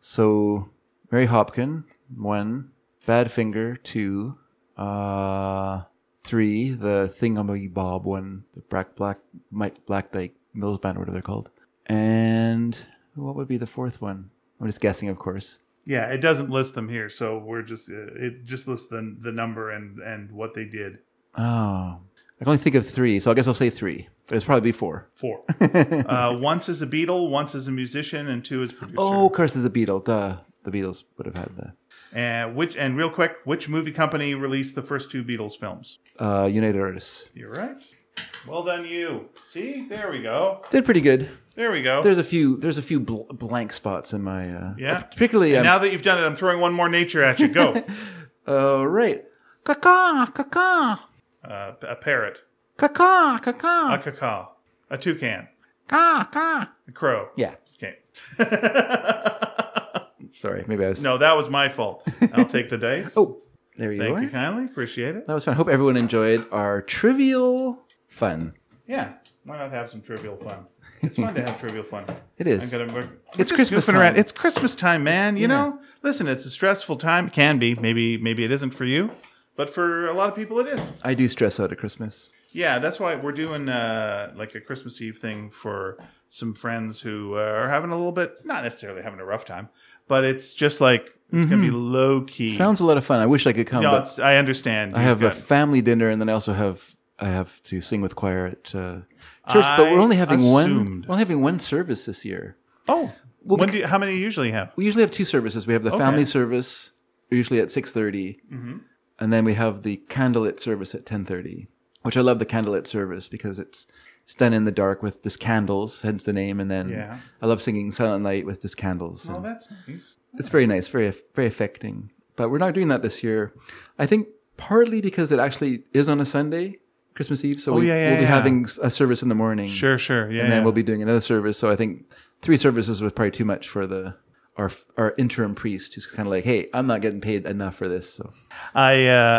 B: So Mary Hopkin, one, Badfinger, two, uh, three, the Thingamabob one, the Black Black Mike Black Dyke Mills Band, whatever they're called. And what would be the fourth one? I'm just guessing, of course.
A: Yeah, it doesn't list them here, so we're just uh, it just lists the the number and and what they did.
B: Oh. I can only think of three, so I guess I'll say three. But it's probably four.
A: Four. uh, once as a Beatle, once as a musician, and two as producer.
B: Oh, of course, it's a Beatle. Duh. The Beatles would have had the
A: And which and real quick, which movie company released the first two Beatles films?
B: uh, United Artists.
A: You're right. Well done, you. See, there we go.
B: Did pretty good.
A: There we go.
B: There's a few. There's a few bl- blank spots in my. Uh,
A: Yeah.
B: Particularly. Um,
A: now that you've done it, I'm throwing one more nature at you. Go.
B: oh right. Caca, caca,
A: uh, a parrot,
B: caca,
A: a
B: caca,
A: cacaw, a toucan,
B: caca, caca.
A: a crow.
B: Yeah.
A: Okay.
B: Sorry. Maybe I was.
A: No, that was my fault. I'll take the dice.
B: Oh, there you
A: thank
B: are.
A: you kindly. Appreciate it.
B: That was fun. Hope everyone enjoyed our trivial fun.
A: Yeah, why not have some trivial fun? It's fun to have trivial fun.
B: It
A: I'm
B: is.
A: gonna. We're,
B: It's
A: we're just
B: Christmas
A: goofing Around.
B: time.
A: It's Christmas time, man. You know, listen, it's a stressful time. It can be. Maybe, maybe it isn't for you, but for a lot of people, it is.
B: I do stress out at Christmas.
A: Yeah, that's why we're doing uh, like a Christmas Eve thing for some friends who uh, are having a little bit, not necessarily having a rough time, but it's just like it's gonna be low key.
B: Mm-hmm. Sounds a lot of fun. I wish I could come.
A: no,
B: but
A: it's, I understand.
B: I have a family dinner, and then I also have I have to sing with choir at uh, church.
A: I
B: but we're only having one.
A: assumed.
B: We're only having one service this year.
A: oh, when do you, how many do you usually have?
B: We usually have two services. We have the family service usually at six
A: Mm-hmm.
B: and then we have the candlelit service at ten thirty. Which I love the candlelit service because it's it's done in the dark with just candles, hence the name. And then
A: Yeah.
B: I love singing Silent Night with just candles.
A: Oh,
B: and-
A: that's nice.
B: it's very nice, very very affecting. But we're not doing that this year. I think partly because it actually is on a Sunday, Christmas Eve. So we,
A: Oh, yeah, yeah,
B: will be
A: yeah.
B: having s- a service in the morning,
A: Sure, sure. Yeah,
B: and then
A: yeah.
B: we'll be doing another service. So I think three services was probably too much for the our our interim priest, who's kind of like, "Hey, I'm not getting paid enough for this." So
A: I, uh,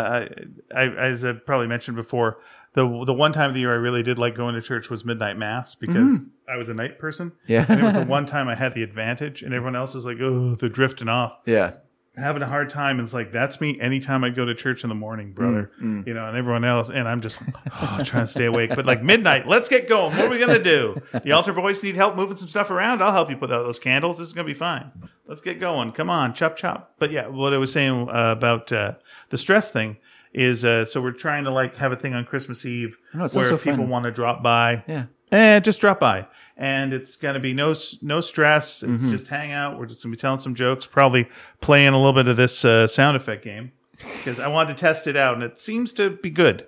A: I, I, as I probably mentioned before, the the one time of the year I really did like going to church was midnight mass because I was a night person.
B: Yeah.
A: and it was the one time I had the advantage, and everyone else was like, "Oh, they're drifting off,
B: yeah,
A: having a hard time." And it's like that's me. Anytime I go to church in the morning, brother,
B: Mm,
A: you know, and everyone else, and I'm just oh, trying to stay awake. But like midnight, let's get going. What are we gonna do? The altar boys need help moving some stuff around. I'll help you put out those candles. This is gonna be fine. Let's get going. Come on, chop chop. But yeah, what I was saying uh, about uh, the stress thing is uh, so we're trying to like have a thing on Christmas Eve
B: know, it sounds
A: where
B: so
A: people
B: fun.
A: want to drop by
B: yeah.
A: eh, just drop by. And it's going to be no s- no stress. It's
B: Mm-hmm.
A: just hang out. We're just going to be telling some jokes, probably playing a little bit of this uh, sound effect game because I wanted to test it out, and it seems to be good.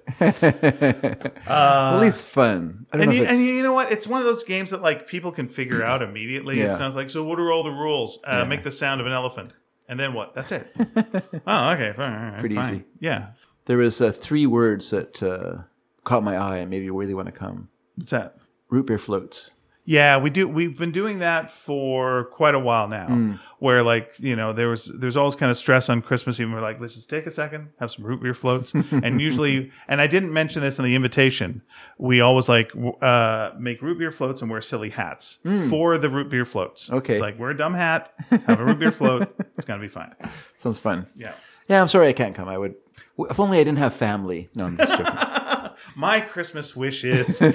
B: At least fun. I don't
A: Uh, And
B: know
A: you,
B: if it's,
A: and you know what? It's one of those games that like people can figure out immediately. It
B: Yeah.
A: sounds like so. What are all the rules? Uh, Make the sound of an elephant, and then what? That's it. oh, okay, fine. all right,
B: Pretty
A: fine.
B: easy.
A: Yeah.
B: there was uh, three words that uh, caught my eye and maybe where they want to come.
A: What's that?
B: Root beer floats.
A: Yeah, we do. We've been doing that for quite a while now. Where like you know there was there's always kind of stress on Christmas Eve. and We're like, let's just take a second, have some root beer floats, and usually, and I didn't mention this in the invitation. We always like w- uh, make root beer floats and wear silly hats for the root beer floats.
B: Okay.
A: it's like wear a dumb hat, have a root beer float. It's gonna be fine.
B: Sounds fun.
A: Yeah.
B: Yeah, I'm sorry I can't come. I would. If only I didn't have family. No, I'm just joking.
A: My Christmas wish is
B: no,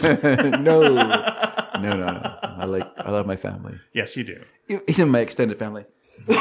B: no, no, no. I like. I love my family,
A: yes, you do.
B: E- even my extended family.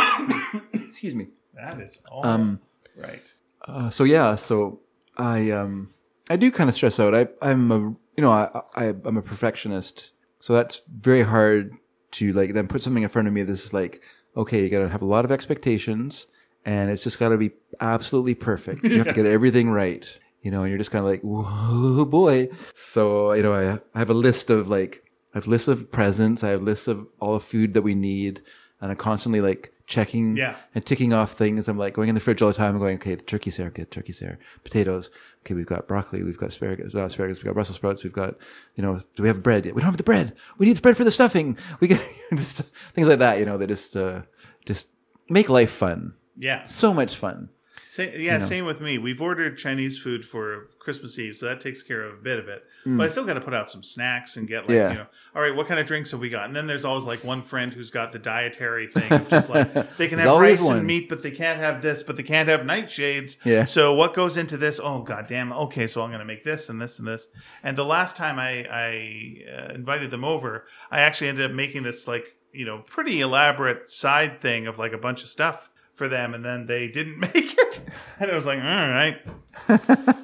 B: Excuse me.
A: That is all right.
B: Uh, so yeah, so I um I do kind of stress out. I I'm a you know I, I I'm a perfectionist, so that's very hard to like then put something in front of me. This is like okay, you got to have a lot of expectations, and it's just got to be absolutely perfect. You have to get everything right. You know, and you're just kind of like, whoa, boy. So you know, I, I have a list of like I have lists of presents. I have lists of all the food that we need, and I'm constantly like checking
A: Yeah.
B: and ticking off things. I'm like going in the fridge all the time. I'm going, okay, the turkey's there, okay, the turkey's there. Potatoes, okay, we've got broccoli, we've got asparagus, not asparagus, we've got Brussels sprouts, we've got, you know, do we have bread yet? We don't have the bread. We need the bread for the stuffing. We get just things like that, you know, that just, uh, just make life fun.
A: Yeah.
B: So much fun.
A: Sa- yeah, same with me. We've ordered Chinese food for Christmas Eve, so that takes care of a bit of it. But I still got to put out some snacks and get like,
B: Yeah.
A: you know, all right, what kind of drinks have we got? And then there's always like one friend who's got the dietary thing. Of just like they can
B: There's
A: have
B: always
A: rice
B: one.
A: and meat, but they can't have this, but they can't have nightshades.
B: Yeah.
A: So what goes into this? Oh goddamn. Okay, so I'm going to make this and this and this. And the last time I I uh, invited them over, I actually ended up making this like you know pretty elaborate side thing of like a bunch of stuff for them, and then they didn't make it, and I was like, all right,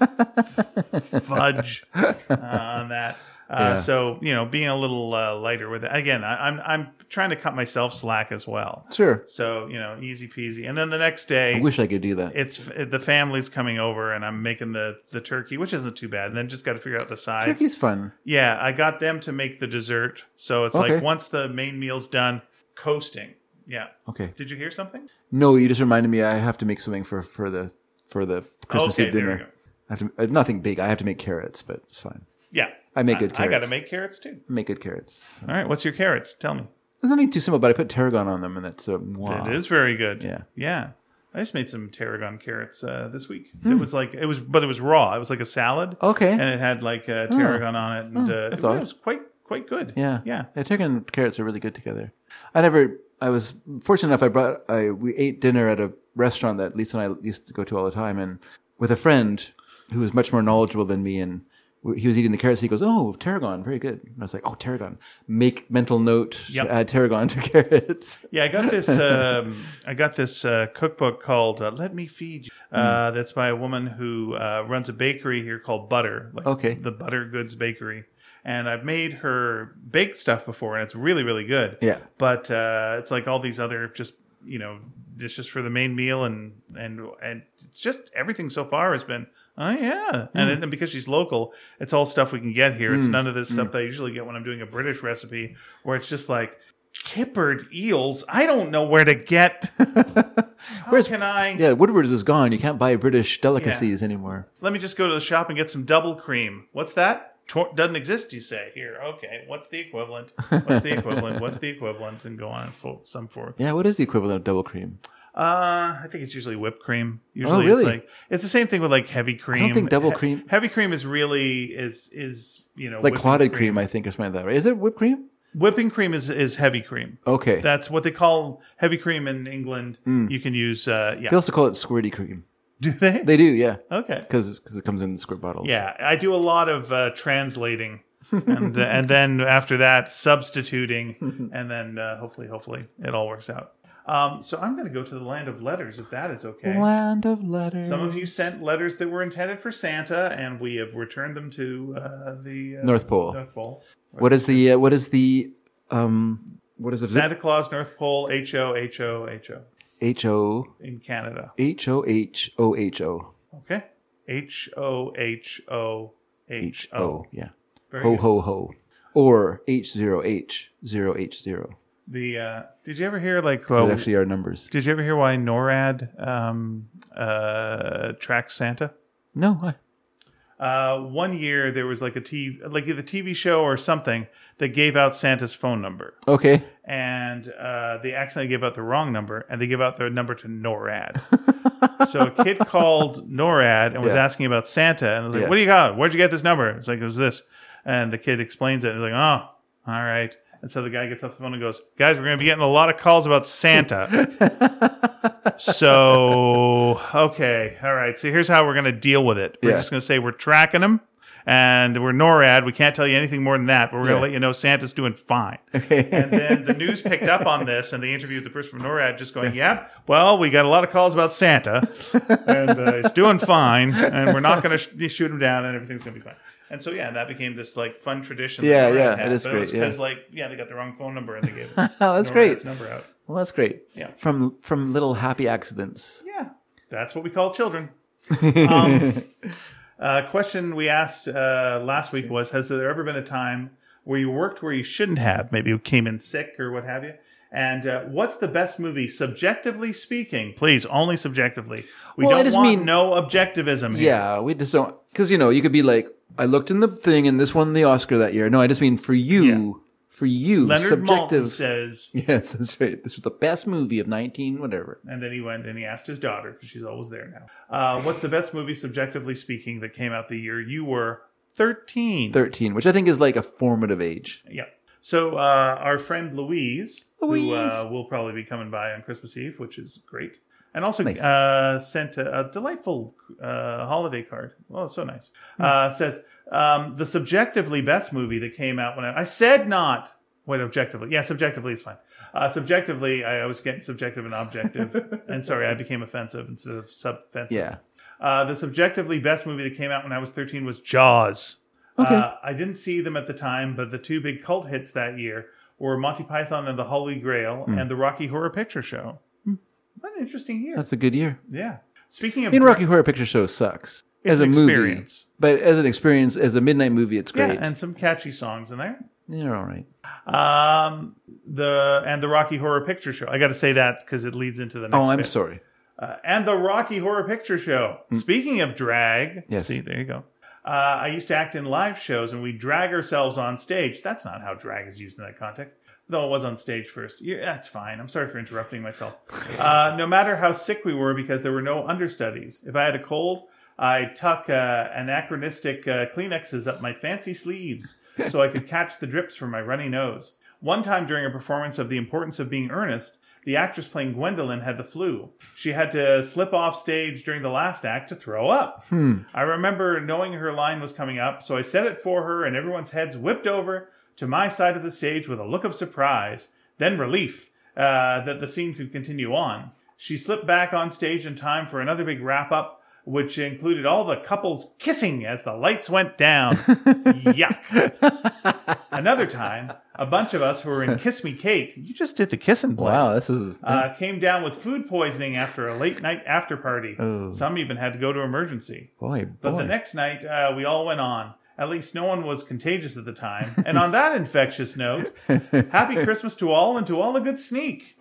A: fudge uh, on that. Uh,
B: Yeah.
A: So you know, being a little uh, lighter with it. Again, I, I'm I'm trying to cut myself slack as well.
B: Sure.
A: So you know, easy peasy. And then the next day,
B: I wish I could do that.
A: it's the family's coming over and I'm making the the turkey, which isn't too bad. And then just got to figure out the sides.
B: Turkey's fun.
A: Yeah, I got them to make the dessert, so it's
B: Okay.
A: like once the main meal's done, coasting. Yeah.
B: Okay.
A: Did you hear something?
B: No, you just reminded me I have to make something for, for the for the Christmas
A: okay,
B: Eve
A: there
B: dinner.
A: we go.
B: I have to uh, nothing big. I have to make carrots, but it's fine.
A: Yeah.
B: I make good
A: I
B: carrots.
A: got to make carrots too.
B: make good carrots.
A: All right, what's your carrots? Tell me.
B: There's nothing too simple, but I put tarragon on them, and that's a mwah.
A: It is very good.
B: Yeah.
A: Yeah. I just made some tarragon carrots uh, this week.
B: Hmm.
A: It was like it was, but it was raw. It was like a salad.
B: Okay.
A: And it had like uh, tarragon on it, and uh, it
B: odd.
A: was quite quite good.
B: Yeah.
A: Yeah.
B: Yeah, turkey and carrots are really good together. I never I was fortunate enough I brought I we ate dinner at a restaurant that Lisa and I used to go to all the time and with a friend who was much more knowledgeable than me and we- he was eating the carrots. He goes, "Oh, tarragon, very good." And I was like, "Oh, tarragon." Make mental note to
A: Yep.
B: add tarragon to carrots.
A: Yeah, I got this. Um, I got this uh, cookbook called uh, "Let Me Feed You."
B: Hmm.
A: Uh, that's by a woman who uh, runs a bakery here called Butter. Like
B: Okay.
A: The Butter Goods Bakery, and I've made her baked stuff before, and it's really really good.
B: Yeah.
A: But uh, it's like all these other just you know dishes for the main meal, and and and it's just everything so far has been. Oh yeah, and, it- and because she's local, it's all stuff we can get here. It's none of this stuff that I usually get when I'm doing a British recipe, where it's just like kippered eels. I don't know where to get. How can I?
B: Yeah, Woodward's is gone. You can't buy British delicacies anymore.
A: Let me just go to the shop and get some double cream. What's that? Tor- doesn't exist, you say. Here, okay. What's the equivalent? What's the equivalent? What's the equivalent? And go on and fo- some forth.
B: Yeah, what is the equivalent of double cream?
A: Uh, I think it's usually whipped cream. Usually,
B: Oh, really?
A: it's like it's the same thing with like heavy cream.
B: think double
A: He-
B: cream-
A: heavy cream is really is is you know
B: Like
A: whipping
B: clotted cream, I think, or something like that. Right? Is it whipped cream?
A: Whipping cream is is heavy cream.
B: Okay.
A: That's what they call heavy cream in England.
B: Hmm.
A: You can use uh, yeah.
B: they also call it squirty cream.
A: Do they?
B: They do, yeah.
A: Okay.
B: because it comes in the squirt bottles.
A: Yeah, I do a lot of uh, translating, and uh, and then after that, substituting, and then uh, hopefully, hopefully, it all works out. Um, so I'm going to go to the land of letters, if that is okay.
B: Land of letters.
A: Some of you sent letters that were intended for Santa, and we have returned them to uh, the uh,
B: North Pole.
A: North Pole.
B: What is the uh, what is the um what is the zip?
A: Santa Claus, North Pole, H O H O H O
B: H O
A: in Canada.
B: H O H O H O
A: Okay, H O H O
B: H
A: H
B: O
A: O.
B: yeah
A: Very
B: ho
A: good.
B: ho ho or H zero H zero H zero.
A: The uh, did you ever hear like
B: So
A: uh,
B: actually our numbers.
A: Did you ever hear why NORAD um, uh, tracks Santa?
B: No, I,
A: Uh, one year there was like a TV, like the TV show or something that gave out Santa's phone number,
B: okay.
A: and uh, they accidentally gave out the wrong number, and they gave out the number to NORAD. so a kid called NORAD and was
B: Yeah.
A: asking about Santa, and was like,
B: Yeah.
A: "What do you got? Where'd you get this number?" It's like it was this, and the kid explains it. And he's like, "Oh, all right." And so the guy gets off the phone and goes, "Guys, we're going to be getting a lot of calls about Santa." so okay all right so here's how we're going to deal with it we're
B: Yeah.
A: just going to say we're tracking them and we're norad we can't tell you anything more than that but we're going to
B: Yeah.
A: let you know santa's doing fine and then the news picked up on this and they interviewed the person from norad just going yep well we got a lot of calls about santa and uh, it's doing fine and we're not going to sh- shoot him down and everything's going to be fine and so yeah that became this like fun tradition that
B: Yeah,
A: NORAD
B: yeah,
A: had.
B: it is
A: But was
B: great, yeah.
A: because like yeah they got the wrong phone number and they gave
B: Oh,
A: NORAD's
B: that's great.
A: number out
B: Well, that's great.
A: Yeah.
B: From from little happy accidents.
A: Yeah, that's what we call children. um, uh, question we asked uh, last week was: Has there ever been a time where you worked where you shouldn't have? Maybe you came in sick or what have you. And uh, what's the best movie, subjectively speaking? Please, only subjectively. We
B: Well, I
A: don't
B: just
A: want
B: mean-
A: no objectivism here.
B: Yeah, we just don't because you know you could be like I looked in the thing and this won the Oscar that year. No, I just mean for you, for you,
A: Leonard Maltin
B: subjective.
A: says,
B: Yes, that's right. This was the best movie of 19, whatever.
A: and then he went and he asked his daughter because she's always there now. Uh, what's the best movie, subjectively speaking, that came out the year you were thirteen?
B: 13, which I think is like a formative age.
A: Yeah. So uh, our friend Louise, who uh,
B: Louise.
A: will probably be coming by on Christmas Eve, which is great, and also
B: Nice.
A: uh, sent a, a delightful uh, holiday card. Well, it's so nice.
B: Hmm.
A: Uh, says um, the subjectively best movie that came out when I, I said not. Wait, objectively, yeah, subjectively is fine. Uh, subjectively, I always get subjective and objective, and sorry, I became offensive instead of subfensive.
B: Yeah.
A: Uh, the subjectively best movie that came out when I was 13 was Jaws.
B: Okay.
A: Uh, I didn't see them at the time, but the two big cult hits that year were Monty Python and the Holy Grail
B: Hmm.
A: and the Rocky Horror Picture Show. What an interesting year.
B: That's a good year.
A: yeah. Speaking of
B: I mean, Rocky Horror Picture Show sucks
A: It's
B: as a
A: an
B: movie,
A: experience.
B: but as an experience, as a midnight movie, it's
A: yeah,
B: great.
A: and some catchy songs in there.
B: You're all right.
A: Um, the and the Rocky Horror Picture Show. I got to say that because it leads into the next.
B: Oh, I'm
A: bit.
B: sorry.
A: Uh, and the Rocky Horror Picture Show. Speaking of drag,
B: Hmm. Yes.
A: see, there you go. Uh, I used to act in live shows and we drag ourselves on stage. That's not how drag is used in that context, though it was on stage first. Yeah, that's fine. I'm sorry for interrupting myself. Uh, no matter how sick we were, because there were no understudies. If I had a cold, I'd tuck uh, anachronistic uh, Kleenexes up my fancy sleeves so I could catch the drips from my runny nose. One time during a performance of The Importance of Being Earnest, the actress playing Gwendolyn had the flu. She had to slip off stage during the last act to throw up. I remember knowing her line was coming up, so I said it for her, and everyone's heads whipped over to my side of the stage with a look of surprise, then relief uh, that the scene could continue on. She slipped back on stage in time for another big wrap up, which included all the couples kissing as the lights went down. Yuck. Another time, a bunch of us who were in Kiss Me Kate, you just did the kissing play
B: Wow, this is
A: uh, came down with food poisoning after a late night after party. Some even had to go to emergency.
B: boy,
A: But
B: boy.
A: the next night, uh, we all went on. At least no one was contagious at the time. And on that infectious note, happy Christmas to all and to all a good sneak.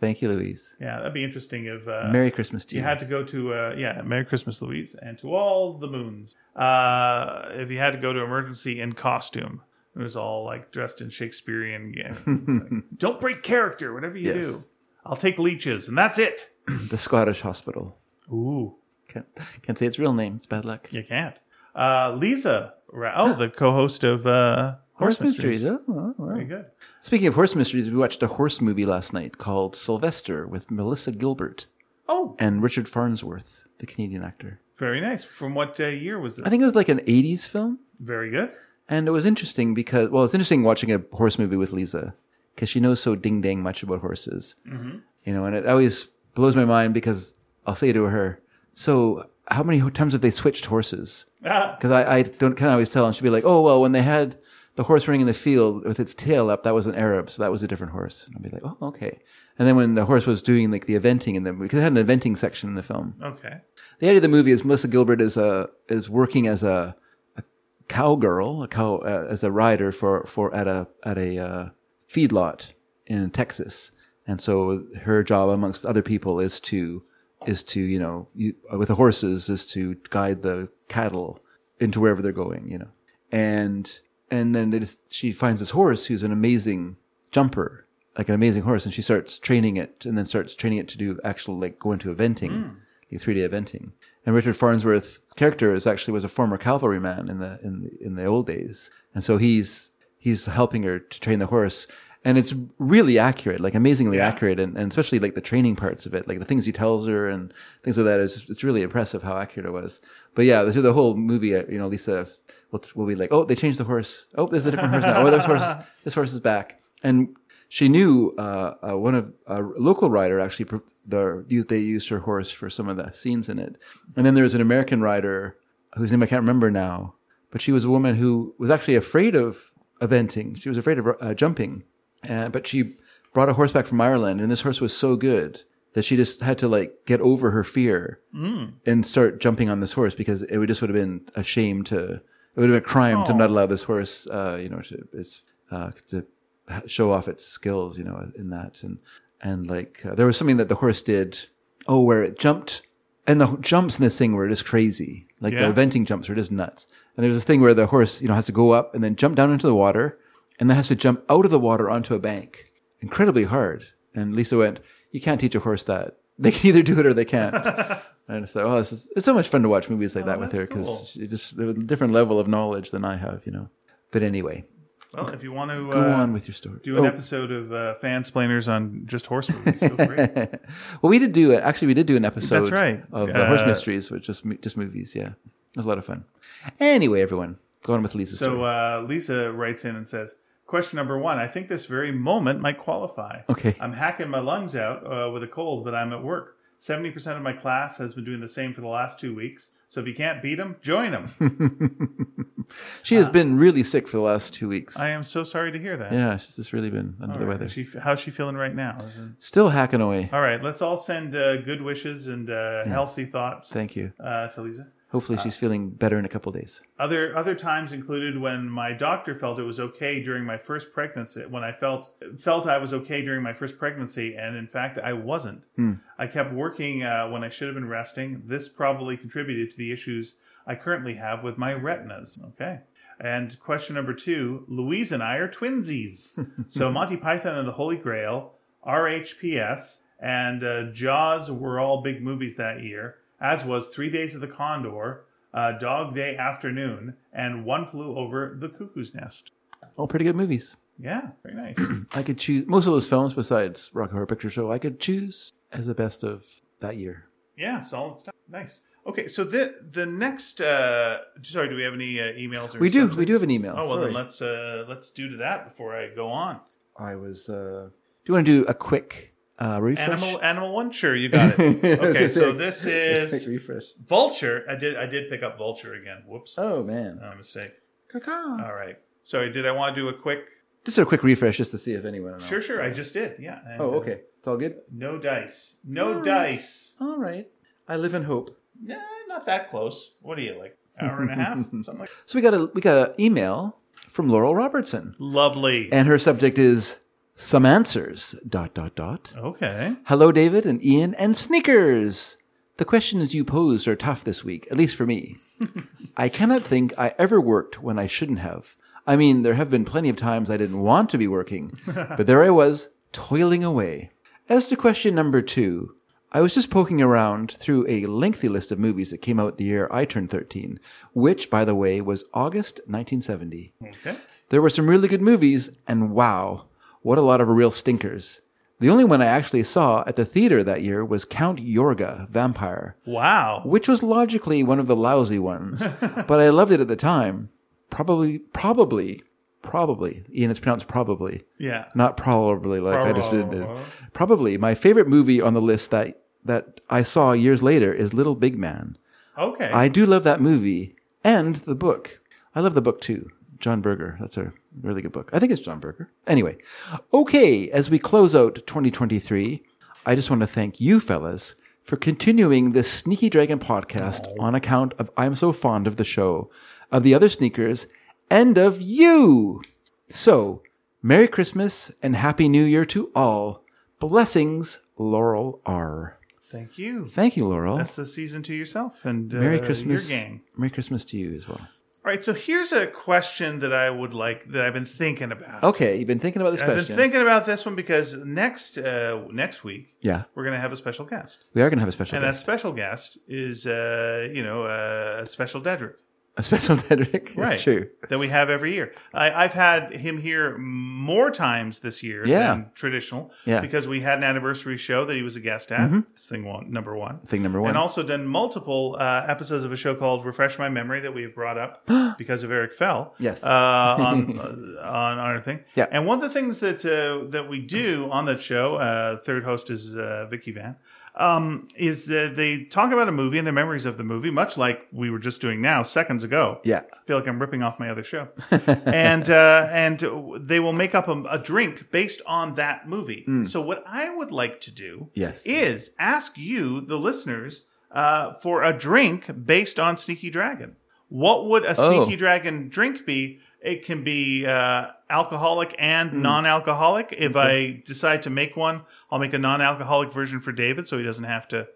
B: Thank you, Louise.
A: Yeah, that'd be interesting if uh,
B: Merry Christmas to you.
A: you had to go to, uh, yeah, Merry Christmas, Louise, and to all the moons. Uh, if you had to go to emergency in costume, it was all like dressed in Shakespearean. Yeah. Like, Don't break character, whatever you
B: Yes.
A: do. I'll take leeches, and that's it.
B: the Scottish Hospital.
A: Ooh,
B: Can't, can't say its real name. It's bad luck.
A: you can't. Uh, Lisa, Ra- oh, the co-host of uh, Horse, Mysteries.
B: Oh, oh, wow.
A: Very good.
B: Speaking of horse mysteries, we watched a horse movie last night called Sylvester with Melissa Gilbert
A: Oh,
B: and Richard Farnsworth, the Canadian actor.
A: very nice. From what uh, year was
B: I
A: this?
B: think it was like an 80s film.
A: Very good.
B: And it was interesting because, well, it's interesting watching a horse movie with Lisa because she knows so ding dang much about horses.
A: Mm-hmm.
B: You know, and it always blows my mind because I'll say to her, So, how many ho- times have they switched horses?
A: Ah,
B: Because I, I don't kind of always tell, and she'll be like, "Oh well, when they had the horse running in the field with its tail up, that was an Arab, so that was a different horse." And I'll be like, "Oh, okay." And then when the horse was doing like the eventing in the because it had an eventing section in the film.
A: okay.
B: The idea of the movie is Melissa Gilbert is a is working as a, a cowgirl, a cow uh, as a rider for for at a at a uh, feedlot in Texas, and so her job amongst other people is to is to you know you, with the horses is to guide the cattle into wherever they're going, you know. And and then they just, she finds this horse who's an amazing jumper, like an amazing horse, and she starts training it, and then starts training it to do actual like go into eventing, like three D eventing. And Richard Farnsworth's character is actually was a former cavalryman in the in the, in the old days, and so he's he's helping her to train the horse. And it's really accurate, like amazingly accurate, and, and especially like the training parts of it, like the things he tells her and things like that. Is it's really impressive how accurate it was. But yeah, through the whole movie, uh, you know, Lisa will, will be like, "Oh, they changed the horse. Oh, there's a different horse now. Oh, this horse, this horse is back." And she knew uh, uh, one of a local rider actually. pr- The they used her horse for some of the scenes in it. And then there was an American rider whose name I can't remember now, but she was a woman who was actually afraid of eventing. She was afraid of uh, jumping, and, but she brought a horse back from Ireland, and this horse was so good that she just had to like get over her fear and start jumping on this horse because it would just would have been a shame to it would have been a crime to not allow this horse, uh, you know, to it's uh, to ha- show off its skills, you know, in that and and like uh, there was something that the horse did, oh, where it jumped. And the h- jumps in this thing were just crazy. Like
A: Yeah.
B: the venting jumps were just nuts. And there's this thing where the horse, you know, has to go up and then jump down into the water and then has to jump out of the water onto a bank. Incredibly hard. And Lisa went, You can't teach a horse that. They can either do it or they can't. and so, oh, this is, it's so much fun to watch movies like that with
A: Oh, that's
B: her because
A: cool.
B: just they have a different level of knowledge than I have, you know. But anyway,
A: Well, if you want to
B: go
A: uh,
B: on with your story.
A: do an
B: Oh.
A: episode of uh, fansplainers on just horse movies, feel free.
B: well, we did do it. Actually, we did do an episode.
A: That's right.
B: Of uh, Horse
A: Uh,
B: Mysteries, which just mo- just movies. Yeah, it was a lot of fun. Anyway, everyone, go on with Lisa's
A: so
B: story.
A: uh, Lisa writes in and says, Question number one I think this very moment might qualify.
B: Okay.
A: I'm hacking my lungs out uh, with a cold, but I'm at work. 70% of my class has been doing the same for the last two weeks. So if you can't beat them, join them.
B: she has been really sick for the last two weeks.
A: uh, I am so sorry to hear that.
B: yeah, she's just really been under the
A: All right.
B: weather.
A: Is she, how's she feeling right now? Is it-
B: Still hacking away.
A: All right, let's all send uh, good wishes and uh, healthy thoughts
B: Thank you.
A: uh, to Lisa.
B: Hopefully, she's feeling better in a couple days.
A: Other other times included when my doctor felt it was okay during my first pregnancy. When I felt felt I was okay during my first pregnancy, and in fact I wasn't. I kept working uh, when I should have been resting. This probably contributed to the issues I currently have with my retinas. Okay. And question number two: Louise and I are twinsies. so Monty Python and the Holy Grail, RHPS, and uh, Jaws were all big movies that year. As was Three Days of the Condor, uh, Dog Day Afternoon, and One Flew Over the Cuckoo's Nest.
B: All pretty good movies.
A: Yeah, very nice.
B: I could choose most of those films besides Rocky Horror Picture Show. I could choose as the best of that year.
A: yeah, solid stuff. Nice. Okay, so the the next. Uh, sorry, do we have any uh, emails? Or
B: We do. We
A: subjects?
B: do have an email.
A: Oh well,
B: Sorry.
A: then let's uh, let's do to that before I go on.
B: I was. Uh, do you want to do a quick uh, refresh?
A: Animal Animal One, sure, you got it. Okay, so this
B: Quick
A: is
B: refresh.
A: Vulture. I did I did pick up Vulture again. Whoops,
B: Oh man.
A: uh, mistake.
B: Caca.
A: All right. Sorry, did I want to do a quick?
B: Just a quick refresh, just to see if anyone. Else. uh,
A: Sure, sure. I just did. Yeah. and,
B: Oh,
A: uh,
B: okay. It's all good.
A: no dice. No
B: Nice.
A: dice.
B: All right. I live in hope.
A: Nah, not that close. What are you like? Hour and a half, something like.
B: So we got a we got an email from Laurel Robertson,
A: Lovely.
B: and her subject is some answers. Dot dot dot.
A: Okay.
B: Hello, David and Ian and Sneakers. The questions you posed are tough this week, at least for me. I cannot think I ever worked when I shouldn't have. I mean, there have been plenty of times I didn't want to be working, but there I was, toiling away. As to question number two, I was just poking around through a lengthy list of movies that came out the year I turned 13, which, by the way, was August 1970.
A: Okay.
B: There were some really good movies, and wow, what a lot of real stinkers. The only one I actually saw at the theater that year was Count Yorga, Vampire,
A: Wow.
B: which was logically one of the lousy ones, but I loved it at the time. Probably, probably, probably. Ian, it's pronounced probably,
A: Yeah.
B: not probably like I just did.
A: Probably.
B: It. Probably my favorite movie on the list that that I saw years later is Little Big Man.
A: Okay.
B: I do love that movie and the book. I love the book too. John Berger. That's a really good book. I think it's John Berger. Anyway, okay, as we close out 2023, I just want to thank you fellas for continuing this Sneaky Dragon podcast on account of I'm so fond of the show, of the other sneakers, and of you. So, Merry Christmas and Happy New Year to all. Blessings, Laurel R.
A: Thank you.
B: Thank you, Laurel.
A: That's the season to yourself and uh,
B: Merry Christmas.
A: your gang.
B: Merry Christmas to you as well.
A: All right. So here's a question that I would like that I've been thinking about.
B: Okay, you've been thinking about this
A: I've
B: Oh, question.
A: been thinking about this one because next uh, next week
B: yeah,
A: we're gonna have a special guest,
B: we are going to have a special
A: and
B: guest.
A: that special guest is uh, you know uh, a special Dedrick.
B: A special Dedrick.
A: Right.
B: It's true.
A: that we have every year. I, I've had him here more times this year
B: Yeah.
A: than traditional
B: Yeah.
A: because we had an anniversary show that he was a guest at. This thing one, number one.
B: Thing number one.
A: And also done multiple uh, episodes of a show called Refresh My Memory that we've brought up because of Eric Fell.
B: Yes.
A: Uh, on, uh, on on our thing.
B: Yeah.
A: And one of the things that uh, that we do on that show, uh, third host is uh, Vicky Van. Um, is that they talk about a movie and their memories of the movie, much like we were just doing now, seconds ago.
B: yeah.
A: I feel like I'm ripping off my other show. and uh, and they will make up a, a drink based on that movie. So what I would like to do
B: Yes.
A: is ask you, the listeners, uh, for a drink based on Sneaky Dragon. What would a
B: Oh.
A: Sneaky Dragon drink be? It can be uh, alcoholic and non-alcoholic. If I decide to make one, I'll make a non-alcoholic version for David, so he doesn't have to,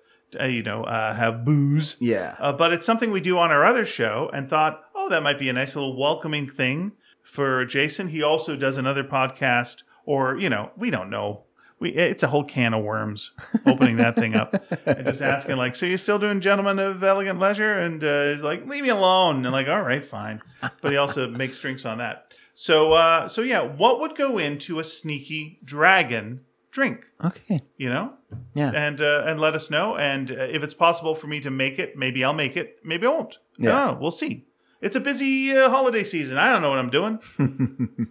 A: uh, you know, uh, have booze.
B: Yeah.
A: Uh, but it's something we do on our other show and thought, oh, that might be a nice little welcoming thing for Jason. He also does another podcast, or you know, we don't know. We it's a whole can of worms opening that thing up and just asking like, so you're still doing Gentlemen of Elegant Leisure? And uh, he's like, leave me alone. And like, all right, fine. But he also makes drinks on that. So uh, so yeah, what would go into a sneaky dragon drink?
B: Okay.
A: You know,
B: Yeah.
A: and uh, and let us know. And uh, if it's possible for me to make it, maybe I'll make it. Maybe I won't.
B: Yeah.
A: Oh, we'll see. It's a busy uh, holiday season. I don't know what I'm doing,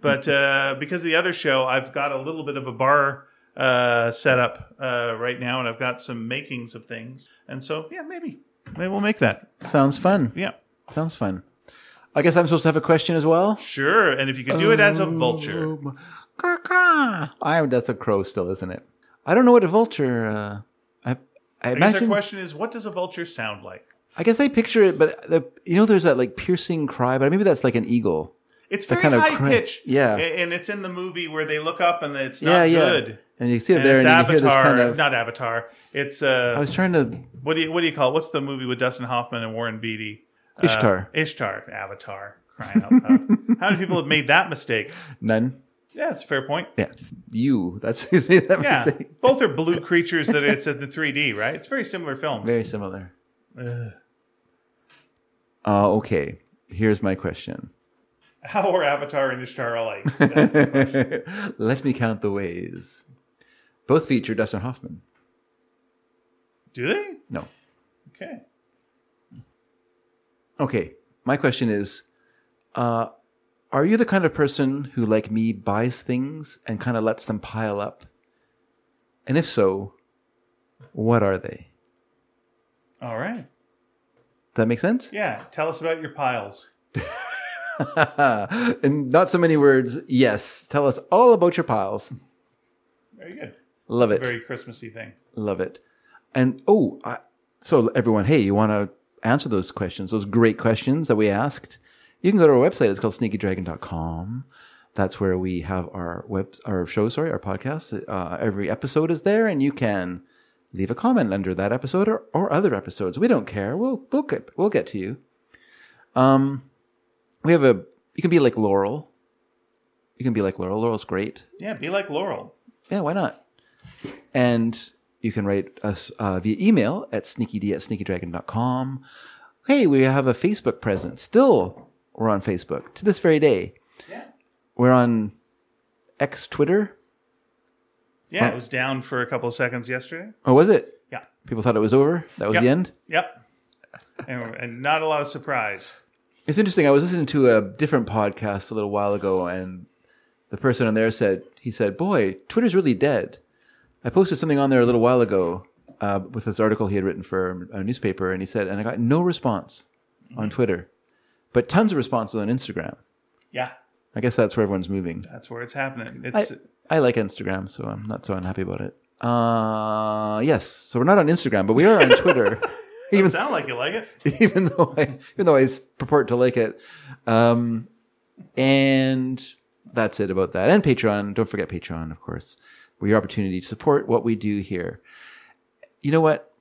A: but uh, because of the other show, I've got a little bit of a bar uh, set up uh, right now, and I've got some makings of things. And so, yeah, maybe maybe we'll make that.
B: Sounds fun.
A: Yeah,
B: Sounds fun. I guess I'm supposed to have a question as well.
A: sure. And if you could do it as a vulture,
B: Um, caw-caw. I that's a crow still, isn't it? I don't know what a vulture. Uh, I I
A: I guess our
B: imagine.
A: question is, what does a vulture sound like?
B: I guess I picture it, but the, you know, there's that like piercing cry, but maybe that's like an eagle.
A: It's very
B: kind of
A: high
B: cra-
A: pitch.
B: yeah.
A: A- and it's in the movie where they look up and it's
B: yeah,
A: not
B: yeah.
A: good.
B: And you see it
A: And
B: there,
A: it's
B: and you hear this
A: Avatar,
B: kind of. Oh.
A: not Avatar. It's
B: I
A: uh,
B: was trying to
A: what do you what do you call it? What's the movie with Dustin Hoffman and Warren Beatty? Uh,
B: Ishtar.
A: Ishtar. Avatar. Crying out loud. How many people have made that mistake?
B: none.
A: Yeah, that's a fair point.
B: Yeah, you. That's excuse me. That
A: Yeah,
B: mistake.
A: both are blue creatures that it's in the 3D, right? It's very similar films.
B: Very similar. Uh, okay. Here's my question.
A: How are Avatar and Ishtar alike?
B: Let me count the ways. Both feature Dustin Hoffman.
A: Do they?
B: No.
A: Okay.
B: Okay. My question is uh, Are you the kind of person who, like me, buys things and kind of lets them pile up? And if so, what are they?
A: All right.
B: Does that make sense?
A: Yeah. Tell us about your piles.
B: In not so many words, yes. Tell us all about your piles.
A: Very good.
B: Love it.
A: Very Christmassy thing.
B: Love it. And oh, I, so everyone, hey, you want to answer those questions, those great questions that we asked? You can go to our website. It's called sneakydragon.com. That's where we have our web, our show, sorry, our podcast. Uh, every episode is there, and you can leave a comment under that episode or, or other episodes. We don't care. We'll we'll get we'll get to you. Um, we have a. You can be like Laurel. You can be like Laurel. Laurel's great.
A: Yeah. Be like Laurel.
B: Yeah, why not? And you can write us uh, via email at sneakyd at sneakydragon.com. Hey, we have a Facebook presence. Still, we're on Facebook to this very day.
A: Yeah.
B: We're on X Twitter.
A: Yeah. It was down for a couple of seconds yesterday.
B: Oh, was it?
A: Yeah.
B: People thought it was over. That was
A: Yep.
B: the end.
A: Yep. And, and not a lot of surprise.
B: It's interesting. I was listening to a different podcast a little while ago, and the person on there said, he said, Boy, Twitter's really dead. I posted something on there a little while ago uh, with this article he had written for a newspaper, and he said, and I got no response on Twitter, but tons of responses on Instagram.
A: Yeah,
B: I guess that's where everyone's moving.
A: that's where it's happening.
B: I,
A: It's
B: I like Instagram, so I'm not so unhappy about it. Uh, yes, so we're not on Instagram, but we are on Twitter.
A: doesn't sound like you like it.
B: even though I, even though I s- purport to like it. Um, and that's it about that. And Patreon. Don't forget Patreon, of course, where your opportunity to support what we do here. You know what?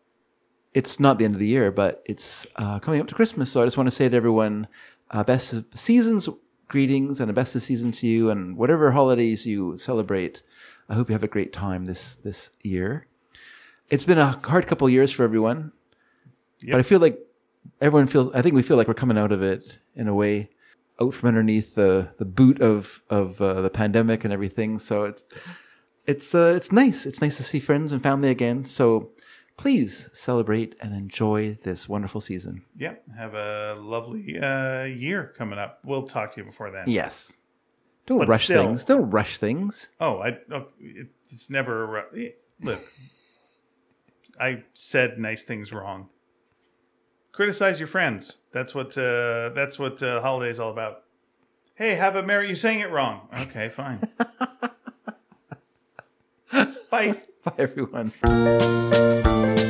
B: It's not the end of the year, but it's uh, coming up to Christmas. So I just want to say to everyone, uh, best of seasons greetings and a best of season to you, and whatever holidays you celebrate. I hope you have a great time this this year. It's been a hard couple of years for everyone, but I feel like everyone feels. I think we feel like we're coming out of it in a way, out from underneath the the boot of of uh, the pandemic and everything. So it's it's uh, it's nice. It's nice to see friends and family again. So please celebrate and enjoy this wonderful season.
A: Yep. Have a lovely uh, year coming up. We'll talk to you before then.
B: Yes. Don't
A: But
B: rush
A: still-
B: things. Don't rush things.
A: Oh, I. Oh, it, it's never. a ru- eh, Look, I said nice things wrong. Criticize your friends. That's what. Uh, that's what uh, holidays all about. Hey, have a merry. You saying it wrong. Okay, fine. Bye.
B: Bye, everyone.
A: Bye.